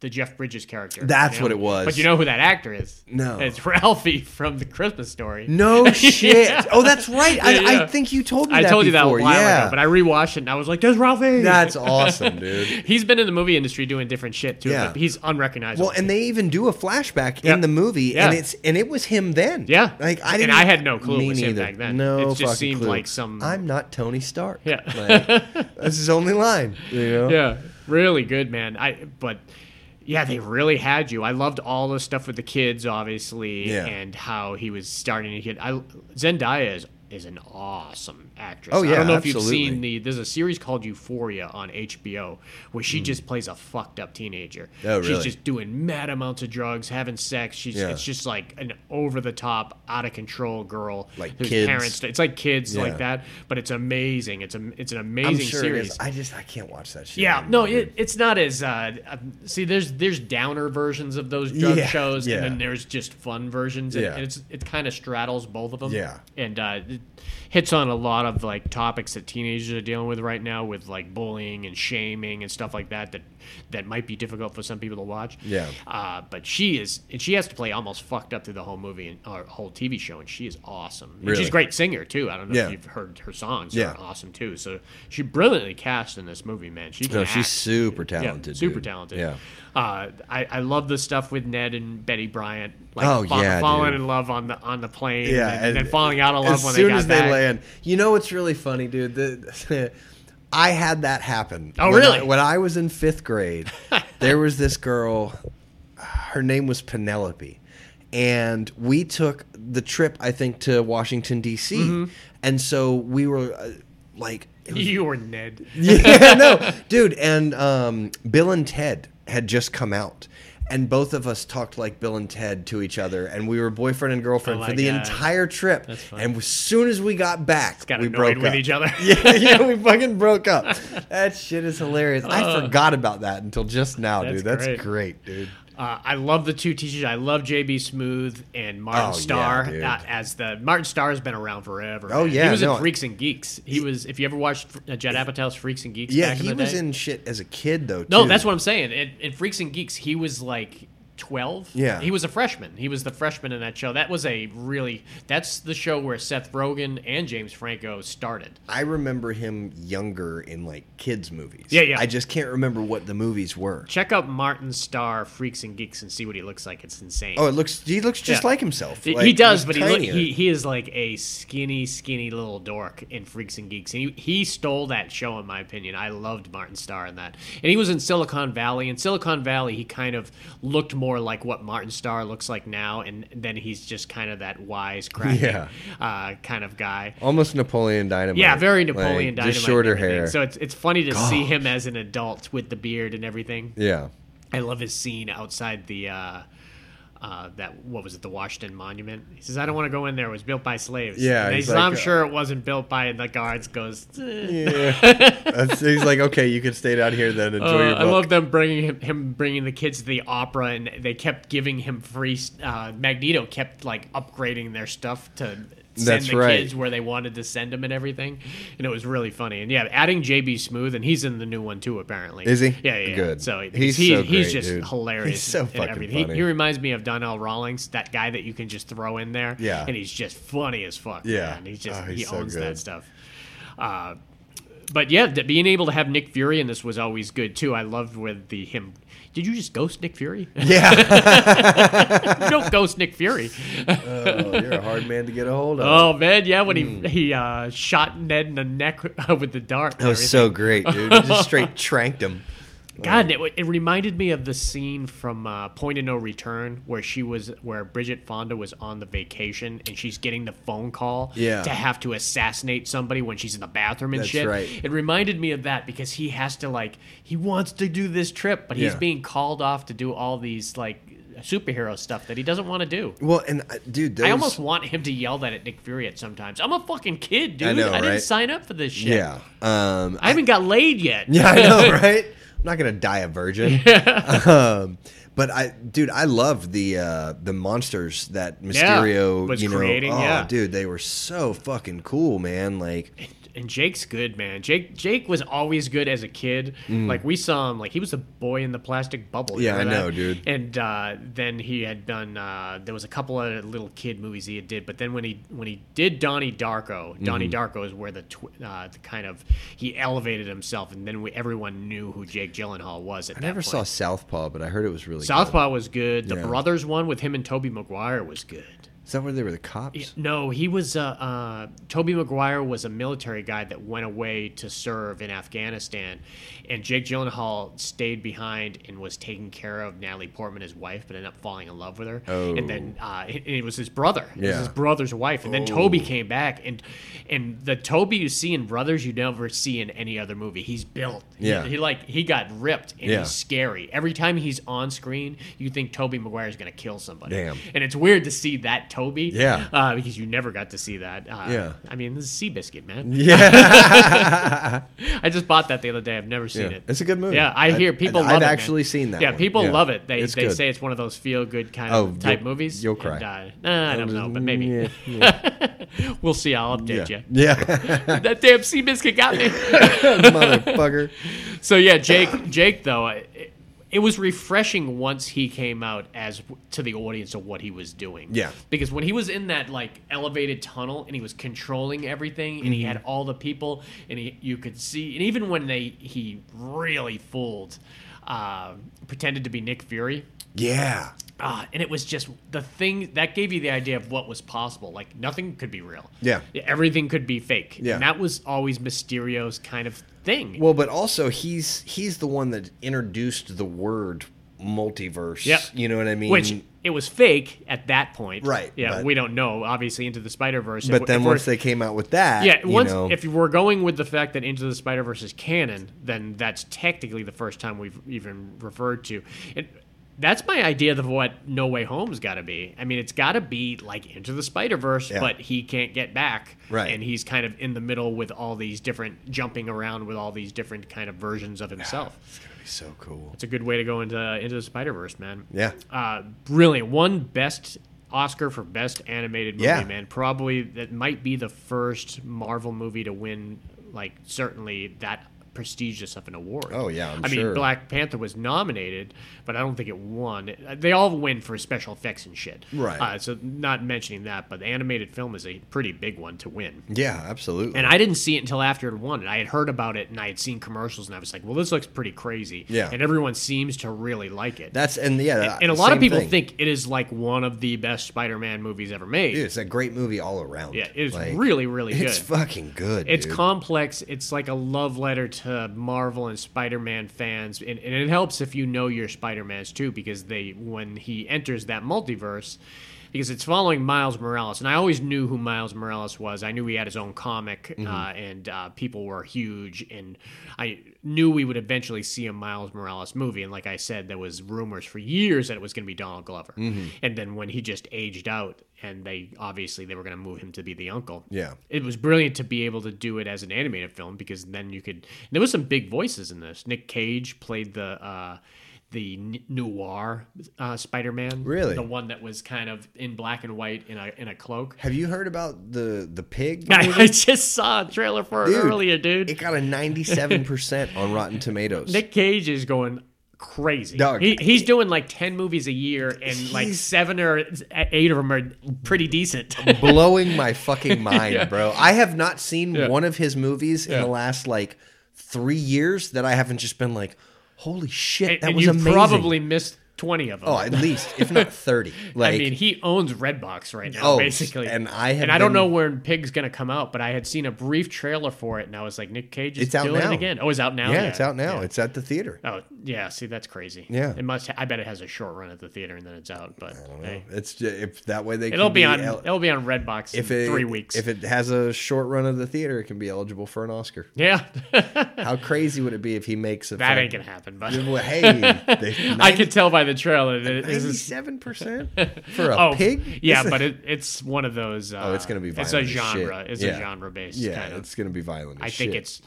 S4: the Jeff Bridges character.
S3: That's
S4: you know?
S3: what it was.
S4: But you know who that actor is?
S3: No.
S4: It's Ralphie from the Christmas story.
S3: No shit. Oh, that's right. I,
S4: Yeah, yeah.
S3: I think you told me.
S4: I
S3: that
S4: told you that a
S3: before.
S4: while
S3: yeah.
S4: ago, but I rewatched it and I was like, "There's Ralphie."
S3: That's awesome, dude.
S4: He's been in the movie industry doing different shit too,
S3: Yeah.
S4: but he's unrecognizable.
S3: Well, and they even do a flashback
S4: Yeah.
S3: in the movie,
S4: Yeah.
S3: and it's and it was him then.
S4: Yeah.
S3: like I
S4: And
S3: didn't.
S4: I had no clue it
S3: me
S4: was him
S3: neither.
S4: back then.
S3: No,
S4: It just
S3: fucking
S4: seemed
S3: clue.
S4: like some-
S3: I'm not Tony Stark.
S4: Yeah.
S3: Like, that's his only line. You know.
S4: yeah, really good, man. I but yeah, they really had you. I loved all the stuff with the kids, obviously,
S3: Yeah.
S4: and how he was starting to get. I Zendaya is is an awesome actress.
S3: Oh, yeah,
S4: I don't know if
S3: absolutely.
S4: you've seen the. There's a series called Euphoria on HBO where she just plays a fucked up teenager.
S3: Hmm. Oh,
S4: She's
S3: really?
S4: just doing mad amounts of drugs, having sex. She's
S3: Yeah.
S4: it's just like an over the top, out of control girl.
S3: Like
S4: whose
S3: kids.
S4: parents. It's like kids
S3: Yeah.
S4: like that, but it's amazing. It's a it's an amazing
S3: I'm sure
S4: series.
S3: it is. I just I can't watch that shit.
S4: Yeah, no,
S3: anymore.
S4: it, it's not as uh, um, see. There's there's downer versions of those drug
S3: Yeah,
S4: shows,
S3: yeah.
S4: and then there's just fun versions, and,
S3: Yeah.
S4: and it's it kind of straddles both of them.
S3: Yeah.
S4: and uh, it hits on a lot of like topics that teenagers are dealing with right now, with like bullying and shaming and stuff like that. That that might be difficult for some people to watch.
S3: Yeah.
S4: uh, but she is, and she has to play almost fucked up through the whole movie and or whole TV show, and she is awesome. And
S3: Really?
S4: she's a great singer too. I don't know
S3: Yeah.
S4: if you've heard her songs.
S3: Yeah.
S4: Yeah, awesome too. So she brilliantly cast in this movie, man. She
S3: No,
S4: can
S3: she's
S4: act.
S3: super
S4: Yeah,
S3: talented.
S4: super
S3: dude.
S4: talented.
S3: Yeah.
S4: uh, I, I love the stuff with Ned and Betty Bryant. Like
S3: Oh,
S4: fa-
S3: yeah,
S4: falling
S3: dude.
S4: in love on the on the plane.
S3: Yeah,
S4: and, then falling out of love
S3: as
S4: when
S3: soon
S4: they got
S3: as
S4: back.
S3: they land. You know what's really funny, dude? The, I had that happen.
S4: Oh,
S3: When I-
S4: really?
S3: when I was in fifth grade, there was this girl. Her name was Penelope, and we took the trip I think to Washington D.C.
S4: Mm-hmm.
S3: and so we were uh, like it was-
S4: You were Ned.
S3: yeah, no, dude. And um, Bill and Ted had just come out, and both of us talked like Bill and Ted to each other, and we were boyfriend and girlfriend
S4: Oh
S3: for
S4: my
S3: the
S4: God.
S3: entire trip.
S4: fun.
S3: And as soon as we got back,
S4: Got
S3: we
S4: annoyed
S3: broke
S4: with
S3: up.
S4: each other.
S3: yeah, yeah, we fucking broke up. That shit is hilarious. I forgot about that until just now,
S4: Oh. That's
S3: dude. That's great.
S4: great.
S3: dude.
S4: Uh, I love the two teachers. I love JB Smooth and Martin
S3: Oh, yeah,
S4: Starr.
S3: dude.
S4: uh, as the Martin Starr has been around forever.
S3: Oh,
S4: man. he
S3: yeah,
S4: was
S3: no,
S4: in Freaks and Geeks. He was. If you ever watched uh, Judd Apatow's Freaks and Geeks,
S3: Yeah,
S4: back
S3: he
S4: in the
S3: was
S4: day.
S3: in shit as a kid though.
S4: No,
S3: too.
S4: that's what I'm saying. In, in Freaks and Geeks, he was like 12.
S3: Yeah.
S4: He was a freshman. He was the freshman in that show. That was a really. That's the show where Seth Rogen and James Franco started.
S3: I remember him younger in like kids movies.
S4: Yeah, yeah.
S3: I just can't remember what the movies were.
S4: Check out Martin Starr Freaks and Geeks and see what he looks like. It's insane.
S3: Oh, it looks he looks just
S4: Yeah.
S3: like himself.
S4: He-
S3: Like,
S4: he does,
S3: he's
S4: but he, look,
S3: tinier.
S4: he he is like a skinny, skinny little dork in Freaks and Geeks, and he, he stole that show in my opinion. I loved Martin Starr in that, and he was in Silicon Valley. In Silicon Valley, he kind of looked more like what Martin Starr looks like now, and then he's just kind of that wise, cracking
S3: Yeah.
S4: uh, kind of guy.
S3: almost Napoleon Dynamite.
S4: Yeah, very
S3: Like,
S4: Napoleon Dynamite.
S3: Just
S4: and
S3: shorter
S4: everything.
S3: hair.
S4: So it's it's funny to see him as an adult with the beard and everything.
S3: yeah.
S4: I love his scene outside the uh, uh, that what was it the Washington Monument. He says, "I don't want to go in there. It was built by slaves."
S3: Yeah,
S4: and he
S3: he's
S4: says,
S3: like,
S4: "I'm
S3: uh,
S4: sure it wasn't built by." And the guards goes, "Eh."
S3: That's- he's like, okay, you can stay down here then. Enjoy
S4: Uh,
S3: your book.
S4: I love them bringing him, him bringing the kids to the opera, and they kept giving him free. Uh, Magneto kept like upgrading their stuff to send
S3: That's
S4: the
S3: right.
S4: kids where they wanted to send them and everything, and it was really funny. And yeah, adding JB Smooth, and he's in the new one too, apparently.
S3: Is he?
S4: Yeah, yeah. yeah.
S3: Good.
S4: So
S3: He's
S4: he's he,
S3: so
S4: he's
S3: great,
S4: just
S3: dude.
S4: hilarious.
S3: He's so
S4: and
S3: fucking
S4: everything. He-
S3: funny.
S4: He, reminds me of Donnell Rawlings, that guy that you can just throw in there.
S3: Yeah.
S4: and he's just funny as fuck.
S3: Yeah.
S4: man. he's just
S3: Oh,
S4: he
S3: he's so
S4: owns that
S3: good.
S4: stuff. Uh, but yeah, th- being able to have Nick Fury in this was always good too. I loved with the him. Did you just ghost Nick Fury? you
S3: yeah.
S4: don't ghost Nick Fury.
S3: oh, you're a hard man to get a hold of.
S4: Oh man, yeah, when
S3: Hmm.
S4: he he uh, shot Ned in the neck with the dart. and
S3: that was so great, dude. You just straight tranked him.
S4: God, it, it reminded me of the scene from uh, Point of No Return where she was, where Bridget Fonda was on the vacation and she's getting the phone call
S3: Yeah.
S4: to have to assassinate somebody when she's in the bathroom and
S3: That's
S4: shit.
S3: right.
S4: It reminded me of that because he has to like he wants to do this trip, but he's
S3: Yeah.
S4: being called off to do all these like superhero stuff that he doesn't want to do.
S3: Well, and uh, dude, those,
S4: I almost want him to yell that at Nick Fury at sometimes. I'm a fucking kid, dude. I,
S3: I know,
S4: didn't
S3: right?
S4: sign up for this shit.
S3: yeah. Um,
S4: I haven't got laid yet.
S3: Yeah, I know, right? I'm not gonna die a virgin. um, but I, dude, I love the uh, the monsters that Mysterio
S4: was
S3: you know,
S4: creating,
S3: oh,
S4: yeah.
S3: dude, they were so fucking cool, man. Like,
S4: and Jake's good, man. Jake Jake was always good as a kid. Like we saw him, like he was the boy in the plastic bubble. You
S3: Mm. Yeah, I know,
S4: that?
S3: dude.
S4: And uh, then he had done. Uh, there was a couple of little kid movies he had did, but then when he when he did Donnie Darko, Donnie
S3: Mm-hmm.
S4: Darko is where the, tw- uh, the kind of he elevated himself, and then we, everyone knew who Jake Gyllenhaal was. At
S3: I never saw Southpaw, but I heard it was really Good.
S4: Southpaw was good. The
S3: Yeah.
S4: Brothers one with him and Toby Maguire was good.
S3: Is that where they were the cops?
S4: No, he was a. Uh, Toby Maguire was a military guy that went away to serve in Afghanistan, and Jake Gyllenhaal stayed behind and was taking care of Natalie Portman, his wife, but ended up falling in love with her.
S3: Oh.
S4: And then uh, it, it was his brother. It was
S3: Yeah. Oh.
S4: his brother's wife, and then Toby came back, and and the Toby you see in Brothers you never see in any other movie. He's built. He-
S3: Yeah.
S4: He, like he got ripped, and
S3: Yeah.
S4: he's scary. Every time he's on screen, you think Toby Maguire is gonna kill somebody.
S3: Damn.
S4: And it's weird to see that Toby.
S3: Yeah.
S4: Uh, because you never got to see that. Uh,
S3: Yeah.
S4: I mean, this is Seabiscuit, man.
S3: Yeah,
S4: I just bought that the other day. I've never seen
S3: Yeah.
S4: it.
S3: It's a good movie.
S4: Yeah, I
S3: I-
S4: hear people
S3: I-
S4: love
S3: I've
S4: it. man.
S3: actually seen that
S4: Yeah,
S3: one.
S4: people
S3: Yeah.
S4: love it. They,
S3: It's
S4: they
S3: good.
S4: say it's one of those feel good kind
S3: Oh,
S4: of type
S3: you'll-
S4: movies.
S3: you'll cry.
S4: And, uh, nah, I don't know, but maybe.
S3: Yeah,
S4: we'll see. I'll update
S3: yeah,
S4: you.
S3: yeah.
S4: that damn Seabiscuit got me.
S3: motherfucker.
S4: so yeah, Jake. Jake though, it, it was refreshing once he came out as to the audience of what he was doing.
S3: Yeah.
S4: because when he was in that like elevated tunnel and he was controlling everything and
S3: Mm-hmm.
S4: he had all the people and he, you could see and even when they he really fooled, uh, pretended to be Nick Fury.
S3: Yeah,
S4: Ah, and it was just the thing that gave you the idea of what was possible. Like nothing could be real.
S3: Yeah.
S4: everything could be fake.
S3: Yeah.
S4: and that was always Mysterio's kind of thing.
S3: Well, but also he's he's the one that introduced the word multiverse.
S4: Yep.
S3: You know what I mean?
S4: Which it was fake at that point,
S3: Right,
S4: Yeah,
S3: but-
S4: we don't know. Obviously, Into the Spider Verse.
S3: but then once they came out with that,
S4: yeah,
S3: you
S4: once
S3: know,
S4: if we're going with the fact that Into the Spider Verse is canon, then that's technically the first time we've even referred to it. That's my idea of what No Way Home's got to be. I mean, it's got to be like Into the Spider Verse,
S3: Yeah.
S4: but he can't get back,
S3: Right.
S4: And he's kind of in the middle with all these different jumping around with all these different kind of versions of himself.
S3: it'd be so cool.
S4: It's a good way to go into Into the Spider Verse, man.
S3: Yeah.
S4: Uh, brilliant. One best Oscar for best animated movie,
S3: Yeah.
S4: man. Probably that might be the first Marvel movie to win, like certainly that prestigious of an award.
S3: Oh, yeah, I'm
S4: I
S3: sure.
S4: mean, Black Panther was nominated, but I don't think it won. They all win for special effects and shit.
S3: Right.
S4: Uh, so not mentioning that, but the animated film is a pretty big one to win.
S3: Yeah, absolutely.
S4: And I didn't see it until after it won. And I had heard about it and I had seen commercials and I was like, well, this looks pretty crazy.
S3: Yeah.
S4: And everyone seems to really like it.
S3: That's and yeah,
S4: and a lot of
S3: same
S4: people
S3: thing.
S4: think it is like one of the best Spider-Man movies ever made.
S3: Dude, it's a great movie all around.
S4: Yeah, it's
S3: Like,
S4: really, really good.
S3: It's fucking good.
S4: It's
S3: dude.
S4: complex. It's like a love letter to Marvel and Spider-Man fans, and, and it helps if you know your Spider-Mans too, because they when he enters that multiverse, because it's following Miles Morales, and I always knew who Miles Morales was. I knew he had his own comic,
S3: Mm-hmm.
S4: uh, and uh, people were huge, and I knew we would eventually see a Miles Morales movie. And like I said, there was rumors for years that it was going to be Donald Glover,
S3: Mm-hmm.
S4: and then when he just aged out, and they obviously they were going to move him to be the uncle
S3: Yeah.
S4: it was brilliant to be able to do it as an animated film because then you could there was some big voices in this nick cage played the uh the n- noir uh, spider-man
S3: Really?
S4: the one that was kind of in black and white in a in a cloak
S3: Have you heard about the the pig?
S4: I,
S3: movie?
S4: I just saw a trailer for it
S3: Dude,
S4: earlier dude
S3: It got a ninety-seven percent on Rotten Tomatoes.
S4: nick cage is going crazy
S3: Dog.
S4: he, he's doing like 10 movies a year and like
S3: He's-
S4: seven or eight of them are pretty decent
S3: blowing my fucking mind, bro. I have not seen one of his movies in
S4: Yeah.
S3: the last like three years that I haven't just been like, "Holy shit,
S4: and,
S3: that
S4: and
S3: was
S4: you
S3: amazing!"
S4: probably missed 20 of them
S3: oh, at least if not thirty. Like,
S4: I mean, he owns Redbox right now,
S3: Oh,
S4: basically.
S3: and I have
S4: and I don't
S3: been-
S4: know when Pig's gonna come out, but I had seen a brief trailer for it, and I was like, Nick Cage is
S3: It's out
S4: doing
S3: now.
S4: it again. Oh, it's out now.
S3: yeah, it's out now.
S4: Yeah.
S3: It's at the theater.
S4: oh yeah. See, that's crazy.
S3: Yeah.
S4: it must. Ha- I bet it has a short run at the theater, and then it's out. But hey,
S3: It's ju- if that way they
S4: it'll
S3: can
S4: be on.
S3: el-
S4: it'll be on Redbox
S3: if
S4: in
S3: it,
S4: three weeks.
S3: If it has a short run of the theater, it can be eligible for an Oscar.
S4: yeah, that
S3: How crazy would it be if he makes a
S4: ain't gonna happen. But
S3: Well, hey,
S4: I could tell by the trailer that it is.
S3: ninety-seven percent for a
S4: Oh,
S3: pig.
S4: yeah,
S3: This-
S4: but it, it's one of those. Uh,
S3: oh, it's gonna be violent.
S4: It's a
S3: as shit.
S4: genre. It's
S3: Yeah.
S4: a genre based.
S3: Yeah,
S4: kind of.
S3: it's gonna be violent.
S4: I
S3: as
S4: think
S3: shit.
S4: it's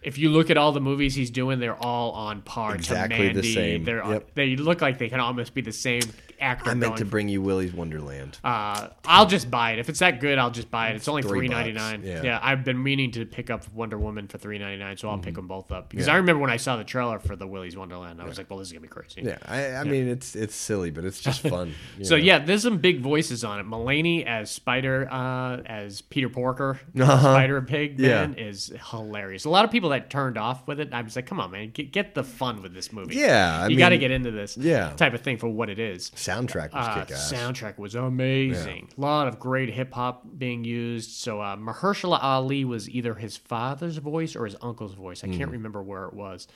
S4: if you look at all the movies he's doing, they're all on par.
S3: Exactly the
S4: to Mandy.
S3: same.
S4: They're
S3: Yep.
S4: they look like they can almost be the same actor.
S3: I meant to
S4: going-
S3: bring you Willy's Wonderland.
S4: Uh, I'll just buy it if it's that good. I'll just buy it. It's only
S3: three
S4: three
S3: bucks,
S4: ninety nine.
S3: yeah.
S4: Yeah. I've been meaning to pick up Wonder Woman for three ninety nine, so I'll
S3: Mm-hmm.
S4: pick them both up because I remember when I saw the trailer for the Willy's Wonderland, I was like, "Well, this is gonna be crazy."
S3: yeah, I, I mean it's it's silly, but it's just fun. you
S4: So
S3: know?
S4: yeah, there's some big voices on it. Mulaney as Spider, uh, as Peter Porker,
S3: Uh-huh.
S4: Spider Pig
S3: Yeah.
S4: Man is hilarious. A lot of people that turned off with it, I was like, come on, man, get, get the fun with this movie.
S3: Yeah, I
S4: you got to
S3: mean,
S4: get into this,
S3: yeah.
S4: type of thing for what it is.
S3: soundtrack was
S4: Uh,
S3: kick ass.
S4: soundtrack was amazing. A lot of great hip hop being used. So uh, Mahershala Ali was either his father's voice or his uncle's voice. I
S3: Hmm.
S4: can't remember where it was.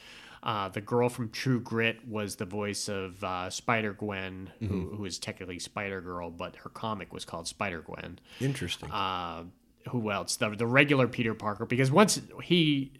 S4: Uh, the girl from True Grit was the voice of uh, Spider Gwen,
S3: Mm-hmm.
S4: who, who is technically Spider Girl, but her comic was called Spider Gwen
S3: Interesting.
S4: uh, who else? The the regular Peter Parker, because once he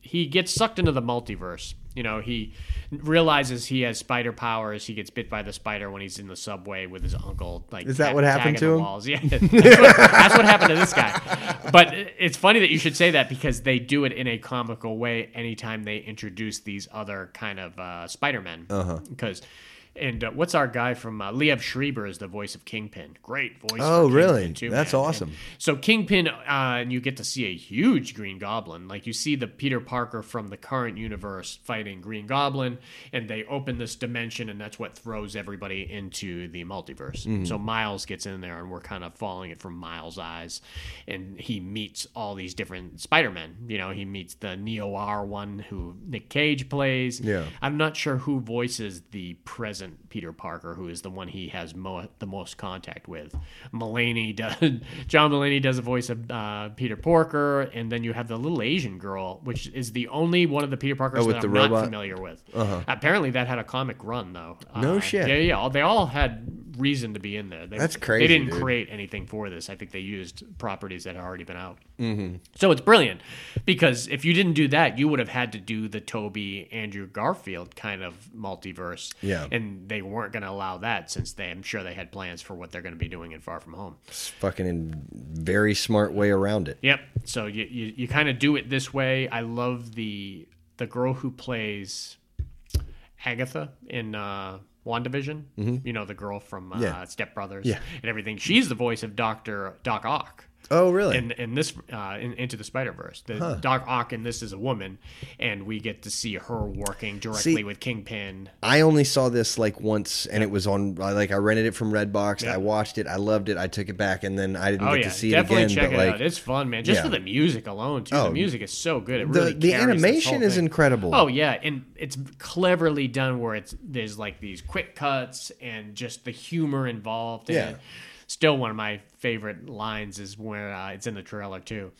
S4: he gets sucked into the multiverse, you know, he realizes he has spider powers. He gets bit by the spider when he's in the subway with his uncle. Like,
S3: Is that
S4: ta-
S3: what happened
S4: tagging
S3: to
S4: the
S3: him?
S4: Walls. Yeah, that's what, that's what happened to this guy. But it- it's funny that you should say that because they do it in a comical way anytime they introduce these other kind of uh, Spider Men.
S3: Uh-huh.
S4: Because. And uh, what's our guy from uh, Liev Schreiber is the voice of Kingpin. Great voice.
S3: Oh,
S4: for
S3: really?
S4: Kingpin, too,
S3: That's
S4: man. And
S3: awesome.
S4: so Kingpin, uh, and you get to see a huge Green Goblin. Like you see the Peter Parker from the current universe fighting Green Goblin, and they open this dimension, and that's what throws everybody into the multiverse. So Miles gets in there, and we're kind of following it from Miles' eyes, and he meets all these different Spider Men. You know, he meets the Neo R one who Nick Cage plays.
S3: Yeah.
S4: I'm not sure who voices the present isn't Peter Parker, who is the one he has mo- the most contact with. Mulaney does John Mulaney does the voice of uh, Peter Parker, and then you have the little Asian girl, which is the only one of the Peter Parkers
S3: Oh, with
S4: that
S3: the
S4: I'm
S3: robot? Uh-huh.
S4: not familiar with. Apparently, that had a comic run though. Uh,
S3: No shit.
S4: Yeah, yeah. all- They all had reason to be in there. They,
S3: That's
S4: They
S3: crazy,
S4: didn't
S3: dude.
S4: create anything for this. I think they used properties that had already been out. So it's brilliant because if you didn't do that, you would have had to do the Toby Andrew Garfield kind of multiverse.
S3: Yeah.
S4: And they weren't going to allow that since they, I'm sure they had plans for what they're going to be doing in Far From Home.
S3: It's fucking in very smart way around it.
S4: Yep. So you you, you kind of do it this way. I love the the girl who plays Agatha in uh, WandaVision. You know the girl from uh,
S3: Mm-hmm. Yeah.
S4: Step Brothers
S3: Yeah.
S4: and everything. She's the voice of Doctor Doc Ock.
S3: Oh, really?
S4: In, in this, uh, in, into the Spider Verse, the Doc Ock in this is a woman, and we get to see her working directly
S3: See-
S4: with Kingpin.
S3: I only saw this like once, and it was on. I, Like I rented it from Redbox. I watched it. I loved it. I took it back, and then I didn't
S4: Oh
S3: get
S4: yeah,
S3: to see
S4: definitely
S3: it again.
S4: check
S3: but
S4: it
S3: like,
S4: out. It's fun, man. Just
S3: Yeah.
S4: for the music alone, too.
S3: Oh,
S4: the music is so good. It
S3: the-
S4: really
S3: the
S4: carries this
S3: animation
S4: whole
S3: is
S4: thing.
S3: incredible.
S4: Oh yeah, and it's cleverly done where it's there's like these quick cuts and just the humor involved. in
S3: Yeah.
S4: it. Still, one of my favorite lines is where uh, it's in the trailer too.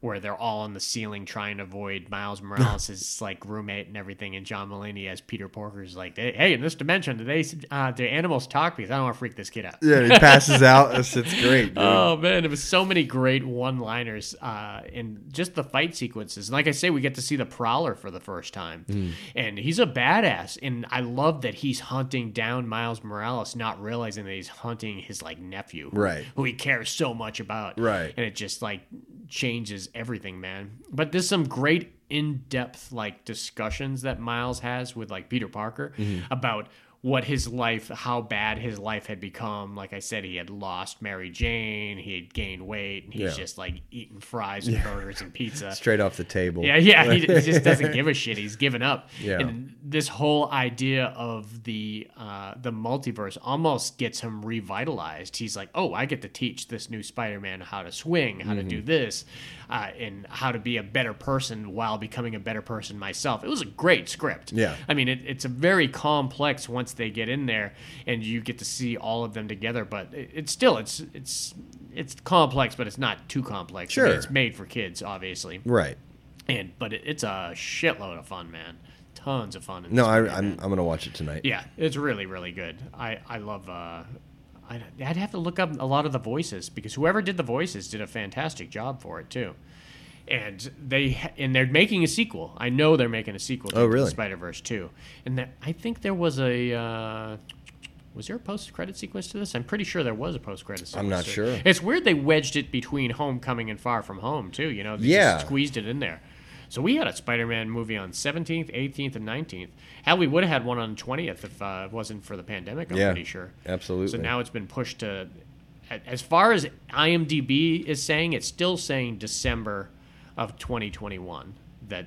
S4: Where they're all on the ceiling trying to avoid Miles Morales' like roommate and everything, and John Mulaney as Peter Porker's like, "Hey, in this dimension, do they uh, do animals talk? Because I don't want to freak this kid out."
S3: yeah, he passes out. It's, it's great. dude.
S4: Oh man, there was so many great one-liners, uh, and just the fight sequences. And like I say, we get to see the Prowler for the first time,
S3: Hmm.
S4: and he's a badass. And I love that he's hunting down Miles Morales, not realizing that he's hunting his like nephew, who-
S3: Right.
S4: Who he cares so much about,
S3: Right.
S4: And it just like changes everything, man. But there's some great in-depth like discussions that Miles has with like Peter Parker about what his life, how bad his life had become. Like I said, he had lost Mary Jane, he had gained weight, and he's
S3: Yeah.
S4: just like eating fries and burgers and pizza.
S3: Straight off the table.
S4: Yeah, yeah, he, he just doesn't give a shit. He's given up.
S3: Yeah.
S4: And this whole idea of the uh, the multiverse almost gets him revitalized. He's like, oh, I get to teach this new Spider-Man how to swing, how to do
S3: Mm-hmm.
S4: this, uh, and how to be a better person while becoming a better person myself. It was a great script.
S3: Yeah.
S4: I mean, it, it's a very complex once they get in there, and you get to see all of them together. But it, it's still it's it's it's complex, but it's not too complex. I mean,
S3: Sure.
S4: it's made for kids, obviously.
S3: Right.
S4: And but it, it's a shitload of fun, man. Tons of fun. In
S3: No,
S4: this
S3: I,
S4: movie,
S3: I'm
S4: man.
S3: I'm gonna watch it tonight.
S4: Yeah, it's really really good. I I love. Uh, I, I'd have to look up a lot of the voices because whoever did the voices did a fantastic job for it too. And they ha- and they're making a sequel. I know they're making a sequel. To
S3: Oh, really?
S4: Spider Verse two. And that, I think there was a. Uh, was there a post credit sequence to this? I'm pretty sure there was a post credit sequence.
S3: I'm not
S4: to it.
S3: sure.
S4: It's weird they wedged it between Homecoming and Far From Home too. You know, they
S3: Yeah.
S4: just squeezed it in there. So we had a Spider-Man movie on 17th, 18th, and 19th. Hell, we would have had one on 20th if uh, it wasn't for the pandemic. I'm
S3: Yeah,
S4: pretty sure.
S3: absolutely.
S4: So now it's been pushed to. a- As far as IMDb is saying, it's still saying December of 2021 that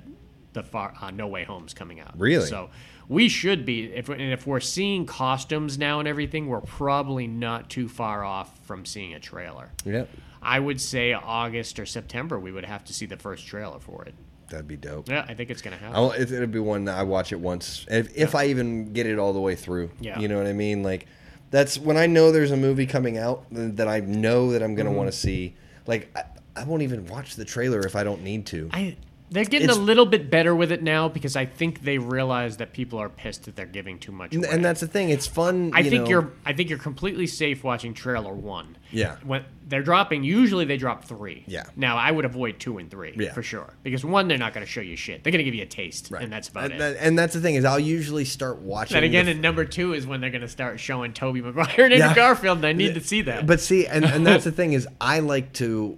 S4: the far uh, No Way Home's coming out.
S3: Really?
S4: So we should be if and if we're seeing costumes now and everything, we're probably not too far off from seeing a trailer.
S3: Yep.
S4: I would say August or September we would have to see the first trailer for it.
S3: That'd be dope.
S4: Yeah, I think it's gonna happen.
S3: I'll, it, it'll be one that I watch it once, if, if I even get it all the way through.
S4: Yeah.
S3: You know what I mean? Like, that's when I know there's a movie coming out th- that I know that I'm gonna
S4: Mm-hmm.
S3: want to see. Like, I, I won't even watch the trailer if I don't need to.
S4: I they're getting
S3: It's-
S4: a little bit better with it now because I think they realize that people are pissed that they're giving too much.
S3: and,
S4: away.
S3: and that's the thing. It's fun.
S4: I
S3: you
S4: think
S3: know.
S4: you're I think you're completely safe watching trailer one.
S3: Yeah.
S4: When they're dropping, usually they drop three.
S3: Yeah.
S4: Now I would avoid two and three
S3: Yeah.
S4: for sure because one they're not going to show you shit. They're going to give you a taste, and that's about it.
S3: that- and that's the thing is I'll usually start watching.
S4: then again,
S3: the
S4: in number two is when they're going to start showing Toby Maguire and Andrew
S3: Yeah.
S4: Garfield, and I need to see that.
S3: But see, and, and that's the thing is, I like to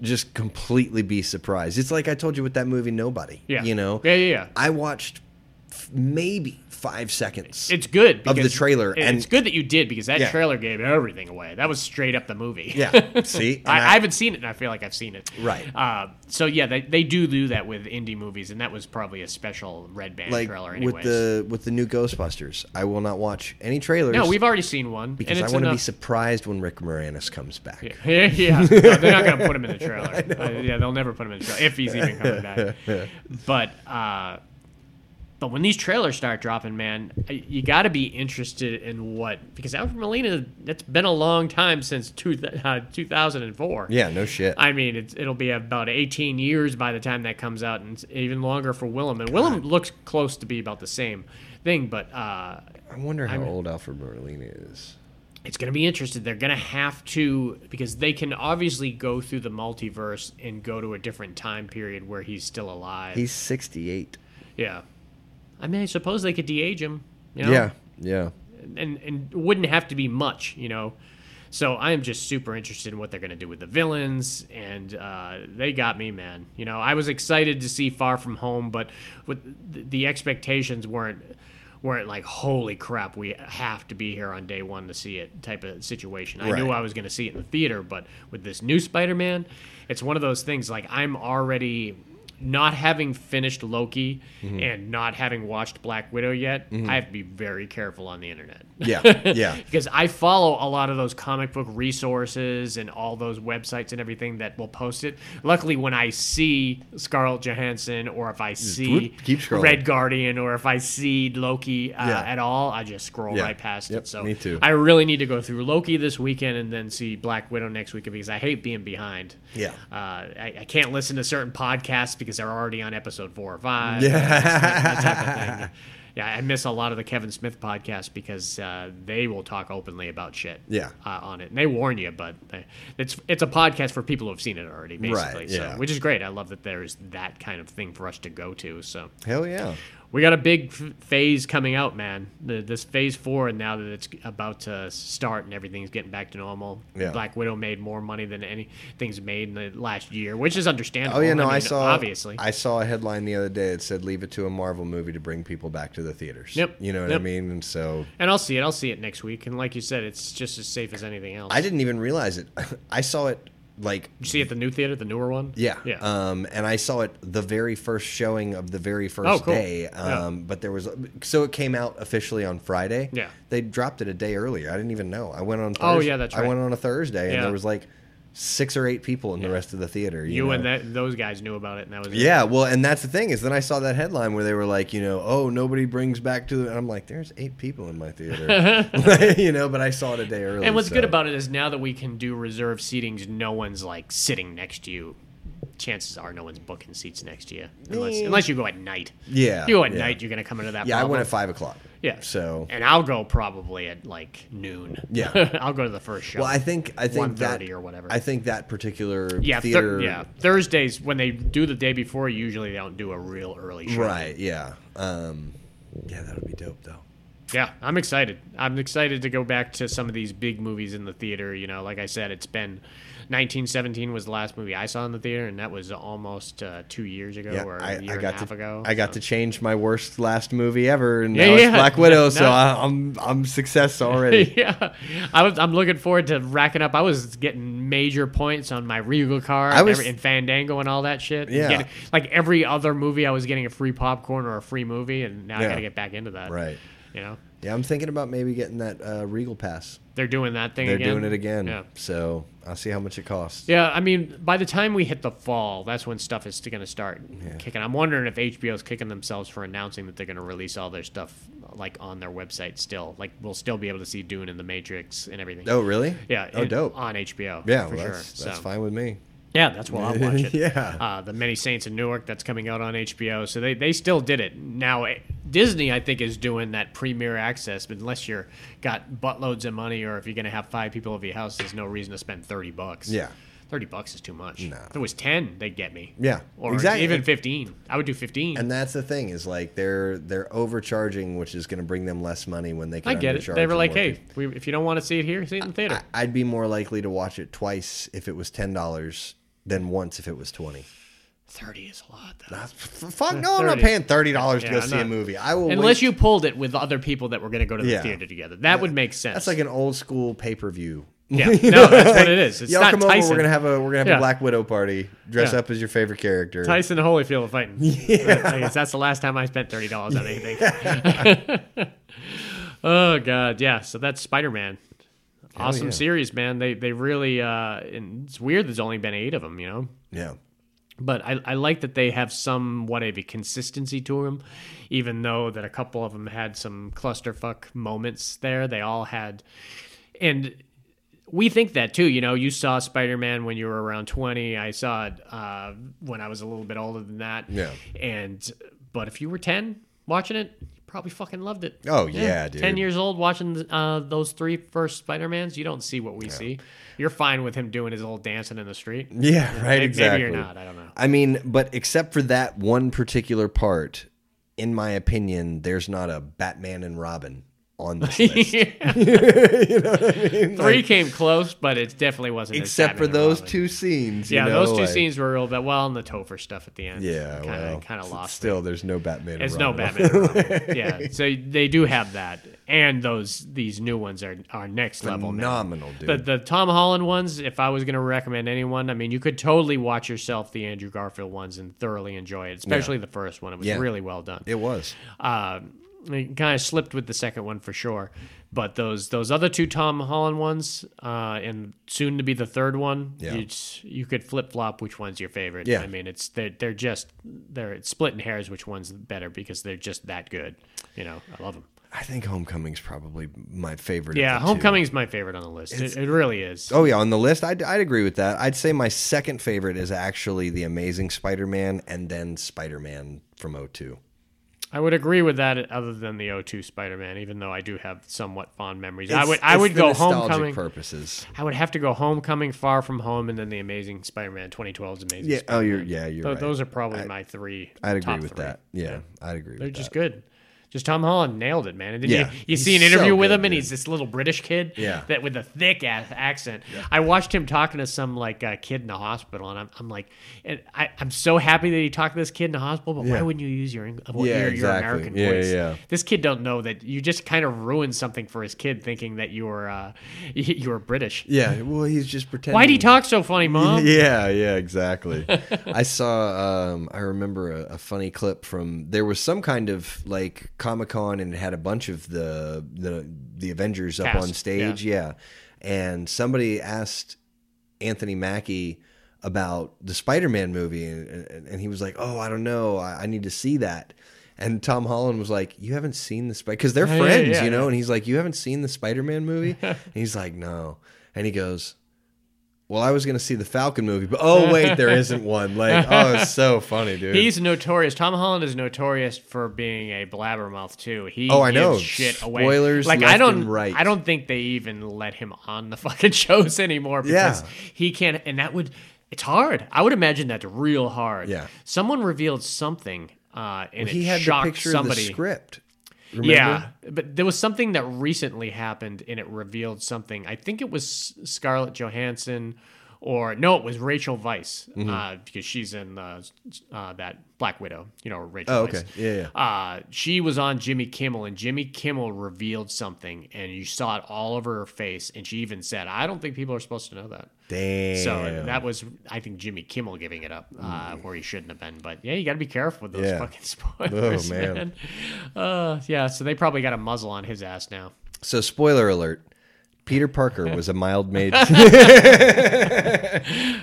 S3: just completely be surprised. It's like I told you with that movie, Nobody.
S4: Yeah.
S3: You know.
S4: Yeah, yeah, yeah.
S3: I watched f- maybe five seconds.
S4: it's good
S3: of the
S4: because-
S3: trailer,
S4: It's
S3: and-
S4: good that you did because that
S3: Yeah.
S4: trailer gave everything away. That was straight up the movie.
S3: yeah. See, And
S4: I, I haven't seen it, and I feel like I've seen it.
S3: Right.
S4: Uh, so yeah, they, they do do that with indie movies, and that was probably a special red band
S3: like
S4: trailer. Anyways.
S3: with the with the new Ghostbusters. I will not watch any trailers.
S4: no, we've already seen one
S3: because
S4: and
S3: I
S4: it's
S3: want to be
S4: enough-
S3: surprised when Rick Moranis comes back.
S4: Yeah, yeah. No, they're not gonna put him in the trailer. Uh, yeah, they'll never put him in the trailer if he's even coming back. But uh, But when these trailers start dropping, man, I- you got to be interested in what because Alfred Molina. It's been a long time since two, uh, 2004.
S3: Yeah, no shit.
S4: I mean, it's, it'll be about 18 years by the time that comes out, and it's even longer for Willem. And Willem looks close to be about the same thing, but uh,
S3: I wonder how old Alfred Merlin is.
S4: it's going to be interesting. They're going to have to because they can obviously go through the multiverse and go to a different time period where he's still alive.
S3: He's 68.
S4: yeah. I mean, I suppose they could de-age him. You know?
S3: Yeah, yeah.
S4: and and it wouldn't have to be much, you know. So I am just super interested in what they're gonna do with the villains, and uh, they got me, man. You know, I was excited to see Far From Home, but with th- the expectations weren't weren't like holy crap, we have to be here on day one to see it type of situation. I knew
S3: Right.
S4: I was gonna see it in the theater, but with this new Spider-Man, it's one of those things like I'm already not having finished Loki and not having watched Black Widow yet, I have to be very careful on the internet.
S3: Yeah, yeah.
S4: because I follow a lot of those comic book resources and all those websites and everything that will post it. Luckily, when I see Scarlett Johansson or if I see
S3: whoop, keep scrolling.
S4: Red Guardian or if I see Loki uh,
S3: Yeah.
S4: at all, I just scroll
S3: Yeah.
S4: right past
S3: Yep,
S4: it. So
S3: me too.
S4: I really need to go through Loki this weekend and then see Black Widow next weekend because I hate being behind.
S3: Yeah.
S4: Uh, I, I can't listen to certain podcasts because they're already on episode four or five.
S3: Yeah.
S4: That type of thing. Yeah, I miss a lot of the Kevin Smith podcast because uh, they will talk openly about shit.
S3: Yeah.
S4: Uh, on it, and they warn you, but they, it's it's a podcast for people who have seen it already, basically.
S3: yeah.
S4: So, which is great. I love that there is that kind of thing for us to go to. So
S3: Hell yeah.
S4: we got a big f- phase coming out, man. The, this phase four, and now that it's about to start and everything's getting back to normal,
S3: Yeah.
S4: Black Widow made more money than anything's made in the last year, which is understandable.
S3: Oh yeah, no, I,
S4: mean,
S3: saw
S4: obviously.
S3: I saw a headline the other day that said leave it to a Marvel movie to bring people back to the theaters.
S4: Yep,
S3: You know what
S4: yep.
S3: I mean? And so
S4: and I'll see it. I'll see it next week. And like you said, it's just as safe as anything else.
S3: I didn't even realize it. I saw it like
S4: you see it at the new theater, the newer one.
S3: yeah,
S4: yeah.
S3: Um, and I saw it the very first showing of the very first
S4: Oh, cool.
S3: day.
S4: Yeah.
S3: Um, But there was so it came out officially on Friday.
S4: Yeah.
S3: they dropped it a day earlier. I didn't even know. I went on. Thursday,
S4: Oh, yeah, that's
S3: I
S4: right.
S3: went on a Thursday,
S4: Yeah.
S3: and there was like six or eight people in the rest of the theater. You,
S4: you
S3: know?
S4: and that, those guys knew about it, and that was it.
S3: Yeah, well, and that's the thing is, then I saw that headline where they were like, you know, oh, nobody brings back to, and I'm like, there's eight people in my theater, you know, but I saw it a day early.
S4: And what's
S3: so-
S4: good about it is now that we can do reserve seatings, no one's like sitting next to you. Chances are no one's booking seats next to you, unless
S3: Eh.
S4: unless you go at night.
S3: Yeah,
S4: If you go at
S3: yeah.
S4: night, you're gonna come into that.
S3: yeah, I
S4: problem.
S3: went at five o'clock.
S4: Yeah.
S3: so
S4: and I'll go probably at like noon.
S3: Yeah.
S4: I'll go to the first show.
S3: Well, I think I think that
S4: 1:30 or whatever.
S3: I think that particular
S4: yeah, thir-
S3: theater.
S4: yeah. Thursdays when they do the day before, usually they don't do a real early show.
S3: Right. Yeah. Um, yeah, that would be dope though.
S4: Yeah, I'm excited. I'm excited to go back to some of these big movies in the theater. You know, like I said, it's been 1917 was the last movie I saw in the theater, and that was almost uh, two years ago
S3: Yeah,
S4: or a
S3: I,
S4: year
S3: I
S4: and a
S3: got
S4: half
S3: to
S4: ago.
S3: I got to
S4: so.
S3: change my worst last movie ever, and
S4: Yeah,
S3: now it's
S4: yeah.
S3: Black Widow,
S4: No,
S3: so
S4: no.
S3: I, I'm I'm success already.
S4: yeah, I was, I'm looking forward to racking up. I was getting major points on my Regal card
S3: I was-
S4: and, every, and Fandango and all that shit. and
S3: Yeah.
S4: getting- like every other movie, I was getting a free popcorn or a free movie, and now I
S3: Yeah.
S4: got to get back into that.
S3: right.
S4: You know,
S3: Yeah, I'm thinking about maybe getting that uh, Regal pass.
S4: they're doing that thing
S3: They're
S4: again.
S3: doing it again.
S4: Yeah.
S3: So I'll see how much it costs.
S4: Yeah, I mean, by the time we hit the fall, that's when stuff is going to start kicking. I'm wondering if HBO's kicking themselves for announcing that they're going to release all their stuff like on their website still. Like we'll still be able to see Dune and The Matrix and everything.
S3: Oh, really?
S4: Yeah.
S3: Oh,
S4: it-
S3: dope.
S4: On HBO.
S3: yeah,
S4: for
S3: well,
S4: sure.
S3: that's, that's
S4: So-
S3: fine with me.
S4: Yeah, that's what I'll watch it.
S3: Yeah.
S4: Uh, the Many Saints in Newark that's coming out on HBO. So they, they still did it. Now eh, Disney, I think, is doing that premiere access. But unless you're got buttloads of money, or if you're going to have five people over your house, there's no reason to spend thirty bucks.
S3: Yeah.
S4: Thirty bucks is too much.
S3: No.
S4: If it was ten, they'd get me.
S3: Yeah,
S4: Or
S3: exactly.
S4: even fifteen. I would do fifteen.
S3: And that's the thing is like they're they're overcharging, which is going to bring them less money when they can.
S4: I get it.
S3: undercharge
S4: They were
S3: and
S4: like,
S3: more
S4: "Hey,
S3: people.
S4: we, if you don't want to see it here, see it in the theater."
S3: I- I'd be more likely to watch it twice if it was ten dollars than once if it was twenty.
S4: Thirty is a lot. Though.
S3: F- Fuck no, I'm not
S4: 30.
S3: paying thirty dollars
S4: Yeah,
S3: to go
S4: I'm
S3: see a
S4: not-
S3: movie. I will
S4: Unless
S3: wait-
S4: you pulled it with other people that were going to go to the
S3: Yeah.
S4: theater together, that would make sense.
S3: That's like an old school pay per view.
S4: Yeah, no, that's what it is. It's
S3: Y'all
S4: not
S3: come
S4: Tyson.
S3: over. We're gonna have a we're gonna have
S4: Yeah.
S3: a Black Widow party. Dress
S4: Yeah.
S3: up as your favorite character.
S4: Tyson and Holyfield fighting. I guess that's the last time I spent thirty dollars on anything. oh god, yeah. So that's Spider Man. Awesome
S3: yeah.
S4: series, man. They they really uh, and it's weird. There's only been eight of them, you know.
S3: Yeah.
S4: but I, I like that they have somewhat of a consistency to them, even though that a couple of them had some clusterfuck moments there. They all had, and we think that too. You know, you saw Spider Man when you were around twenty. I saw it uh, when I was a little bit older than that.
S3: Yeah.
S4: And but if you were ten watching it, you probably fucking loved it.
S3: Oh, yeah, dude.
S4: Ten years old watching uh, those three first Spider Mans, you don't see what we see. You're fine with him doing his old dancing in the street.
S3: Yeah, right.
S4: Maybe-
S3: exactly.
S4: Maybe you're not. I don't know.
S3: I mean, but except for that one particular part, in my opinion, there's not a Batman and Robin on this list.
S4: Three came close, but it definitely wasn't. as
S3: except for
S4: Batman and
S3: those
S4: Robin.
S3: two scenes. you
S4: Yeah,
S3: know,
S4: those two
S3: like-
S4: scenes were real, but well, and the Topher stuff at the end.
S3: Yeah,
S4: kind
S3: well,
S4: of kind of lost.
S3: Still, there's no Batman. and
S4: It's no
S3: Robin.
S4: Batman. and Robin. yeah, so they do have that, and those these new ones are are next level. man.
S3: Phenomenal, dude.
S4: The the Tom Holland ones, if I was going to recommend anyone, I mean, you could totally watch yourself the Andrew Garfield ones and thoroughly enjoy it, especially the first one. It was
S3: Yeah.
S4: really well done.
S3: it was.
S4: Uh, it kind of slipped with the second one for sure, but those those other two Tom Holland ones, uh, and soon to be the third one,
S3: Yeah.
S4: you you could flip flop which one's your favorite.
S3: Yeah.
S4: I mean it's they're they're just they're it's splitting hairs which one's better because they're just that good. You know, I love them.
S3: I think Homecoming's probably my favorite.
S4: Yeah,
S3: of the two.
S4: Homecoming's my favorite on the list. It, it really is.
S3: Oh yeah, on the list, I'd, I'd agree with that. I'd say my second favorite is actually the Amazing Spider-Man, and then Spider-Man from O2.
S4: I would agree with that, other than the O2 Spider-Man. Even though I do have somewhat fond memories, I
S3: It's-
S4: would I
S3: it's
S4: would
S3: for
S4: go
S3: nostalgic
S4: Homecoming.
S3: purposes.
S4: I would have to go Homecoming, Far From Home, and then The Amazing Spider-Man 2012's Amazing.
S3: Yeah.
S4: Spider-Man.
S3: Oh, you're yeah, you're
S4: Tho-
S3: right.
S4: Those are probably my three.
S3: I'd agree
S4: top
S3: with
S4: three.
S3: that. Yeah, I'd agree.
S4: They're
S3: with
S4: just
S3: that.
S4: good. Just Tom Holland nailed it, man. And then
S3: Yeah,
S4: you, you
S3: he's
S4: see an interview
S3: so
S4: with
S3: good,
S4: him, and
S3: dude.
S4: he's this little British kid
S3: Yeah.
S4: that with a thick ass accent. I watched him talking to some like uh, kid in the hospital, and I'm, I'm like, and I, I'm so happy that he talked to this kid in the hospital. But why
S3: Yeah.
S4: wouldn't you use your Eng- well,
S3: Yeah,
S4: your, your
S3: exactly.
S4: American
S3: Yeah,
S4: voice?
S3: yeah.
S4: This kid don't know that you just kind of ruined something for his kid, thinking that you were uh, you were British.
S3: Yeah. Well, he's just pretending.
S4: Why'd he talk so funny, mom?
S3: Yeah, yeah, exactly. I saw. Um, I remember a, a funny clip from there was some kind of like Comic Con, and it had a bunch of the the the Avengers up
S4: Cast,
S3: on stage. Yeah. and somebody asked Anthony Mackie about the Spider Man movie, and, and, and he was like, "Oh, I don't know, I, I need to see that." And Tom Holland was like, "You haven't seen the Spider because they're
S4: Yeah, yeah,
S3: friends,
S4: yeah,
S3: you know."
S4: yeah.
S3: And he's like, "You haven't seen the Spider Man movie?" and he's like, "No," and he goes well, I was gonna see the Falcon movie, but oh wait, there isn't one. Like, oh, it's so funny, dude.
S4: He's notorious. Tom Holland is notorious for being a blabbermouth too. He
S3: Oh, I
S4: gives
S3: know.
S4: shit away.
S3: Spoilers
S4: like I
S3: left
S4: don't
S3: and right.
S4: I don't think they even let him on the fucking shows anymore because
S3: Yeah.
S4: he can't. And that would it's hard. I would imagine that's real hard.
S3: Yeah.
S4: Someone revealed something, uh, and
S3: he
S4: it
S3: had the
S4: shocked
S3: picture
S4: somebody.
S3: of the script. Remember?
S4: Yeah, but there was something that recently happened, and it revealed something. I think it was Scarlett Johansson, or no, it was Rachel Vice
S3: Mm-hmm.
S4: uh, because she's in uh, uh, that Black Widow. You know, Rachel.
S3: Oh,
S4: Weisz.
S3: okay. Yeah, yeah.
S4: Uh, she was on Jimmy Kimmel, and Jimmy Kimmel revealed something, and you saw it all over her face. And she even said, "I don't think people are supposed to know that."
S3: Damn. Mm.
S4: So that was, I think, Jimmy Kimmel giving it up uh, where he shouldn't have been. But yeah, you got to be careful with those
S3: Yeah.
S4: fucking spoilers,
S3: Oh,
S4: man.
S3: man.
S4: Uh, yeah, so they probably got a muzzle on his ass now.
S3: so spoiler alert: Peter Parker was a mild maid.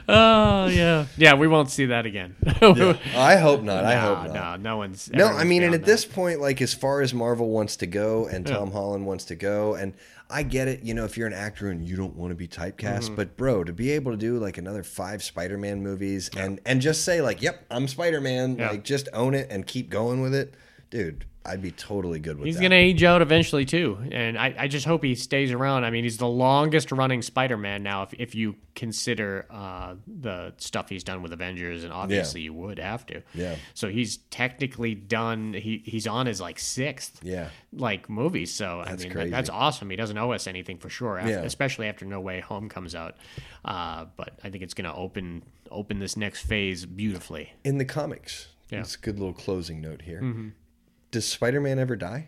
S4: Oh yeah, yeah. We won't see that again.
S3: I hope not. I
S4: no,
S3: hope not.
S4: no, no one's.
S3: No, I
S4: everyone's
S3: mean, and
S4: beyond
S3: at
S4: that.
S3: this point, like as far as Marvel wants to go and Tom Holland wants to go, and I get it, you know, if you're an actor and you don't want to be typecast,
S4: Mm-hmm.
S3: but bro, to be able to do like another five Spider-Man movies and and just say like, "Yep, I'm Spider-Man,"
S4: Yeah.
S3: like just own it and keep going with it, dude. I'd be totally good with
S4: He's
S3: that.
S4: gonna age out eventually too, and I, I just hope he stays around. I mean, he's the longest running Spider-Man now, if if you consider uh, the stuff he's done with Avengers, and obviously you would have to.
S3: Yeah.
S4: So he's technically done. He he's on his like sixth.
S3: Yeah.
S4: Like movie, so I mean that,
S3: crazy.
S4: that's awesome. He doesn't owe us anything for sure, after,
S3: Yeah.
S4: especially after No Way Home comes out. Uh, but I think it's gonna open open this next phase beautifully.
S3: in the comics.
S4: Yeah. Mm-hmm.
S3: It's a good little closing note here. Does Spider-Man ever die?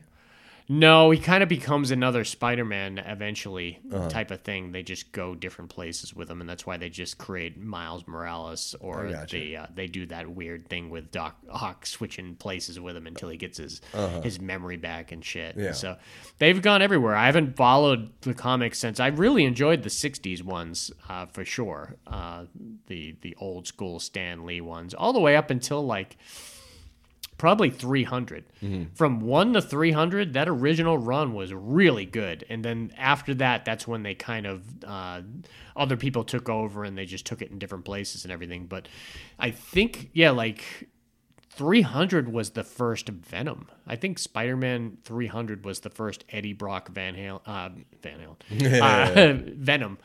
S4: No, he kind of becomes another Spider-Man eventually
S3: Uh-huh.
S4: type of thing. They just go different places with him, and that's why they just create Miles Morales, or
S3: I gotcha.
S4: they uh, they do that weird thing with Doc Hawk switching places with him until he gets his
S3: Uh-huh.
S4: his memory back and shit.
S3: Yeah.
S4: So they've gone everywhere. I haven't followed the comics since. I really enjoyed the '60s ones uh, for sure. Uh, the the old school Stan Lee ones, all the way up until like probably 300 from 1 to 300 that original run was really good and then after that that's when they kind of uh, other people took over and they just took it in different places and everything but i think yeah like 300 was the first Venom. I think Spider-Man 300 was the first Eddie Brock Van Halen, uh, Van Halen, uh, Venom.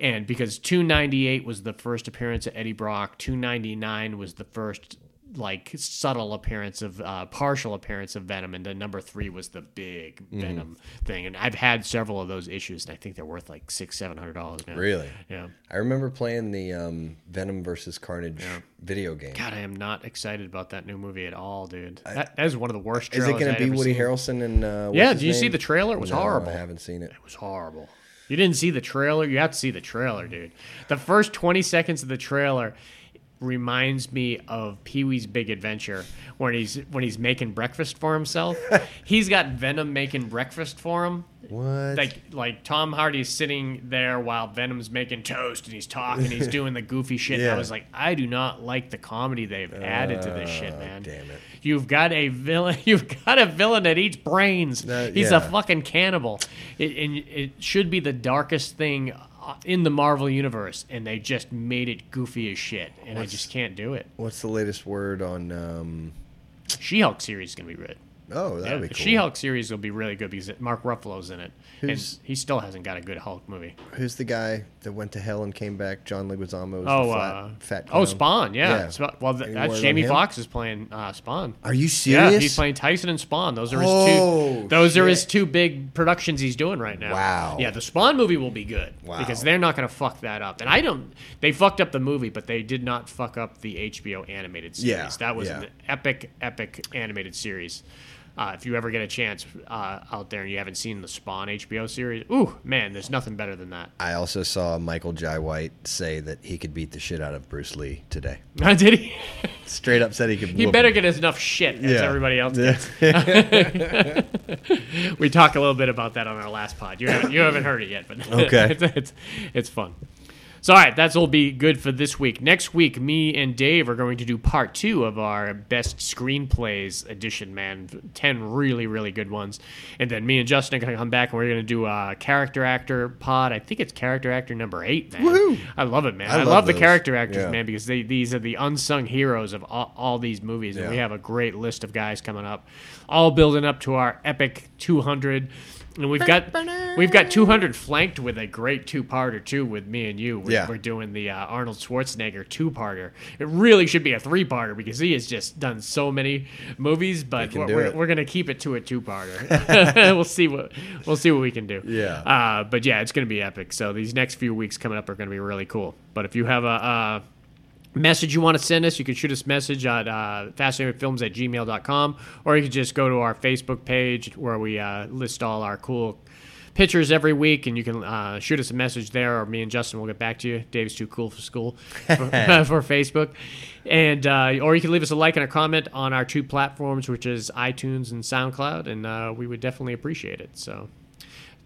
S4: And because 298 was the first appearance of Eddie Brock, 299 was the first like subtle appearance of uh, partial appearance of Venom, and then number three was the big
S3: Mm.
S4: Venom thing. And I've had several of those issues, and I think they're worth like six, seven hundred dollars now.
S3: Really?
S4: Yeah.
S3: I remember playing the um, Venom versus Carnage video game.
S4: God, I am not excited about that new movie at all, dude. that, that is one of the worst.
S3: Is it
S4: trailers
S3: going
S4: I'd
S3: to be
S4: ever
S3: Woody
S4: seen.
S3: Harrelson and uh, what's
S4: Yeah,
S3: his
S4: did you see
S3: name?
S4: the trailer? It was
S3: No,
S4: horrible.
S3: I haven't seen it.
S4: It was horrible. You didn't see the trailer? You have to see the trailer, dude. The first 20 seconds of the trailer reminds me of Pee-wee's Big Adventure when he's when he's making breakfast for himself. he's got Venom making breakfast for him.
S3: What?
S4: Like like Tom Hardy's sitting there while Venom's making toast and he's talking, he's doing the goofy shit. And
S3: Yeah.
S4: I was like, I do not like the comedy they've added to this shit,
S3: Oh,
S4: man.
S3: damn it.
S4: You've got a villain. You've got a villain that eats brains.
S3: That-
S4: He's
S3: yeah.
S4: a fucking cannibal. It, and it should be the darkest thing uh, in the Marvel universe, and they just made it goofy as shit. And I just can't do it.
S3: What's the latest word on? Um,
S4: She-Hulk series is gonna be good.
S3: oh, that'd be
S4: the
S3: cool.
S4: She-Hulk series will be really good because it- Mark Ruffalo's in it,
S3: Who's-
S4: and he still hasn't got a good Hulk movie.
S3: Who's the guy that went to hell and came back? John Leguizamo. Is
S4: Oh,
S3: the flat,
S4: uh,
S3: fat.
S4: oh,
S3: clown.
S4: Spawn, yeah.
S3: Yeah.
S4: Sp- well, th-
S3: Any word
S4: that's
S3: on
S4: Jamie
S3: him?
S4: Fox is playing uh, Spawn.
S3: Are you serious?
S4: Yeah, he's playing Tyson and Spawn. Those are his
S3: Oh,
S4: two. Those are his
S3: shit.
S4: two big productions he's doing right now.
S3: Wow.
S4: Yeah, the Spawn movie will be good
S3: Wow.
S4: because they're not going to fuck that up. And I don't. They fucked up the movie, but they did not fuck up the HBO animated series.
S3: Yeah,
S4: that was
S3: yeah.
S4: an epic, epic animated series. Uh, if you ever get a chance uh, out there and you haven't seen the Spawn HBO series, ooh man, there's nothing better than that.
S3: I also saw Michael Jai White say that he could beat the shit out of Bruce Lee today.
S4: Did he?
S3: Straight up said he could.
S4: He
S3: whoop
S4: better
S3: him.
S4: get as enough shit as
S3: Yeah.
S4: everybody else
S3: Yeah.
S4: gets. we talked a little bit about that on our last pod. You haven't, you haven't heard it yet, but
S3: Okay.
S4: it's, it's, it's fun. So, all right, that'll be good for this week. Next week, me and Dave are going to do part two of our best screenplays edition, man. 10 really, really good ones. And then me and Justin are going to come back and we're going to do a character actor pod. I think it's character actor number eight, man.
S3: Woohoo!
S4: I love it, man.
S3: I
S4: I,
S3: love
S4: love, the
S3: those.
S4: character actors,
S3: Yeah.
S4: man, because they, these are the unsung heroes of all, all these movies. And we
S3: Yeah.
S4: have a great list of guys coming up, all building up to our epic 200. And we've got we've got 200 flanked with a great two-parter too with me and you. We're,
S3: Yeah.
S4: we're doing the uh, Arnold Schwarzenegger two-parter. It really should be a three-parter because he has just done so many movies. But
S3: can
S4: we're,
S3: do
S4: we're,
S3: it.
S4: we're gonna keep it to a two-parter. we'll see what we'll see what we can do.
S3: Yeah.
S4: Uh, but yeah, it's gonna be epic. So these next few weeks coming up are gonna be really cool. But if you have a uh, message you want to send us, you can shoot us a message at uh, fascinatingfilms at gmail.com, or you can just go to our Facebook page where we uh, list all our cool pictures every week, and you can uh, shoot us a message there, or me and Justin will get back to you. Dave's too cool for school for, for Facebook. And uh, or you can leave us a like and a comment on our two platforms, which is iTunes and SoundCloud, and uh, we would definitely appreciate it. So,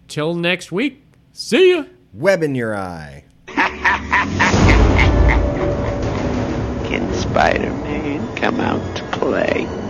S4: till next week, see ya.
S3: web in your eye.
S5: Can Spider Man come out to play?